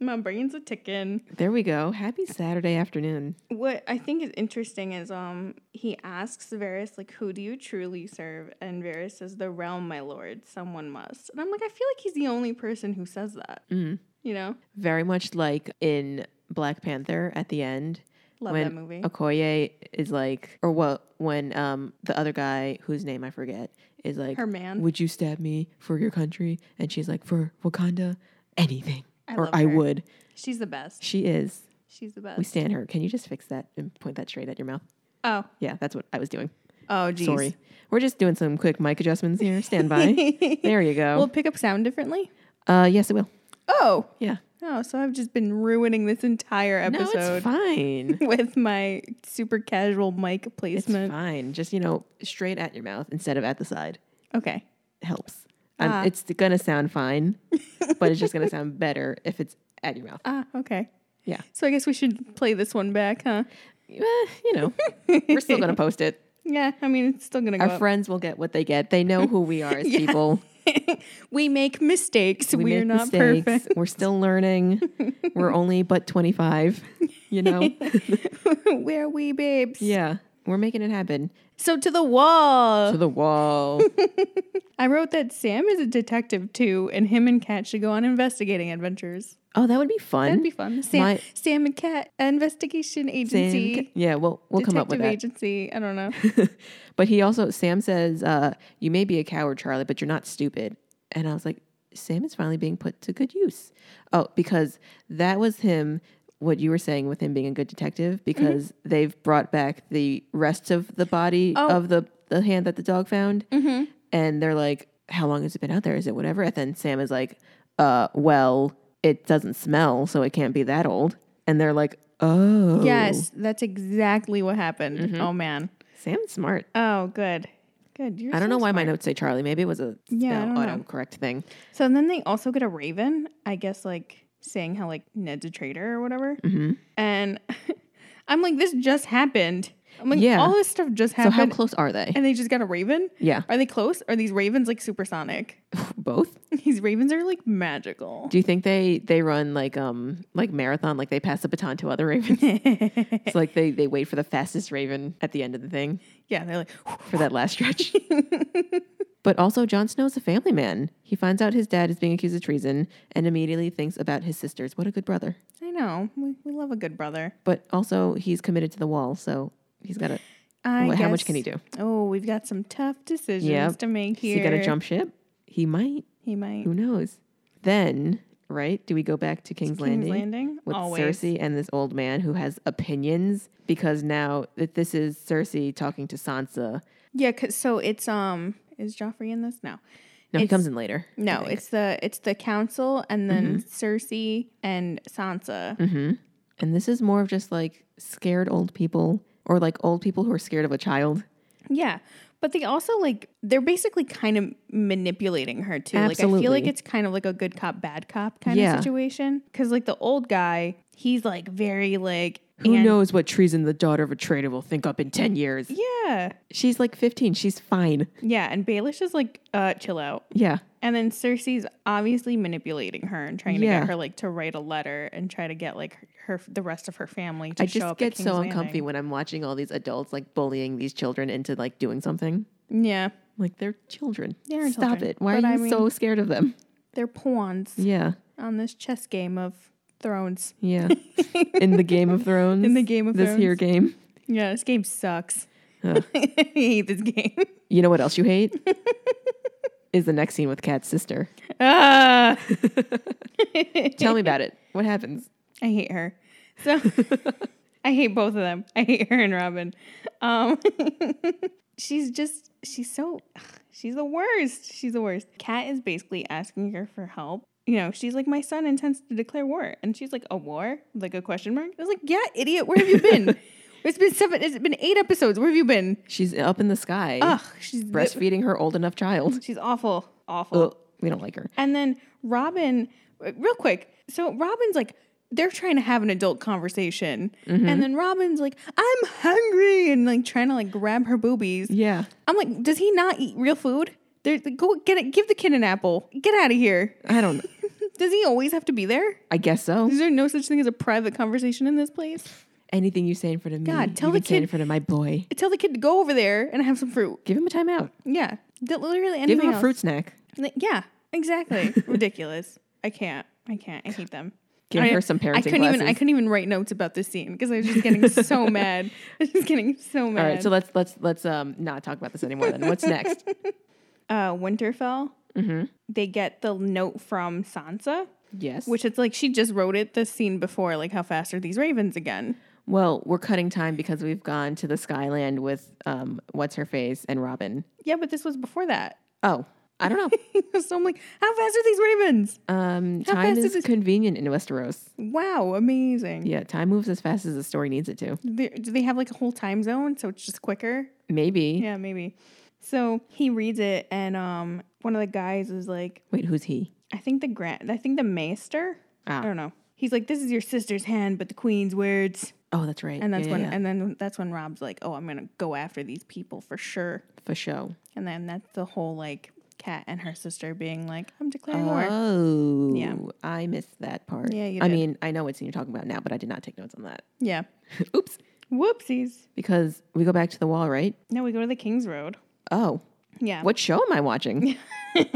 [SPEAKER 1] My brain's a ticking.
[SPEAKER 2] There we go. Happy Saturday afternoon.
[SPEAKER 1] What I think is interesting is um he asks Varys like who do you truly serve and Varys says the realm my lord someone must and I'm like I feel like he's the only person who says that
[SPEAKER 2] Mm.
[SPEAKER 1] you know
[SPEAKER 2] very much like in Black Panther at the end.
[SPEAKER 1] love
[SPEAKER 2] when
[SPEAKER 1] that movie
[SPEAKER 2] Okoye is like, or what? When um the other guy whose name I forget is like,
[SPEAKER 1] her man
[SPEAKER 2] would you stab me for your country? And she's like, for Wakanda, anything,
[SPEAKER 1] I
[SPEAKER 2] or
[SPEAKER 1] love
[SPEAKER 2] I
[SPEAKER 1] her.
[SPEAKER 2] would.
[SPEAKER 1] She's the best.
[SPEAKER 2] She is.
[SPEAKER 1] She's the
[SPEAKER 2] We
[SPEAKER 1] best.
[SPEAKER 2] stand her. Can you just fix that and point that straight at your mouth?
[SPEAKER 1] Oh.
[SPEAKER 2] Yeah, that's what I was doing.
[SPEAKER 1] Oh, geez.
[SPEAKER 2] Sorry. We're just doing some quick mic adjustments here. Stand by. there you
[SPEAKER 1] Will
[SPEAKER 2] go.
[SPEAKER 1] it pick up sound differently?
[SPEAKER 2] uh, yes, it will.
[SPEAKER 1] Oh.
[SPEAKER 2] Yeah.
[SPEAKER 1] Oh, so I've just been ruining this entire
[SPEAKER 2] No,
[SPEAKER 1] episode
[SPEAKER 2] it's fine.
[SPEAKER 1] with my super casual mic
[SPEAKER 2] it's
[SPEAKER 1] placement.
[SPEAKER 2] fine. Just, you know, straight at your mouth instead of at the side
[SPEAKER 1] Okay.
[SPEAKER 2] helps. Um,
[SPEAKER 1] Ah.
[SPEAKER 2] It's going to sound fine, but it's just going to sound better if it's at your mouth.
[SPEAKER 1] Ah, okay.
[SPEAKER 2] Yeah.
[SPEAKER 1] So I guess we should play this one back, huh?
[SPEAKER 2] Eh, you know, we're still going to post it.
[SPEAKER 1] Yeah, I mean, it's still going to go.
[SPEAKER 2] Our
[SPEAKER 1] up.
[SPEAKER 2] friends will get what they get. They know who we are as
[SPEAKER 1] Yeah.
[SPEAKER 2] people.
[SPEAKER 1] we make mistakes. We, are
[SPEAKER 2] make
[SPEAKER 1] not
[SPEAKER 2] mistakes. We're still learning. we're only but 25, you know?
[SPEAKER 1] perfect. We're wee babes.
[SPEAKER 2] yeah. We're making it happen.
[SPEAKER 1] So to the wall.
[SPEAKER 2] To the wall.
[SPEAKER 1] I wrote that Sam is a detective too, and him and Kat should go on investigating adventures.
[SPEAKER 2] oh, that would be fun.
[SPEAKER 1] That'd be fun. Sam,
[SPEAKER 2] My-
[SPEAKER 1] Sam and Kat investigation
[SPEAKER 2] Sam-
[SPEAKER 1] agency.
[SPEAKER 2] yeah, we'll, we'll come up with
[SPEAKER 1] detective
[SPEAKER 2] that.
[SPEAKER 1] agency. I don't know.
[SPEAKER 2] but he also, Sam says, uh, you may be a coward, Charlie, but you're not stupid. And I was like, Sam is finally being put to good use. Oh, because that was him, what you were saying with him being a good
[SPEAKER 1] Mm-hmm.
[SPEAKER 2] detective, because they've brought back the rest of the body
[SPEAKER 1] Oh.
[SPEAKER 2] of the, the hand that the dog found.
[SPEAKER 1] mm-hmm.
[SPEAKER 2] And they're like, how long has it been out there? Is it whatever? And then Sam is like, uh, well, it doesn't smell, so it can't be that old. And they're like, oh.
[SPEAKER 1] Yes, that's exactly what happened.
[SPEAKER 2] Mm-hmm.
[SPEAKER 1] Oh man.
[SPEAKER 2] Sam's smart.
[SPEAKER 1] Oh, good. Good. You're
[SPEAKER 2] I don't
[SPEAKER 1] so
[SPEAKER 2] know why my
[SPEAKER 1] smart.
[SPEAKER 2] notes say Charlie. Maybe it was a
[SPEAKER 1] Yeah, I don't know.
[SPEAKER 2] auto correct thing.
[SPEAKER 1] So then they also get a raven, I guess, like saying how like Ned's a traitor or whatever.
[SPEAKER 2] Mhm.
[SPEAKER 1] And I'm like, this just happened. I'm like,
[SPEAKER 2] Yeah.
[SPEAKER 1] all this stuff just
[SPEAKER 2] So how
[SPEAKER 1] happened,
[SPEAKER 2] close are they?
[SPEAKER 1] and they just got a raven.
[SPEAKER 2] Yeah,
[SPEAKER 1] Are they close? Are these ravens like supersonic?
[SPEAKER 2] both.
[SPEAKER 1] These ravens are like magical.
[SPEAKER 2] Do you think they they run like um like marathon? Like they pass the baton to other ravens? it's like they they wait for the fastest raven at the end of the thing
[SPEAKER 1] yeah, they're like,
[SPEAKER 2] for that last stretch. but also, Jon Snow's a family man. He finds out his dad is being accused of treason and immediately thinks about his sisters. What a good brother!
[SPEAKER 1] I know. We, we love a good brother.
[SPEAKER 2] But also, he's committed to the wall, so he's got to.
[SPEAKER 1] I
[SPEAKER 2] How much
[SPEAKER 1] guess-
[SPEAKER 2] can he do?
[SPEAKER 1] Oh, we've got some tough decisions
[SPEAKER 2] Yep.
[SPEAKER 1] to make
[SPEAKER 2] Is
[SPEAKER 1] here.
[SPEAKER 2] he got to jump ship? He might.
[SPEAKER 1] He might.
[SPEAKER 2] Who knows? Then, right? Do we go back to King's,
[SPEAKER 1] King's
[SPEAKER 2] Landing,
[SPEAKER 1] Landing.
[SPEAKER 2] with
[SPEAKER 1] Always.
[SPEAKER 2] Cersei and this old man who has opinions? Because now that this is Cersei talking to Sansa,
[SPEAKER 1] Yeah, 'cause- so it's um is Joffrey in this? No.
[SPEAKER 2] no, he
[SPEAKER 1] It's-
[SPEAKER 2] comes in later.
[SPEAKER 1] No, it's the it's the council and
[SPEAKER 2] Mm-hmm.
[SPEAKER 1] then Cersei and Sansa.
[SPEAKER 2] hmm And this is more of just like scared old people or like old people who are scared of a child.
[SPEAKER 1] Yeah. But they also like they're basically kind of manipulating her too. Like I feel like
[SPEAKER 2] Absolutely.
[SPEAKER 1] it's kind of like a good cop bad cop kind
[SPEAKER 2] Yeah.
[SPEAKER 1] of situation cuz like the old guy, he's like very like
[SPEAKER 2] Who
[SPEAKER 1] and-
[SPEAKER 2] knows what treason the daughter of a traitor will think up in 10 years?
[SPEAKER 1] Yeah.
[SPEAKER 2] She's like 15. She's fine.
[SPEAKER 1] Yeah, and Baelish is like uh chill out.
[SPEAKER 2] Yeah.
[SPEAKER 1] And then Cersei's obviously manipulating her and trying to
[SPEAKER 2] Yeah.
[SPEAKER 1] get her like to write a letter and try to get like her, the rest of her family to
[SPEAKER 2] I
[SPEAKER 1] show
[SPEAKER 2] just
[SPEAKER 1] up.
[SPEAKER 2] get
[SPEAKER 1] at King's
[SPEAKER 2] so
[SPEAKER 1] Landing.
[SPEAKER 2] uncomfy when I'm watching all these adults like bullying these children into like doing something.
[SPEAKER 1] Yeah,
[SPEAKER 2] Like they're children.
[SPEAKER 1] They are
[SPEAKER 2] Stop
[SPEAKER 1] children.
[SPEAKER 2] it. Why
[SPEAKER 1] But
[SPEAKER 2] are
[SPEAKER 1] I
[SPEAKER 2] you so scared of them?
[SPEAKER 1] they're pawns
[SPEAKER 2] Yeah.
[SPEAKER 1] on this chess game of thrones.
[SPEAKER 2] Yeah. In the Game of Thrones.
[SPEAKER 1] In the Game of
[SPEAKER 2] this
[SPEAKER 1] Thrones.
[SPEAKER 2] here game.
[SPEAKER 1] Yeah, this game sucks.
[SPEAKER 2] Ugh.
[SPEAKER 1] I hate this game.
[SPEAKER 2] You know what else you hate? Is the next scene with Kat's sister.
[SPEAKER 1] Ah,
[SPEAKER 2] Tell me about it. What happens?
[SPEAKER 1] I hate her. So I hate both of them. I hate her and Robin. Um, she's just she's so ugh, she's the worst. She's the worst. Kat is basically asking her for help. You know, she's like, my son intends to declare war, and she's like, a war? Like a question mark? I was like, yeah, idiot. Where have you been? it's been seven. It's been eight episodes. Where have you been?
[SPEAKER 2] She's up in the sky
[SPEAKER 1] Ugh, she's
[SPEAKER 2] breastfeeding her old enough child.
[SPEAKER 1] she's awful, awful.
[SPEAKER 2] Ugh, we don't like her.
[SPEAKER 1] And then Robin, uh, real quick. So Robin's like, they're trying to have an adult conversation.
[SPEAKER 2] Mm-hmm.
[SPEAKER 1] And then Robin's like, I'm hungry. And like trying to like grab her boobies.
[SPEAKER 2] Yeah.
[SPEAKER 1] I'm like, does he not eat real food? There, go get it. Give the kid an apple. Get out of here.
[SPEAKER 2] I don't
[SPEAKER 1] Does he always have to be there?
[SPEAKER 2] I guess so.
[SPEAKER 1] Is there no such thing as a private conversation in this place?
[SPEAKER 2] Anything you say in front of me.
[SPEAKER 1] God,
[SPEAKER 2] you
[SPEAKER 1] tell the
[SPEAKER 2] can say in
[SPEAKER 1] kid-
[SPEAKER 2] front of my boy.
[SPEAKER 1] Tell the kid to go over there and have some fruit.
[SPEAKER 2] Give him a timeout.
[SPEAKER 1] Yeah, That literally anything
[SPEAKER 2] Give him a
[SPEAKER 1] else.
[SPEAKER 2] fruit snack.
[SPEAKER 1] Like, Yeah, exactly. Ridiculous. I can't. I can't. I hate them.
[SPEAKER 2] Give
[SPEAKER 1] I-
[SPEAKER 2] her some parenting
[SPEAKER 1] I couldn't even. I
[SPEAKER 2] classes.
[SPEAKER 1] couldn't even write notes about this scene because I was just getting so mad. I was just getting so mad.
[SPEAKER 2] All right, so let's let's let's um not talk about this anymore. Then what's next? Mm-hmm.
[SPEAKER 1] uh, Winterfell. They get the note from Sansa,
[SPEAKER 2] Yes.
[SPEAKER 1] Which it's like she just wrote it the scene before, like how fast are these ravens again?
[SPEAKER 2] well, we're cutting time because we've gone to the Skyland with um, what's her face and Robin.
[SPEAKER 1] Yeah, but this was before that.
[SPEAKER 2] Oh, I don't know.
[SPEAKER 1] so I'm like, how fast are these ravens?
[SPEAKER 2] Um,
[SPEAKER 1] How
[SPEAKER 2] time
[SPEAKER 1] fast
[SPEAKER 2] is
[SPEAKER 1] is it-
[SPEAKER 2] convenient in Westeros.
[SPEAKER 1] Wow, amazing.
[SPEAKER 2] Yeah, time moves as fast as the story needs it to.
[SPEAKER 1] They- do they have like a whole time zone so it's just quicker?
[SPEAKER 2] Maybe.
[SPEAKER 1] Yeah, maybe. So he reads it, and um, one of the guys is like,
[SPEAKER 2] Wait, who's he?
[SPEAKER 1] I think the grand, I think the maester.
[SPEAKER 2] Ah.
[SPEAKER 1] I don't know. He's like, this is your sister's hand, but the queen's words.
[SPEAKER 2] Oh, that's right.
[SPEAKER 1] And that's
[SPEAKER 2] Yeah,
[SPEAKER 1] when,
[SPEAKER 2] yeah, yeah.
[SPEAKER 1] and then that's when Rob's like, oh, I'm gonna go after these people for sure.
[SPEAKER 2] for show.
[SPEAKER 1] And then that's the whole like cat and her sister being like, I'm declaring war.
[SPEAKER 2] Oh,
[SPEAKER 1] Yeah.
[SPEAKER 2] I missed that part.
[SPEAKER 1] Yeah, you
[SPEAKER 2] I
[SPEAKER 1] did.
[SPEAKER 2] mean, I know what scene you're talking about now, but I did not take notes on that.
[SPEAKER 1] Yeah.
[SPEAKER 2] Oops,
[SPEAKER 1] Whoopsies.
[SPEAKER 2] because we go back to the wall, right?
[SPEAKER 1] Now we go to the King's Road.
[SPEAKER 2] Oh,
[SPEAKER 1] Yeah.
[SPEAKER 2] what show am I watching? what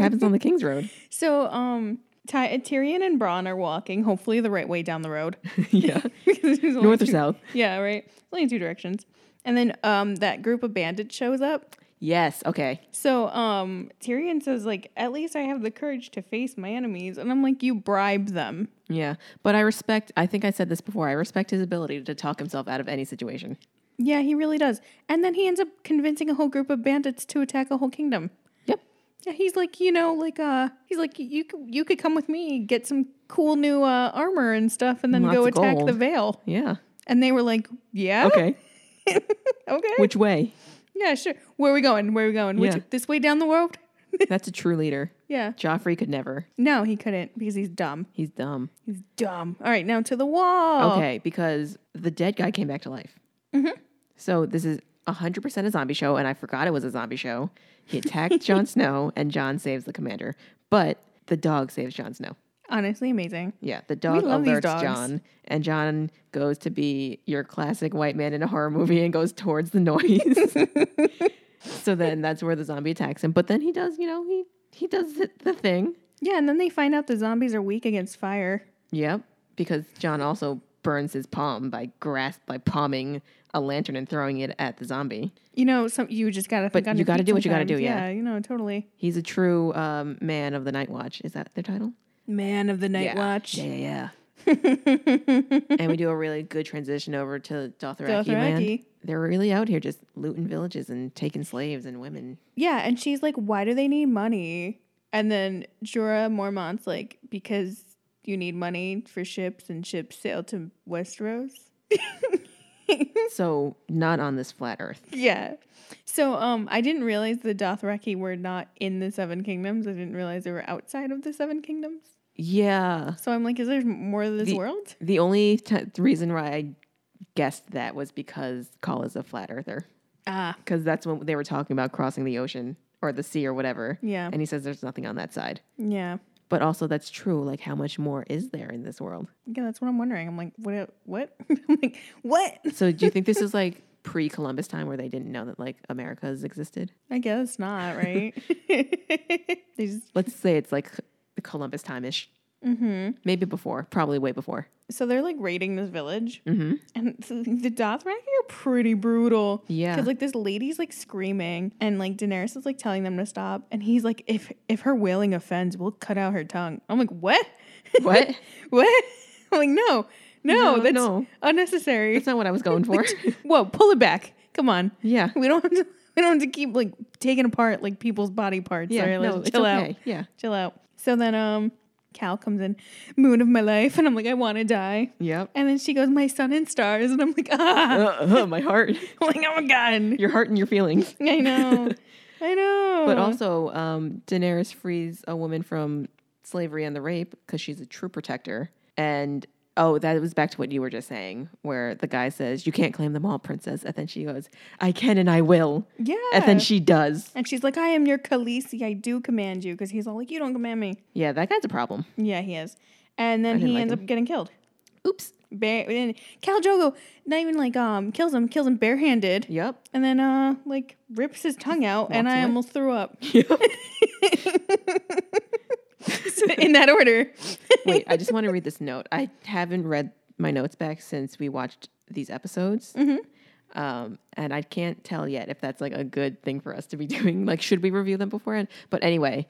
[SPEAKER 2] happens on the King's Road?
[SPEAKER 1] so, um, Ty- Tyrion and Braun are walking, hopefully the right way down the road.
[SPEAKER 2] yeah,
[SPEAKER 1] Because there's only
[SPEAKER 2] north or
[SPEAKER 1] two-
[SPEAKER 2] south?
[SPEAKER 1] Yeah, right. It's only two directions. And then um, that group of bandits shows up.
[SPEAKER 2] Yes. Okay.
[SPEAKER 1] So um, Tyrion says, like, at least I have the courage to face my enemies. And I'm like, you bribe them.
[SPEAKER 2] Yeah, but I respect. I think I said this before. I respect his ability to talk himself out of any situation.
[SPEAKER 1] Yeah, he really does. And then he ends up convincing a whole group of bandits to attack a whole kingdom.
[SPEAKER 2] Yep.
[SPEAKER 1] Yeah, he's like, you know, like uh, he's like, you c- you could come with me, get some cool new uh, armor and stuff, and then
[SPEAKER 2] Lots
[SPEAKER 1] go
[SPEAKER 2] of
[SPEAKER 1] attack
[SPEAKER 2] gold.
[SPEAKER 1] the Vale.
[SPEAKER 2] Yeah.
[SPEAKER 1] And they were like, yeah,
[SPEAKER 2] Okay.
[SPEAKER 1] okay,
[SPEAKER 2] Which way?
[SPEAKER 1] yeah, sure. Where are we going? Where are we going?
[SPEAKER 2] Yeah.
[SPEAKER 1] Which this way down the road?
[SPEAKER 2] That's a true leader.
[SPEAKER 1] yeah.
[SPEAKER 2] Joffrey could never.
[SPEAKER 1] No, he couldn't because he's dumb.
[SPEAKER 2] He's dumb.
[SPEAKER 1] He's dumb. All right, now to the wall.
[SPEAKER 2] Okay, because the dead guy came back to life. So this is 100% a zombie show, and I forgot it was a zombie show. He attacked Jon Snow, and Jon saves the commander. But the dog saves Jon Snow.
[SPEAKER 1] Honestly, amazing.
[SPEAKER 2] Yeah, the dog
[SPEAKER 1] love these
[SPEAKER 2] alerts
[SPEAKER 1] dogs.
[SPEAKER 2] John, and John goes to be your classic white man in a horror movie and goes towards the noise. so then that's where the zombie attacks him. But then he does, you know, he he does the- the thing.
[SPEAKER 1] Yeah, and then they find out the zombies are weak against fire.
[SPEAKER 2] Yep, because John also burns his palm by grasp by palming a lantern and throwing it at the zombie.
[SPEAKER 1] You know, some you just gotta. But
[SPEAKER 2] you gotta do what you gotta do, yeah.
[SPEAKER 1] you know, totally.
[SPEAKER 2] He's a true um, man of the Night Watch. Is that their title?
[SPEAKER 1] Man of the Night Watch.
[SPEAKER 2] Yeah, yeah, yeah. and we do a really good transition over to Dothraki, land.
[SPEAKER 1] Dothraki.
[SPEAKER 2] They're really out here just looting villages and taking slaves and women.
[SPEAKER 1] Yeah, and she's like, "Why do they need money?" And then Jorah Mormont's like, "Because you need money for ships, and ships sail to Westeros."
[SPEAKER 2] So not on this flat earth.
[SPEAKER 1] Yeah. So, um, I didn't realize the Dothraki were not in the Seven Kingdoms. I didn't realize they were outside of the Seven Kingdoms.
[SPEAKER 2] Yeah.
[SPEAKER 1] So I'm like, is there more to this
[SPEAKER 2] The-
[SPEAKER 1] world?
[SPEAKER 2] The only t- reason why I guessed that was because Call is a flat earther.
[SPEAKER 1] Ah,
[SPEAKER 2] Because that's when they were talking about crossing the ocean or the sea or whatever.
[SPEAKER 1] yeah,
[SPEAKER 2] And he says there's nothing on that side.
[SPEAKER 1] yeah.
[SPEAKER 2] But also, that's true. Like, how much more is there in this world?
[SPEAKER 1] Yeah, that's what I'm wondering. I'm like, what? What? I'm like, what?
[SPEAKER 2] So, do you think this is like pre Columbus time where they didn't know that like America's existed?
[SPEAKER 1] I guess not, right? they just
[SPEAKER 2] let's say it's like the Columbus time ish. Mm-hmm. Maybe before, probably way before.
[SPEAKER 1] so they're like raiding this village,
[SPEAKER 2] Mm-hmm.
[SPEAKER 1] and so the Dothraki are pretty brutal.
[SPEAKER 2] Yeah.
[SPEAKER 1] because like this lady's like screaming, and like Daenerys is like telling them to stop, and he's like, if if her wailing offends, we'll cut out her tongue. I'm like, what?
[SPEAKER 2] What?
[SPEAKER 1] what? I'm like, no, no,
[SPEAKER 2] No,
[SPEAKER 1] that's
[SPEAKER 2] no.
[SPEAKER 1] unnecessary.
[SPEAKER 2] That's not what I was going for.
[SPEAKER 1] Whoa, pull it back. Come on.
[SPEAKER 2] yeah.
[SPEAKER 1] We don't have to. We don't have to keep like taking apart like people's body parts.
[SPEAKER 2] Yeah.
[SPEAKER 1] All right,
[SPEAKER 2] no,
[SPEAKER 1] let's
[SPEAKER 2] it's
[SPEAKER 1] chill
[SPEAKER 2] okay.
[SPEAKER 1] out.
[SPEAKER 2] Yeah.
[SPEAKER 1] Chill out. So then, um, Cal comes in, moon of my life, and I'm like, I want to die.
[SPEAKER 2] Yep.
[SPEAKER 1] And then she goes, my sun and stars, and I'm like, ah,
[SPEAKER 2] Uh, uh, my heart,
[SPEAKER 1] I'm like, oh my god.
[SPEAKER 2] your heart and your feelings.
[SPEAKER 1] I know, I know.
[SPEAKER 2] But also, um, Daenerys frees a woman from slavery and the rape because she's a true protector. And oh, that was back to what you were just saying, where the guy says, "You can't claim them all, princess," and then she goes, "I can and I will,"
[SPEAKER 1] yeah.
[SPEAKER 2] and then she does.
[SPEAKER 1] and she's like, I am your Khaleesi. I do command you, because he's all like, you don't command me.
[SPEAKER 2] Yeah, that guy's a problem.
[SPEAKER 1] Yeah, he is. And then
[SPEAKER 2] didn't
[SPEAKER 1] he
[SPEAKER 2] like
[SPEAKER 1] ends
[SPEAKER 2] him.
[SPEAKER 1] up getting killed.
[SPEAKER 2] Oops.
[SPEAKER 1] Bare and Cal Drogo, not even like um kills him, kills him barehanded.
[SPEAKER 2] Yep.
[SPEAKER 1] and then uh like rips his tongue out and
[SPEAKER 2] walks
[SPEAKER 1] i
[SPEAKER 2] away.
[SPEAKER 1] almost threw up
[SPEAKER 2] Yep.
[SPEAKER 1] So, in that order
[SPEAKER 2] Wait, I just want to read this note. I haven't read my notes back since we watched these episodes. Um, and I can't tell yet if that's like a good thing for us to be doing. Like, should we review them beforehand? But anyway,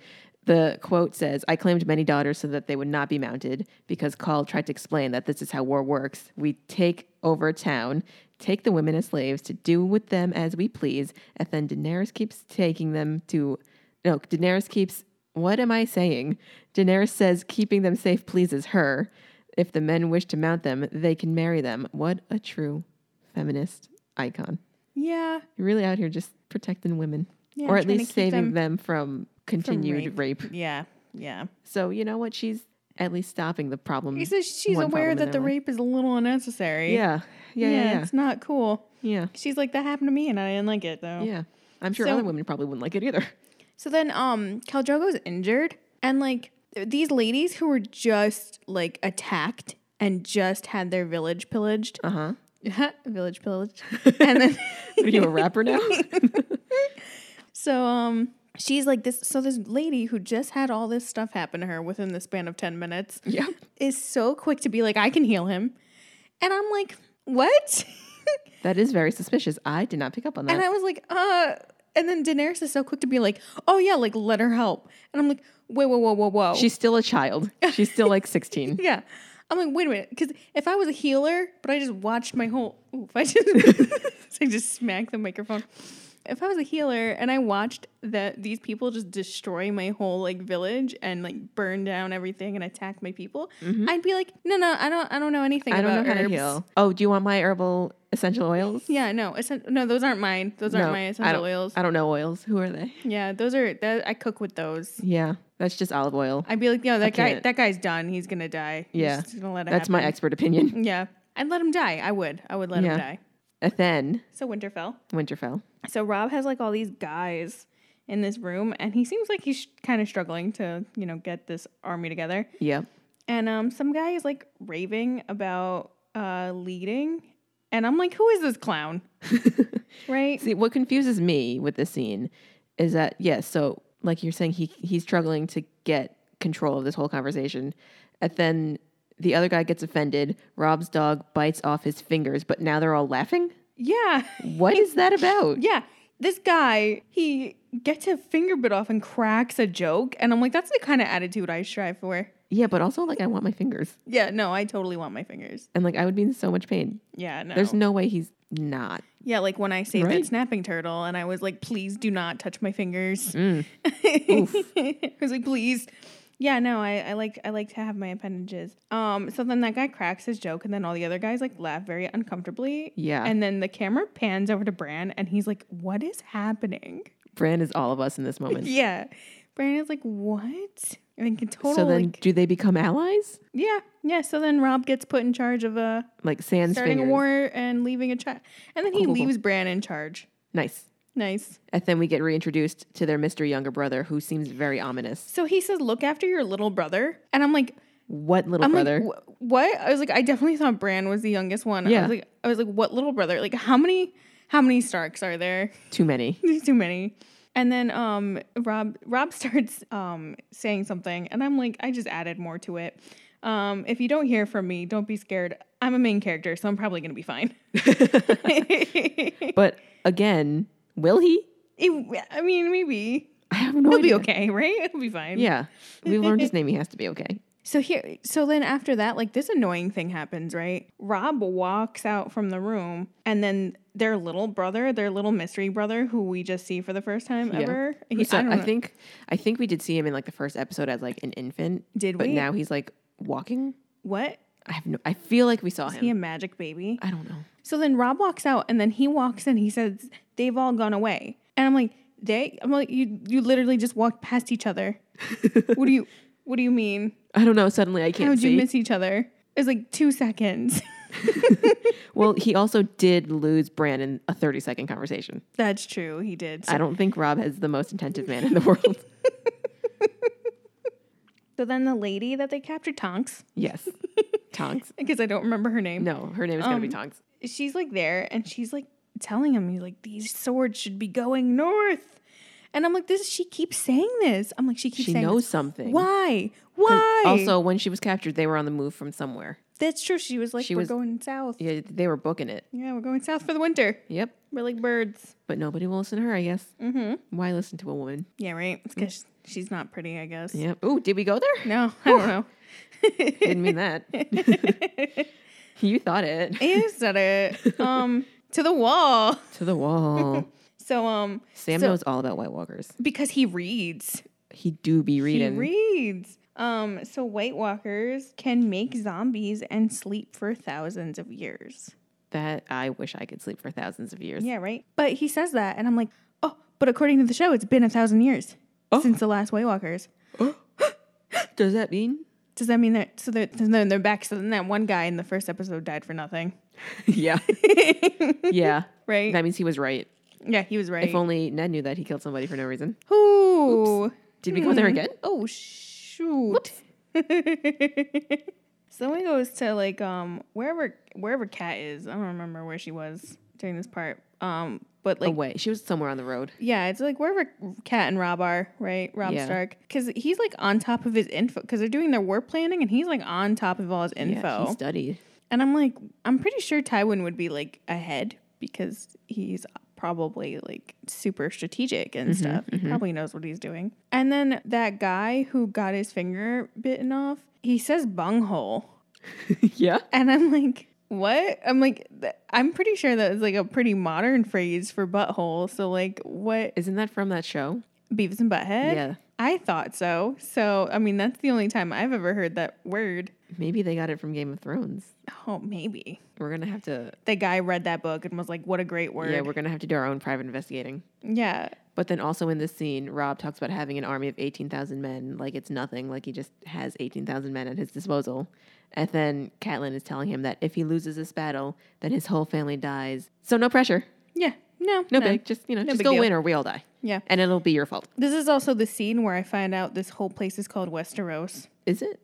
[SPEAKER 2] The quote says, I claimed many daughters so that they would not be mounted because Call tried to explain that this is how war works. We take over a town, take the women as slaves to do with them as we please, and then Daenerys keeps taking them to. No, Daenerys keeps. What am I saying? Daenerys says keeping them safe pleases her. If the men wish to mount them, they can marry them. What a true feminist icon.
[SPEAKER 1] Yeah.
[SPEAKER 2] You're really out here just protecting women,
[SPEAKER 1] yeah
[SPEAKER 2] or at
[SPEAKER 1] trying to
[SPEAKER 2] least
[SPEAKER 1] keep
[SPEAKER 2] saving them,
[SPEAKER 1] them-
[SPEAKER 2] from continued rape.
[SPEAKER 1] Yeah. Yeah.
[SPEAKER 2] So you know what? She's at least stopping the problem.
[SPEAKER 1] He says she's
[SPEAKER 2] One
[SPEAKER 1] aware
[SPEAKER 2] problem in
[SPEAKER 1] that the
[SPEAKER 2] their life.
[SPEAKER 1] rape is a little unnecessary.
[SPEAKER 2] yeah. Yeah, yeah,
[SPEAKER 1] It's not cool.
[SPEAKER 2] yeah,
[SPEAKER 1] She's like, that happened to me and I didn't like it though.
[SPEAKER 2] yeah, yeah. I'm sure
[SPEAKER 1] So-
[SPEAKER 2] other women probably wouldn't like it either.
[SPEAKER 1] So then um Khal Drogo's injured and like th- these ladies who were just like attacked and just had their village pillaged.
[SPEAKER 2] Uh huh.
[SPEAKER 1] village pillaged. and then
[SPEAKER 2] Are you a rapper now?
[SPEAKER 1] so um she's like this so this lady who just had all this stuff happen to her within the span of 10 minutes
[SPEAKER 2] yeah.
[SPEAKER 1] is so quick to be like I can heal him. And I'm like, "What?"
[SPEAKER 2] That is very suspicious. I did not pick up on that.
[SPEAKER 1] And I was like, uh. And then Daenerys is so quick to be like, oh yeah, like let her help. And I'm like, whoa, whoa, whoa, whoa, whoa.
[SPEAKER 2] She's still a child. She's still like 16.
[SPEAKER 1] yeah. I'm like, wait a minute, because if I was a healer, but I just watched my whole, ooh, if I just, I just smacked the microphone. If I was a healer and I watched that these people just destroy my whole like village and like burn down everything and attack my people, I'd be like, no, no, I don't, I don't know anything
[SPEAKER 2] Mm-hmm. I don't know
[SPEAKER 1] about
[SPEAKER 2] how to
[SPEAKER 1] herbs.
[SPEAKER 2] heal. Oh, do you want my herbal essential oils?
[SPEAKER 1] Yeah, no, essen- no, those aren't mine. Those
[SPEAKER 2] No,
[SPEAKER 1] aren't my
[SPEAKER 2] I
[SPEAKER 1] essential
[SPEAKER 2] don't,
[SPEAKER 1] oils.
[SPEAKER 2] I don't know oils. Who are they?
[SPEAKER 1] Yeah, those are that, I cook with those.
[SPEAKER 2] Yeah, that's just olive oil.
[SPEAKER 1] I'd be like, no, that guy,
[SPEAKER 2] can't.
[SPEAKER 1] that guy's done. He's gonna die. He's
[SPEAKER 2] Yeah.
[SPEAKER 1] just gonna let it
[SPEAKER 2] That's my
[SPEAKER 1] happen."
[SPEAKER 2] expert opinion.
[SPEAKER 1] Yeah, I'd let him die. I would. I would let
[SPEAKER 2] Yeah.
[SPEAKER 1] him die.
[SPEAKER 2] And then
[SPEAKER 1] So Winterfell.
[SPEAKER 2] Winterfell.
[SPEAKER 1] So Rob has like all these guys in this room, and he seems like he's kind of struggling to, you know, get this army together.
[SPEAKER 2] Yep.
[SPEAKER 1] And um, some guy is like raving about uh leading, and I'm like, who is this clown? right?
[SPEAKER 2] See, what confuses me with this scene is that yes, so like you're saying, he he's struggling to get control of this whole conversation, and then the other guy gets offended. Rob's dog bites off his fingers, but now they're all laughing.
[SPEAKER 1] Yeah,
[SPEAKER 2] What is that about?
[SPEAKER 1] yeah. This guy, he gets a finger bit off and cracks a joke, and I'm like, that's the kind of attitude I strive for.
[SPEAKER 2] Yeah, but also like I want my fingers,
[SPEAKER 1] Yeah, no, I totally want my fingers.
[SPEAKER 2] and like I would be in so much pain.
[SPEAKER 1] Yeah, no.
[SPEAKER 2] There's no way he's not.
[SPEAKER 1] yeah, like when I saved
[SPEAKER 2] Right?
[SPEAKER 1] that snapping turtle and I was like, please do not touch my fingers.
[SPEAKER 2] Mm. Oof.
[SPEAKER 1] I was like, please. Yeah, no, I, I like I like to have my appendages. Um, so then that guy cracks his joke and then all the other guys like laugh very uncomfortably.
[SPEAKER 2] Yeah, and
[SPEAKER 1] And then the camera pans over to Bran and he's like, What is happening?
[SPEAKER 2] Bran is all of us in this moment.
[SPEAKER 1] Yeah. Bran is like, What? I think it's total
[SPEAKER 2] So then,
[SPEAKER 1] like
[SPEAKER 2] do they become allies?
[SPEAKER 1] Yeah. Yeah. So then Rob gets put in charge of a
[SPEAKER 2] Like Sans
[SPEAKER 1] starting
[SPEAKER 2] fingers.
[SPEAKER 1] a war and leaving a child. And then he
[SPEAKER 2] Cool, cool, cool.
[SPEAKER 1] leaves Bran in charge.
[SPEAKER 2] Nice.
[SPEAKER 1] Nice.
[SPEAKER 2] And then we get reintroduced to their mystery younger brother, who seems very ominous.
[SPEAKER 1] So he says, "Look after your little brother," and I'm like,
[SPEAKER 2] What little
[SPEAKER 1] "I'm
[SPEAKER 2] brother?
[SPEAKER 1] like, "Wh- what?" I was like, "I definitely thought Bran was the youngest one." I
[SPEAKER 2] Yeah.
[SPEAKER 1] was like, "I was like, what little brother? Like, how many, how many Starks are there?
[SPEAKER 2] Too many.
[SPEAKER 1] There's too many." And then um, Rob Rob starts um, saying something, and I'm like, I just added more to it. Um, if you don't hear from me, don't be scared. I'm a main character, so I'm probably gonna be fine. it,
[SPEAKER 2] But again, will he?
[SPEAKER 1] I mean, maybe
[SPEAKER 2] I have no
[SPEAKER 1] he'll
[SPEAKER 2] idea.
[SPEAKER 1] be okay, right? He'll be fine.
[SPEAKER 2] Yeah, we've learned his name. He has to be okay.
[SPEAKER 1] So here, so then after that, like this annoying thing happens, right? Rob walks out from the room, and then their little brother, their little mystery brother, who we just see for the first time
[SPEAKER 2] Yeah.
[SPEAKER 1] ever.
[SPEAKER 2] Who
[SPEAKER 1] He,
[SPEAKER 2] saw-
[SPEAKER 1] I don't
[SPEAKER 2] I,
[SPEAKER 1] know.
[SPEAKER 2] think I think we did see him in like the first episode as like an infant.
[SPEAKER 1] Did
[SPEAKER 2] but
[SPEAKER 1] we?
[SPEAKER 2] now he's like walking.
[SPEAKER 1] what?
[SPEAKER 2] I have no. I feel like we saw
[SPEAKER 1] Is he
[SPEAKER 2] him.
[SPEAKER 1] a magic baby?
[SPEAKER 2] I don't know.
[SPEAKER 1] So then Rob walks out, and then he walks in. He says they've all gone away, and I'm like, they? I'm like, you, you literally just walked past each other. what do you, what do you mean?
[SPEAKER 2] I don't know. Suddenly, I
[SPEAKER 1] How
[SPEAKER 2] can't
[SPEAKER 1] would you
[SPEAKER 2] see.
[SPEAKER 1] miss each other? It's like two seconds.
[SPEAKER 2] well, he also did lose Bran in a thirty-second conversation.
[SPEAKER 1] That's true. He did.
[SPEAKER 2] I don't think Rob is the most attentive man in the world.
[SPEAKER 1] So then the lady that they captured, Tonks,
[SPEAKER 2] yes, Tonks.
[SPEAKER 1] because I don't remember her name.
[SPEAKER 2] No, her name is gonna be
[SPEAKER 1] Um,
[SPEAKER 2] Tonks.
[SPEAKER 1] She's like there and she's like telling him, he's like, these swords should be going north. And I'm like, this she keeps saying this. I'm like, she keeps
[SPEAKER 2] She
[SPEAKER 1] saying
[SPEAKER 2] knows
[SPEAKER 1] this.
[SPEAKER 2] something.
[SPEAKER 1] why? Why?
[SPEAKER 2] Also, when she was captured, they were on the move from somewhere.
[SPEAKER 1] That's true. She was like,
[SPEAKER 2] She
[SPEAKER 1] we're
[SPEAKER 2] was-
[SPEAKER 1] going south. Yeah.
[SPEAKER 2] Yeah, they were booking it.
[SPEAKER 1] we're going south for the winter.
[SPEAKER 2] Yep.
[SPEAKER 1] We're like birds.
[SPEAKER 2] But nobody will listen to her, I guess.
[SPEAKER 1] Mm-hmm.
[SPEAKER 2] Why listen to a woman?
[SPEAKER 1] Yeah, right. It's because she's not pretty, I guess.
[SPEAKER 2] Yep. Ooh, did we go there?
[SPEAKER 1] No, I don't know.
[SPEAKER 2] Didn't mean that. you thought it.
[SPEAKER 1] You said it. Um, to the wall.
[SPEAKER 2] To the wall.
[SPEAKER 1] So, um,
[SPEAKER 2] Sam
[SPEAKER 1] So-
[SPEAKER 2] knows all about White Walkers.
[SPEAKER 1] because he reads.
[SPEAKER 2] He do be reading.
[SPEAKER 1] He reads. Um, so White Walkers can make zombies and sleep for thousands of years.
[SPEAKER 2] that I wish I could sleep for thousands of years.
[SPEAKER 1] Yeah, right. But he says that, and I'm like, oh, but according to the show, it's been a thousand years
[SPEAKER 2] Oh.
[SPEAKER 1] since the last White Walkers.
[SPEAKER 2] Does that mean?
[SPEAKER 1] Does that mean that so they're, then they're back? So then that one guy in the first episode died for nothing,
[SPEAKER 2] yeah. Yeah.
[SPEAKER 1] right?
[SPEAKER 2] That means he was right.
[SPEAKER 1] yeah, he was right.
[SPEAKER 2] If only Ned knew that he killed somebody for no reason.
[SPEAKER 1] Ooh.
[SPEAKER 2] Did we go there
[SPEAKER 1] Hmm.
[SPEAKER 2] again?
[SPEAKER 1] Oh shoot. so then we goes to like um wherever wherever Kat is. I don't remember where she was during this part. Um, but like
[SPEAKER 2] Away. She was somewhere on the road.
[SPEAKER 1] yeah, it's like wherever Kat and Rob are, right? Rob
[SPEAKER 2] Yeah.
[SPEAKER 1] Stark, because he's like on top of his info because they're doing their war planning and he's like on top of all his info.
[SPEAKER 2] Yeah, he studied.
[SPEAKER 1] And I'm like, I'm pretty sure Tywin would be like ahead because he's probably like super strategic and stuff. He probably knows what he's doing. And then that guy who got his finger bitten off, he says bunghole.
[SPEAKER 2] yeah.
[SPEAKER 1] And I'm like, what? I'm like, th- I'm pretty sure that is like a pretty modern phrase for butthole. So, like, what?
[SPEAKER 2] Isn't that from that show?
[SPEAKER 1] Beavis and Butthead?
[SPEAKER 2] Yeah.
[SPEAKER 1] I thought so. So, I mean, that's the only time I've ever heard that word.
[SPEAKER 2] Maybe they got it from Game of Thrones.
[SPEAKER 1] Oh, maybe.
[SPEAKER 2] We're gonna have to.
[SPEAKER 1] The guy read that book and was like, what a great word.
[SPEAKER 2] Yeah, we're gonna have to do our own private investigating.
[SPEAKER 1] Yeah.
[SPEAKER 2] But then also in this scene, Rob talks about having an army of 18,000 men, like it's nothing, like he just has 18,000 men at his disposal. And then Catelyn is telling him that if he loses this battle, then his whole family dies. So no pressure.
[SPEAKER 1] Yeah. No.
[SPEAKER 2] No, big. Just, you know, just
[SPEAKER 1] big
[SPEAKER 2] go
[SPEAKER 1] deal.
[SPEAKER 2] win or we all die.
[SPEAKER 1] Yeah.
[SPEAKER 2] And it'll be your fault.
[SPEAKER 1] This is also the scene where I find out this whole place is called Westeros.
[SPEAKER 2] Is it?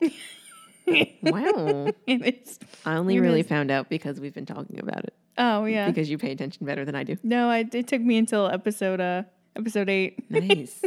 [SPEAKER 2] wow.
[SPEAKER 1] And it's
[SPEAKER 2] I only
[SPEAKER 1] It
[SPEAKER 2] really
[SPEAKER 1] is.
[SPEAKER 2] found out because we've been talking about it
[SPEAKER 1] oh yeah.
[SPEAKER 2] because you pay attention better than I do.
[SPEAKER 1] no, I, it took me until episode uh episode eight.
[SPEAKER 2] Nice.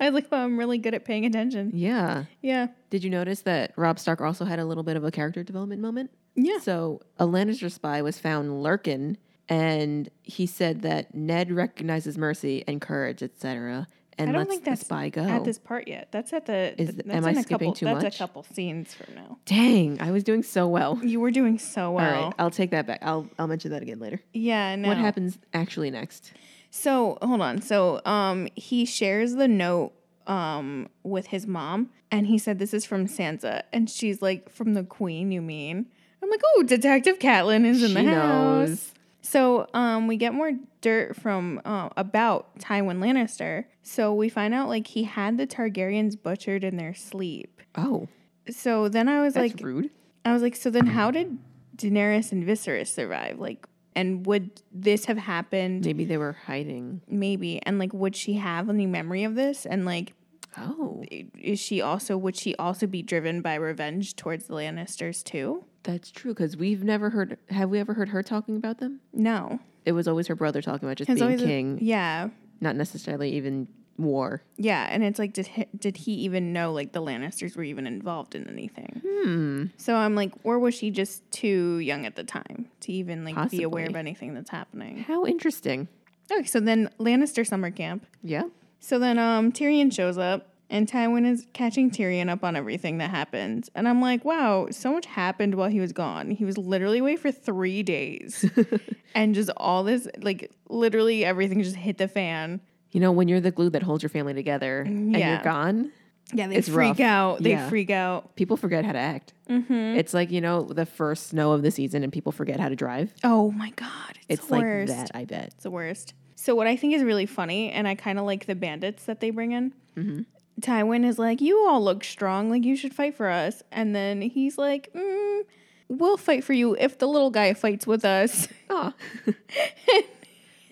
[SPEAKER 1] I was like, wow, I'm really good at paying attention.
[SPEAKER 2] yeah.
[SPEAKER 1] Yeah.
[SPEAKER 2] Did you notice that Rob Stark also had a little bit of a character development moment?
[SPEAKER 1] Yeah.
[SPEAKER 2] So a Lannister spy was found lurking, and he said that Ned recognizes mercy and courage, etc., and
[SPEAKER 1] I don't
[SPEAKER 2] lets
[SPEAKER 1] think
[SPEAKER 2] the
[SPEAKER 1] that's
[SPEAKER 2] spy go.
[SPEAKER 1] At this part yet. That's at the
[SPEAKER 2] Oh. Is-
[SPEAKER 1] that's
[SPEAKER 2] am I
[SPEAKER 1] in a
[SPEAKER 2] skipping
[SPEAKER 1] couple,
[SPEAKER 2] too
[SPEAKER 1] that's
[SPEAKER 2] much?
[SPEAKER 1] a couple scenes from now.
[SPEAKER 2] Dang, I was doing so well.
[SPEAKER 1] You were doing so
[SPEAKER 2] All
[SPEAKER 1] well.
[SPEAKER 2] right, I'll take that back. I'll I'll mention that again later.
[SPEAKER 1] Yeah, no.
[SPEAKER 2] What happens actually next?
[SPEAKER 1] So hold on. So um, he shares the note um with his mom, and he said, "This is from Sansa," and she's like, "From the Queen, you mean?" I'm like, "Oh, Detective Catelyn is in the
[SPEAKER 2] She
[SPEAKER 1] house."
[SPEAKER 2] knows.
[SPEAKER 1] So um, we get more dirt from uh, about Tywin Lannister. So we find out like he had the Targaryens butchered in their sleep.
[SPEAKER 2] Oh,
[SPEAKER 1] So then I was
[SPEAKER 2] that's
[SPEAKER 1] like,
[SPEAKER 2] rude.
[SPEAKER 1] I was like, so then how did Daenerys and Viserys survive? Like, and would this have happened?
[SPEAKER 2] Maybe they were hiding.
[SPEAKER 1] maybe and like would she have any memory of this and like
[SPEAKER 2] Oh,
[SPEAKER 1] i- is she also would she also be driven by revenge towards the lannisters too
[SPEAKER 2] that's true. Because we've never heard. Have we ever heard her talking about them?
[SPEAKER 1] no
[SPEAKER 2] It was always her brother talking about just
[SPEAKER 1] It's
[SPEAKER 2] being
[SPEAKER 1] always a-
[SPEAKER 2] king,
[SPEAKER 1] yeah
[SPEAKER 2] not necessarily even war.
[SPEAKER 1] yeah and it's like did he, did he even know like the lannisters were even involved in anything hmm so i'm like or was she just too young at the time to even like be aware of
[SPEAKER 2] Possibly.
[SPEAKER 1] anything that's happening
[SPEAKER 2] How interesting.
[SPEAKER 1] okay so then lannister summer camp
[SPEAKER 2] Yeah.
[SPEAKER 1] So then um Tyrion shows up and Tywin is catching Tyrion up on everything that happened. And I'm like, wow, so much happened while he was gone. He was literally away for three days. and just all this like literally everything just hit the fan.
[SPEAKER 2] You know, when you're the glue that holds your family together and you're
[SPEAKER 1] Yeah.
[SPEAKER 2] gone,
[SPEAKER 1] Yeah, they
[SPEAKER 2] It's
[SPEAKER 1] freak
[SPEAKER 2] rough.
[SPEAKER 1] out. They
[SPEAKER 2] Yeah.
[SPEAKER 1] freak out.
[SPEAKER 2] people forget how to act.
[SPEAKER 1] Mm-hmm.
[SPEAKER 2] It's like, you know, the first snow of the season and people forget how to drive.
[SPEAKER 1] Oh my god. It's,
[SPEAKER 2] It's
[SPEAKER 1] the
[SPEAKER 2] like
[SPEAKER 1] worst.
[SPEAKER 2] that, I bet.
[SPEAKER 1] It's the worst. So what I think is really funny, and I kind of like the bandits that they bring in.
[SPEAKER 2] Mm-hmm.
[SPEAKER 1] Tywin is like, "You all look strong. Like you should fight for us." And then he's like, mm, "We'll fight for you if the little guy fights with us."
[SPEAKER 2] Oh,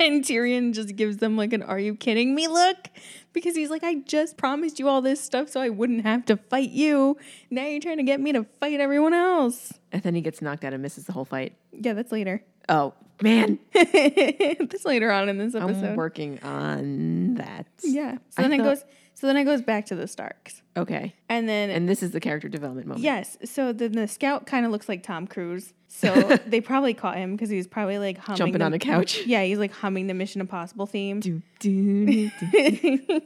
[SPEAKER 1] And Tyrion just gives them like an "Are you kidding me?" look, because he's like, "I just promised you all this stuff so I wouldn't have to fight you. Now you're trying to get me to fight everyone else."
[SPEAKER 2] and then he gets knocked out and misses the whole fight.
[SPEAKER 1] Yeah, that's later.
[SPEAKER 2] Oh, Man,
[SPEAKER 1] this later on in this
[SPEAKER 2] I'm
[SPEAKER 1] episode.
[SPEAKER 2] working on that.
[SPEAKER 1] Yeah. So
[SPEAKER 2] I
[SPEAKER 1] then it
[SPEAKER 2] thought-
[SPEAKER 1] goes. So then it goes back to the Starks,
[SPEAKER 2] Okay.
[SPEAKER 1] and then
[SPEAKER 2] And this is the character development moment.
[SPEAKER 1] yes. So then the scout kind of looks like Tom Cruise. So they probably caught him because he's probably like humming
[SPEAKER 2] Jumping
[SPEAKER 1] the-
[SPEAKER 2] on a couch.
[SPEAKER 1] Yeah, he's like humming the Mission Impossible theme,
[SPEAKER 2] Do, do, do, do.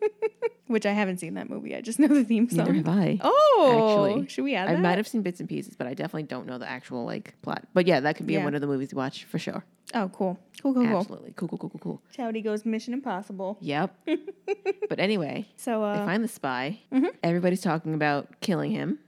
[SPEAKER 1] which I haven't seen that movie. I just know the theme
[SPEAKER 2] Neither
[SPEAKER 1] song.
[SPEAKER 2] have I.
[SPEAKER 1] Oh,
[SPEAKER 2] actually.
[SPEAKER 1] should we add
[SPEAKER 2] I
[SPEAKER 1] that?
[SPEAKER 2] might have seen bits and pieces, but I definitely don't know the actual like plot. But yeah, that could be in
[SPEAKER 1] Yeah.
[SPEAKER 2] one of the movies you watch for sure.
[SPEAKER 1] oh, cool, cool, cool, cool.
[SPEAKER 2] Absolutely. Cool, cool, cool, cool, cool.
[SPEAKER 1] Chowdy goes Mission Impossible.
[SPEAKER 2] Yep. but anyway,
[SPEAKER 1] So
[SPEAKER 2] they
[SPEAKER 1] uh,
[SPEAKER 2] find the spy. Everybody's talking about killing him.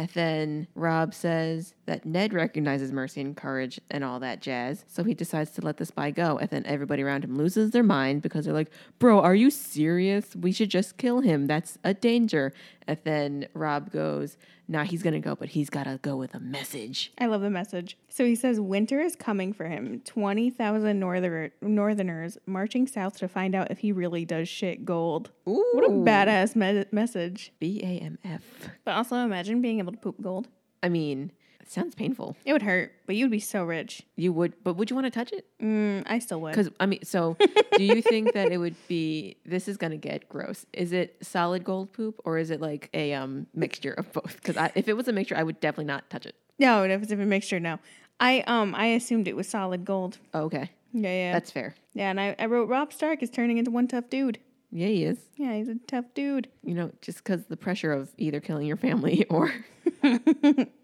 [SPEAKER 2] And then Rob says that Ned recognizes mercy and courage and all that jazz. So he decides to let the spy go. And then everybody around him loses their mind because they're like, Bro, are you serious? We should just kill him. That's a danger. And then Rob goes, Nah, he's going to go, but he's got to go with a message.
[SPEAKER 1] I love the message. So he says winter is coming for him. 20,000 norther- northerners marching south to find out if he really does shit gold.
[SPEAKER 2] Ooh.
[SPEAKER 1] What a badass me- message.
[SPEAKER 2] B A M F.
[SPEAKER 1] But also imagine being able to poop gold.
[SPEAKER 2] I mean, it sounds painful.
[SPEAKER 1] It would hurt, but you'd be so rich.
[SPEAKER 2] You would, but would you want to touch it?
[SPEAKER 1] Mm, I still would.
[SPEAKER 2] Because I mean, so do you think that it would be? This is gonna get gross. Is it solid gold poop or is it like a um mixture of both? Because if it was a mixture, I would definitely not touch it.
[SPEAKER 1] No, if it's a mixture, no. I um I assumed it was solid gold.
[SPEAKER 2] Oh, okay,
[SPEAKER 1] Yeah, yeah.
[SPEAKER 2] that's fair.
[SPEAKER 1] yeah, and I, I wrote Rob Stark is turning into one tough dude.
[SPEAKER 2] Yeah, he is.
[SPEAKER 1] Yeah, he's a tough dude.
[SPEAKER 2] You know, just because the pressure of either killing your family or.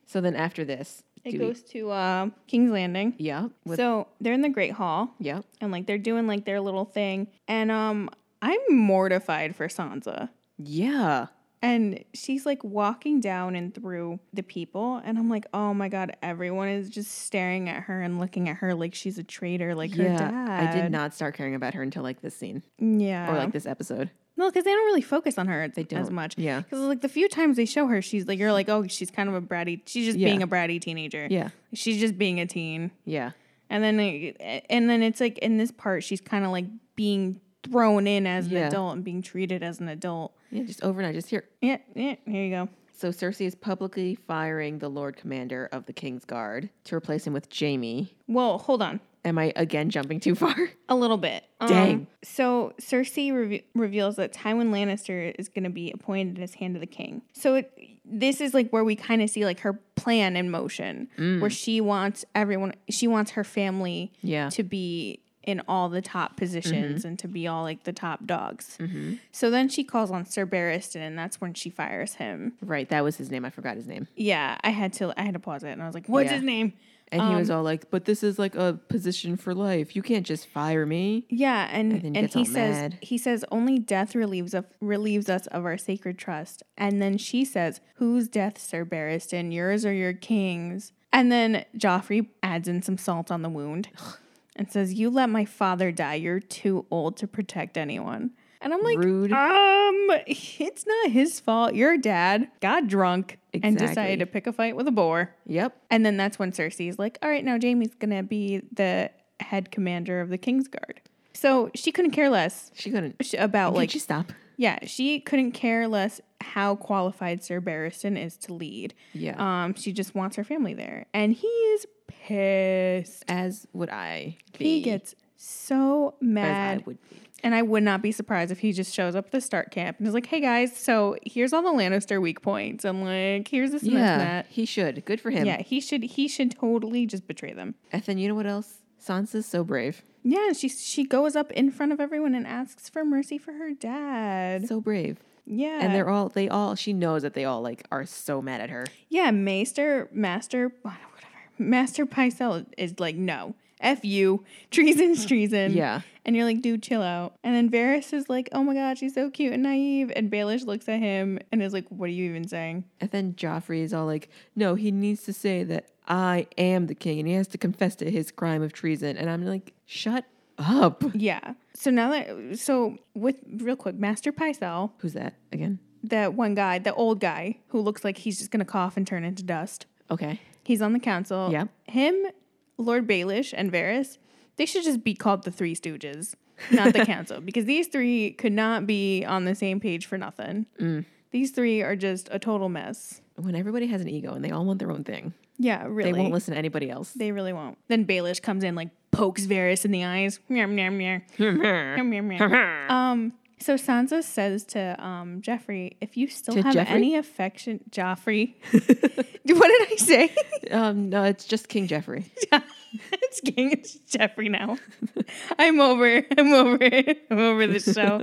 [SPEAKER 2] so then after this,
[SPEAKER 1] It
[SPEAKER 2] do we-
[SPEAKER 1] goes to uh, King's Landing.
[SPEAKER 2] yeah, with,
[SPEAKER 1] so they're in the Great Hall.
[SPEAKER 2] yeah.
[SPEAKER 1] and like they're doing like their little thing and um i'm mortified for sansa
[SPEAKER 2] Yeah.
[SPEAKER 1] and she's like walking down and through the people and i'm like oh my god everyone is just staring at her and looking at her like she's a traitor like her
[SPEAKER 2] yeah,
[SPEAKER 1] dad
[SPEAKER 2] I did not start caring about her until like this scene
[SPEAKER 1] yeah
[SPEAKER 2] or like this episode.
[SPEAKER 1] no because they don't really focus on her
[SPEAKER 2] They
[SPEAKER 1] as
[SPEAKER 2] don't.
[SPEAKER 1] much
[SPEAKER 2] Yeah.
[SPEAKER 1] because like the few times they show her she's like you're like oh she's kind of a bratty she's just
[SPEAKER 2] Yeah.
[SPEAKER 1] being a bratty teenager
[SPEAKER 2] Yeah,
[SPEAKER 1] she's just being a teen
[SPEAKER 2] yeah,
[SPEAKER 1] And then like, and then it's like in this part she's kind of like being thrown in as an
[SPEAKER 2] Yeah.
[SPEAKER 1] adult and being treated as an adult.
[SPEAKER 2] yeah. Just overnight, just here.
[SPEAKER 1] Yeah, yeah, here you go.
[SPEAKER 2] So Cersei is publicly firing the Lord Commander of the King's Guard to replace him with Jamie.
[SPEAKER 1] Well, hold on.
[SPEAKER 2] Am I again jumping too far?
[SPEAKER 1] A little bit. Um,
[SPEAKER 2] Dang.
[SPEAKER 1] So Cersei reve- reveals that Tywin Lannister is going to be appointed as Hand of the King. So it, this is like where we kind of see like her plan in motion,
[SPEAKER 2] Mm.
[SPEAKER 1] where she wants everyone, she wants her family
[SPEAKER 2] Yeah. Mm-hmm.
[SPEAKER 1] to be in all the top positions and to be all like the top dogs. So then she calls on Sir Barristan, and that's when she fires him.
[SPEAKER 2] Right, that was his name. I forgot his name.
[SPEAKER 1] Yeah, I had to, I had to pause it, and I was like, "What's
[SPEAKER 2] Yeah.
[SPEAKER 1] his name?"
[SPEAKER 2] And he was all like, "But this is like a position for life. You can't just fire me."
[SPEAKER 1] Yeah, and
[SPEAKER 2] then he
[SPEAKER 1] and,
[SPEAKER 2] gets
[SPEAKER 1] he
[SPEAKER 2] all
[SPEAKER 1] says
[SPEAKER 2] mad.
[SPEAKER 1] he says only death relieves of relieves us of our sacred trust. And then she says, "Whose death, Sir Barristan? Yours or your king's?" And then Joffrey adds in some salt on the wound and says, "You let my father die. You're too old to protect anyone." And I'm like,
[SPEAKER 2] Rude.
[SPEAKER 1] um, it's not his fault. Your dad got drunk and
[SPEAKER 2] Exactly.
[SPEAKER 1] decided to pick a fight with a boar.
[SPEAKER 2] Yep.
[SPEAKER 1] And then that's when Cersei's like, all right, now Jamie's going to be the head commander of the Kingsguard. So she couldn't care less
[SPEAKER 2] She couldn't.
[SPEAKER 1] sh- about,
[SPEAKER 2] Like,
[SPEAKER 1] like,
[SPEAKER 2] she stop?
[SPEAKER 1] yeah, she couldn't care less how qualified Sir Barristan is to lead.
[SPEAKER 2] Yeah.
[SPEAKER 1] Um, she just wants her family there. And he is pissed.
[SPEAKER 2] As would I. Be,
[SPEAKER 1] He gets so
[SPEAKER 2] As
[SPEAKER 1] mad.
[SPEAKER 2] I would be.
[SPEAKER 1] And I would not be surprised if he just shows up at the start camp and is like, hey guys, so here's all the Lannister weak points. I'm like, here's this and this and
[SPEAKER 2] Yeah.
[SPEAKER 1] that.
[SPEAKER 2] He should. Good for him.
[SPEAKER 1] Yeah, he should he should totally just betray them.
[SPEAKER 2] And then you know what else? Sansa's so brave.
[SPEAKER 1] Yeah, she she goes up in front of everyone and asks for mercy for her dad.
[SPEAKER 2] So brave.
[SPEAKER 1] Yeah,
[SPEAKER 2] And they're all. They all. She knows that they all like are so mad at her.
[SPEAKER 1] yeah, Maester Master whatever Master Pycelle is like no. F you, treason's treason.
[SPEAKER 2] Yeah.
[SPEAKER 1] And you're like, dude, chill out. And then Varys is like, oh my god, she's so cute and naive. And Baelish looks at him and is like, what are you even saying?
[SPEAKER 2] And then Joffrey is all like, no, he needs to say that I am the king and he has to confess to his crime of treason. And I'm like, shut up.
[SPEAKER 1] Yeah. So now that, so with, real quick, Master Pycelle,
[SPEAKER 2] Who's that again?
[SPEAKER 1] that one guy, the old guy who looks like he's just gonna cough and turn into dust.
[SPEAKER 2] Okay.
[SPEAKER 1] He's on the council.
[SPEAKER 2] Yeah.
[SPEAKER 1] Him, Lord Baelish, and Varys, they should just be called the Three Stooges, not the council, because these three could not be on the same page for
[SPEAKER 2] Mm.
[SPEAKER 1] nothing. These three are just a total mess.
[SPEAKER 2] When everybody has an ego and they all want their own thing.
[SPEAKER 1] Yeah, really.
[SPEAKER 2] They won't listen to anybody else.
[SPEAKER 1] They really won't. Then Baelish comes in, like pokes Varys in the eyes. Meow, meow, meow. Meow, meow, meow. um, so Sansa says to um Jeffrey, if you still
[SPEAKER 2] To
[SPEAKER 1] have
[SPEAKER 2] Jeffrey?
[SPEAKER 1] any affection, Joffrey. what did I say?
[SPEAKER 2] um, no, it's just King Jeffrey.
[SPEAKER 1] it's King it's Jeffrey now. I'm over. I'm over it. I'm over this show.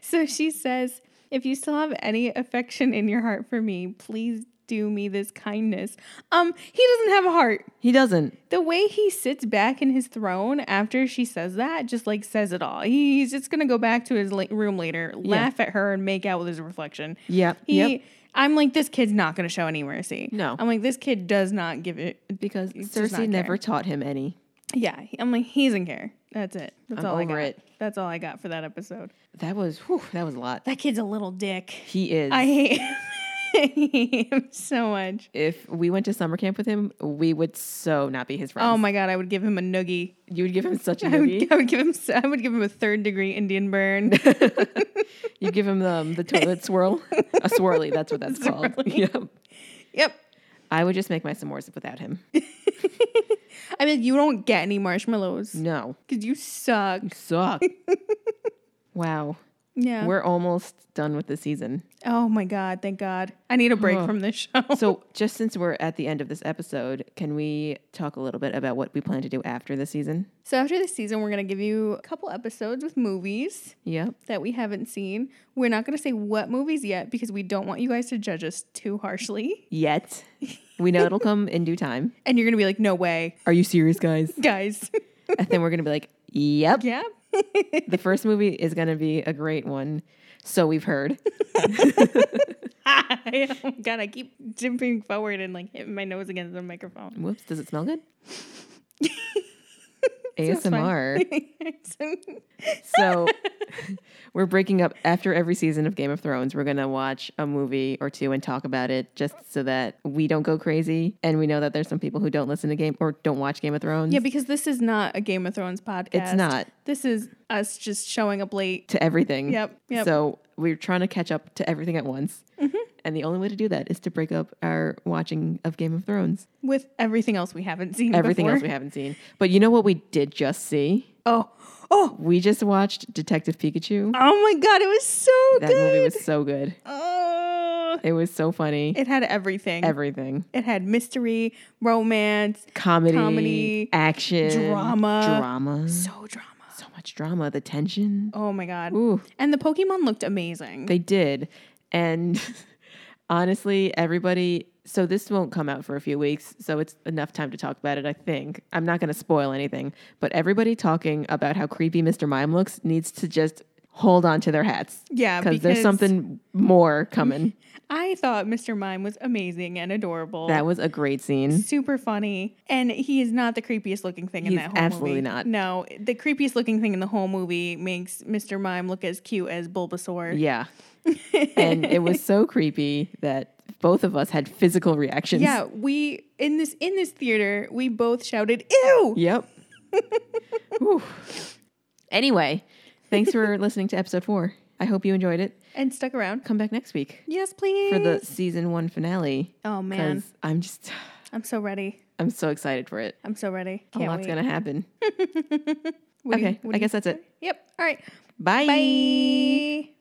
[SPEAKER 1] so she says, if you still have any affection in your heart for me, please do me this kindness. Um, he doesn't have a heart.
[SPEAKER 2] He doesn't.
[SPEAKER 1] The way he sits back in his throne after she says that just like says it all. He's just gonna go back to his la- room later, laugh at her, and make out with his reflection.
[SPEAKER 2] Yep.
[SPEAKER 1] He,
[SPEAKER 2] yep.
[SPEAKER 1] I'm like, this kid's not gonna show any mercy.
[SPEAKER 2] No.
[SPEAKER 1] I'm like, this kid does not give it.
[SPEAKER 2] Because
[SPEAKER 1] does not
[SPEAKER 2] Cersei
[SPEAKER 1] care.
[SPEAKER 2] never taught him any.
[SPEAKER 1] Yeah, he- I'm like, he doesn't care. That's it. That's
[SPEAKER 2] I'm
[SPEAKER 1] all I
[SPEAKER 2] over
[SPEAKER 1] got.
[SPEAKER 2] it.
[SPEAKER 1] That's all I got for that episode.
[SPEAKER 2] That was whew, that was a lot.
[SPEAKER 1] That kid's a little dick.
[SPEAKER 2] He is.
[SPEAKER 1] I hate him. I hate him so much.
[SPEAKER 2] if we went to summer camp with him, we would so not be his friends.
[SPEAKER 1] Oh my god, I would give him a noogie.
[SPEAKER 2] You would give him such a
[SPEAKER 1] I
[SPEAKER 2] noogie.
[SPEAKER 1] would, I would give him. s- I would give him a third degree Indian burn.
[SPEAKER 2] You give him the um, the toilet swirl, a swirly. That's what that's called.
[SPEAKER 1] Swirly.
[SPEAKER 2] Yep.
[SPEAKER 1] yep.
[SPEAKER 2] I would just make my s'mores without him.
[SPEAKER 1] I mean, you don't get any marshmallows
[SPEAKER 2] No,
[SPEAKER 1] because you suck.
[SPEAKER 2] suck. wow,
[SPEAKER 1] Yeah.
[SPEAKER 2] we're almost done with the season.
[SPEAKER 1] oh my god, thank God. I need a break
[SPEAKER 2] Ugh.
[SPEAKER 1] from this show.
[SPEAKER 2] So, just since we're at the end of this episode, can we talk a little bit about what we plan to do after the season?
[SPEAKER 1] So after this season, we're gonna give you a couple episodes with movies
[SPEAKER 2] Yep.
[SPEAKER 1] that we haven't seen. We're not gonna say what movies yet because we don't want you guys to judge us too harshly.
[SPEAKER 2] Yet, we know it'll come in due time.
[SPEAKER 1] And you're gonna be like, no way,
[SPEAKER 2] Are you serious, guys?
[SPEAKER 1] guys.
[SPEAKER 2] And then we're gonna be like, "Yep."
[SPEAKER 1] yeah.
[SPEAKER 2] The first movie is gonna be a great one. So we've heard.
[SPEAKER 1] I, oh my god, I keep dipping forward and like hitting my nose against the microphone.
[SPEAKER 2] Whoops, does it smell good?
[SPEAKER 1] That's fine.
[SPEAKER 2] ASMR. so we're breaking up after every season of Game of Thrones. We're going to watch a movie or two and talk about it just so that we don't go crazy. And we know that there's some people who don't listen to Game or don't watch Game of Thrones.
[SPEAKER 1] yeah, because this is not a Game of Thrones podcast.
[SPEAKER 2] It's not.
[SPEAKER 1] This is us just showing up late.
[SPEAKER 2] to everything.
[SPEAKER 1] Yep, yep. Mm-hmm.
[SPEAKER 2] So we're trying to catch up to everything at once. And the only way to do that is to break up our watching of Game of Thrones.
[SPEAKER 1] with everything else we haven't seen.
[SPEAKER 2] Everything
[SPEAKER 1] before.
[SPEAKER 2] else we haven't seen. But you know what we did just see?
[SPEAKER 1] Oh, oh,
[SPEAKER 2] We just watched Detective Pikachu.
[SPEAKER 1] oh my God! It was so
[SPEAKER 2] That
[SPEAKER 1] good.
[SPEAKER 2] movie was so good.
[SPEAKER 1] oh,
[SPEAKER 2] It was so funny.
[SPEAKER 1] it had everything.
[SPEAKER 2] Everything.
[SPEAKER 1] it had mystery, romance,
[SPEAKER 2] Comedy,
[SPEAKER 1] Comedy,
[SPEAKER 2] action,
[SPEAKER 1] drama.
[SPEAKER 2] drama. So,
[SPEAKER 1] so drama.
[SPEAKER 2] much drama, the tension.
[SPEAKER 1] Oh my God!
[SPEAKER 2] Ooh,
[SPEAKER 1] And the Pokemon looked amazing.
[SPEAKER 2] they did. And honestly, everybody so this won't come out for a few weeks, so it's enough time to talk about it, I think. I'm not going to spoil anything, but everybody talking about how creepy Mr. Mime looks needs to just hold on to their hats.
[SPEAKER 1] Yeah,
[SPEAKER 2] Cuz there's
[SPEAKER 1] because-
[SPEAKER 2] something more coming.
[SPEAKER 1] I thought Mr. Mime was amazing and adorable.
[SPEAKER 2] that was a great scene.
[SPEAKER 1] super funny, and he is not the creepiest looking thing in
[SPEAKER 2] He's
[SPEAKER 1] that whole
[SPEAKER 2] absolutely
[SPEAKER 1] movie.
[SPEAKER 2] not.
[SPEAKER 1] No, the creepiest looking thing in the whole movie makes Mr. Mime look as cute as Bulbasaur.
[SPEAKER 2] Yeah. and it was so creepy that both of us had physical reactions.
[SPEAKER 1] Yeah, we in this in this theater, we both shouted "ew."
[SPEAKER 2] Yep. Whew. Anyway, thanks for listening to episode four. I hope you enjoyed it.
[SPEAKER 1] and stuck around.
[SPEAKER 2] Come back next week
[SPEAKER 1] Yes, please.
[SPEAKER 2] for the season one finale.
[SPEAKER 1] oh man,
[SPEAKER 2] I'm just,
[SPEAKER 1] I'm so ready.
[SPEAKER 2] I'm so excited for it.
[SPEAKER 1] I'm so ready.
[SPEAKER 2] A
[SPEAKER 1] Can't
[SPEAKER 2] lot's
[SPEAKER 1] wait.
[SPEAKER 2] Oh, gonna happen.
[SPEAKER 1] What do you-
[SPEAKER 2] okay,
[SPEAKER 1] what do
[SPEAKER 2] I
[SPEAKER 1] you-
[SPEAKER 2] guess that's it.
[SPEAKER 1] Yep. All right.
[SPEAKER 2] Bye.
[SPEAKER 1] Bye.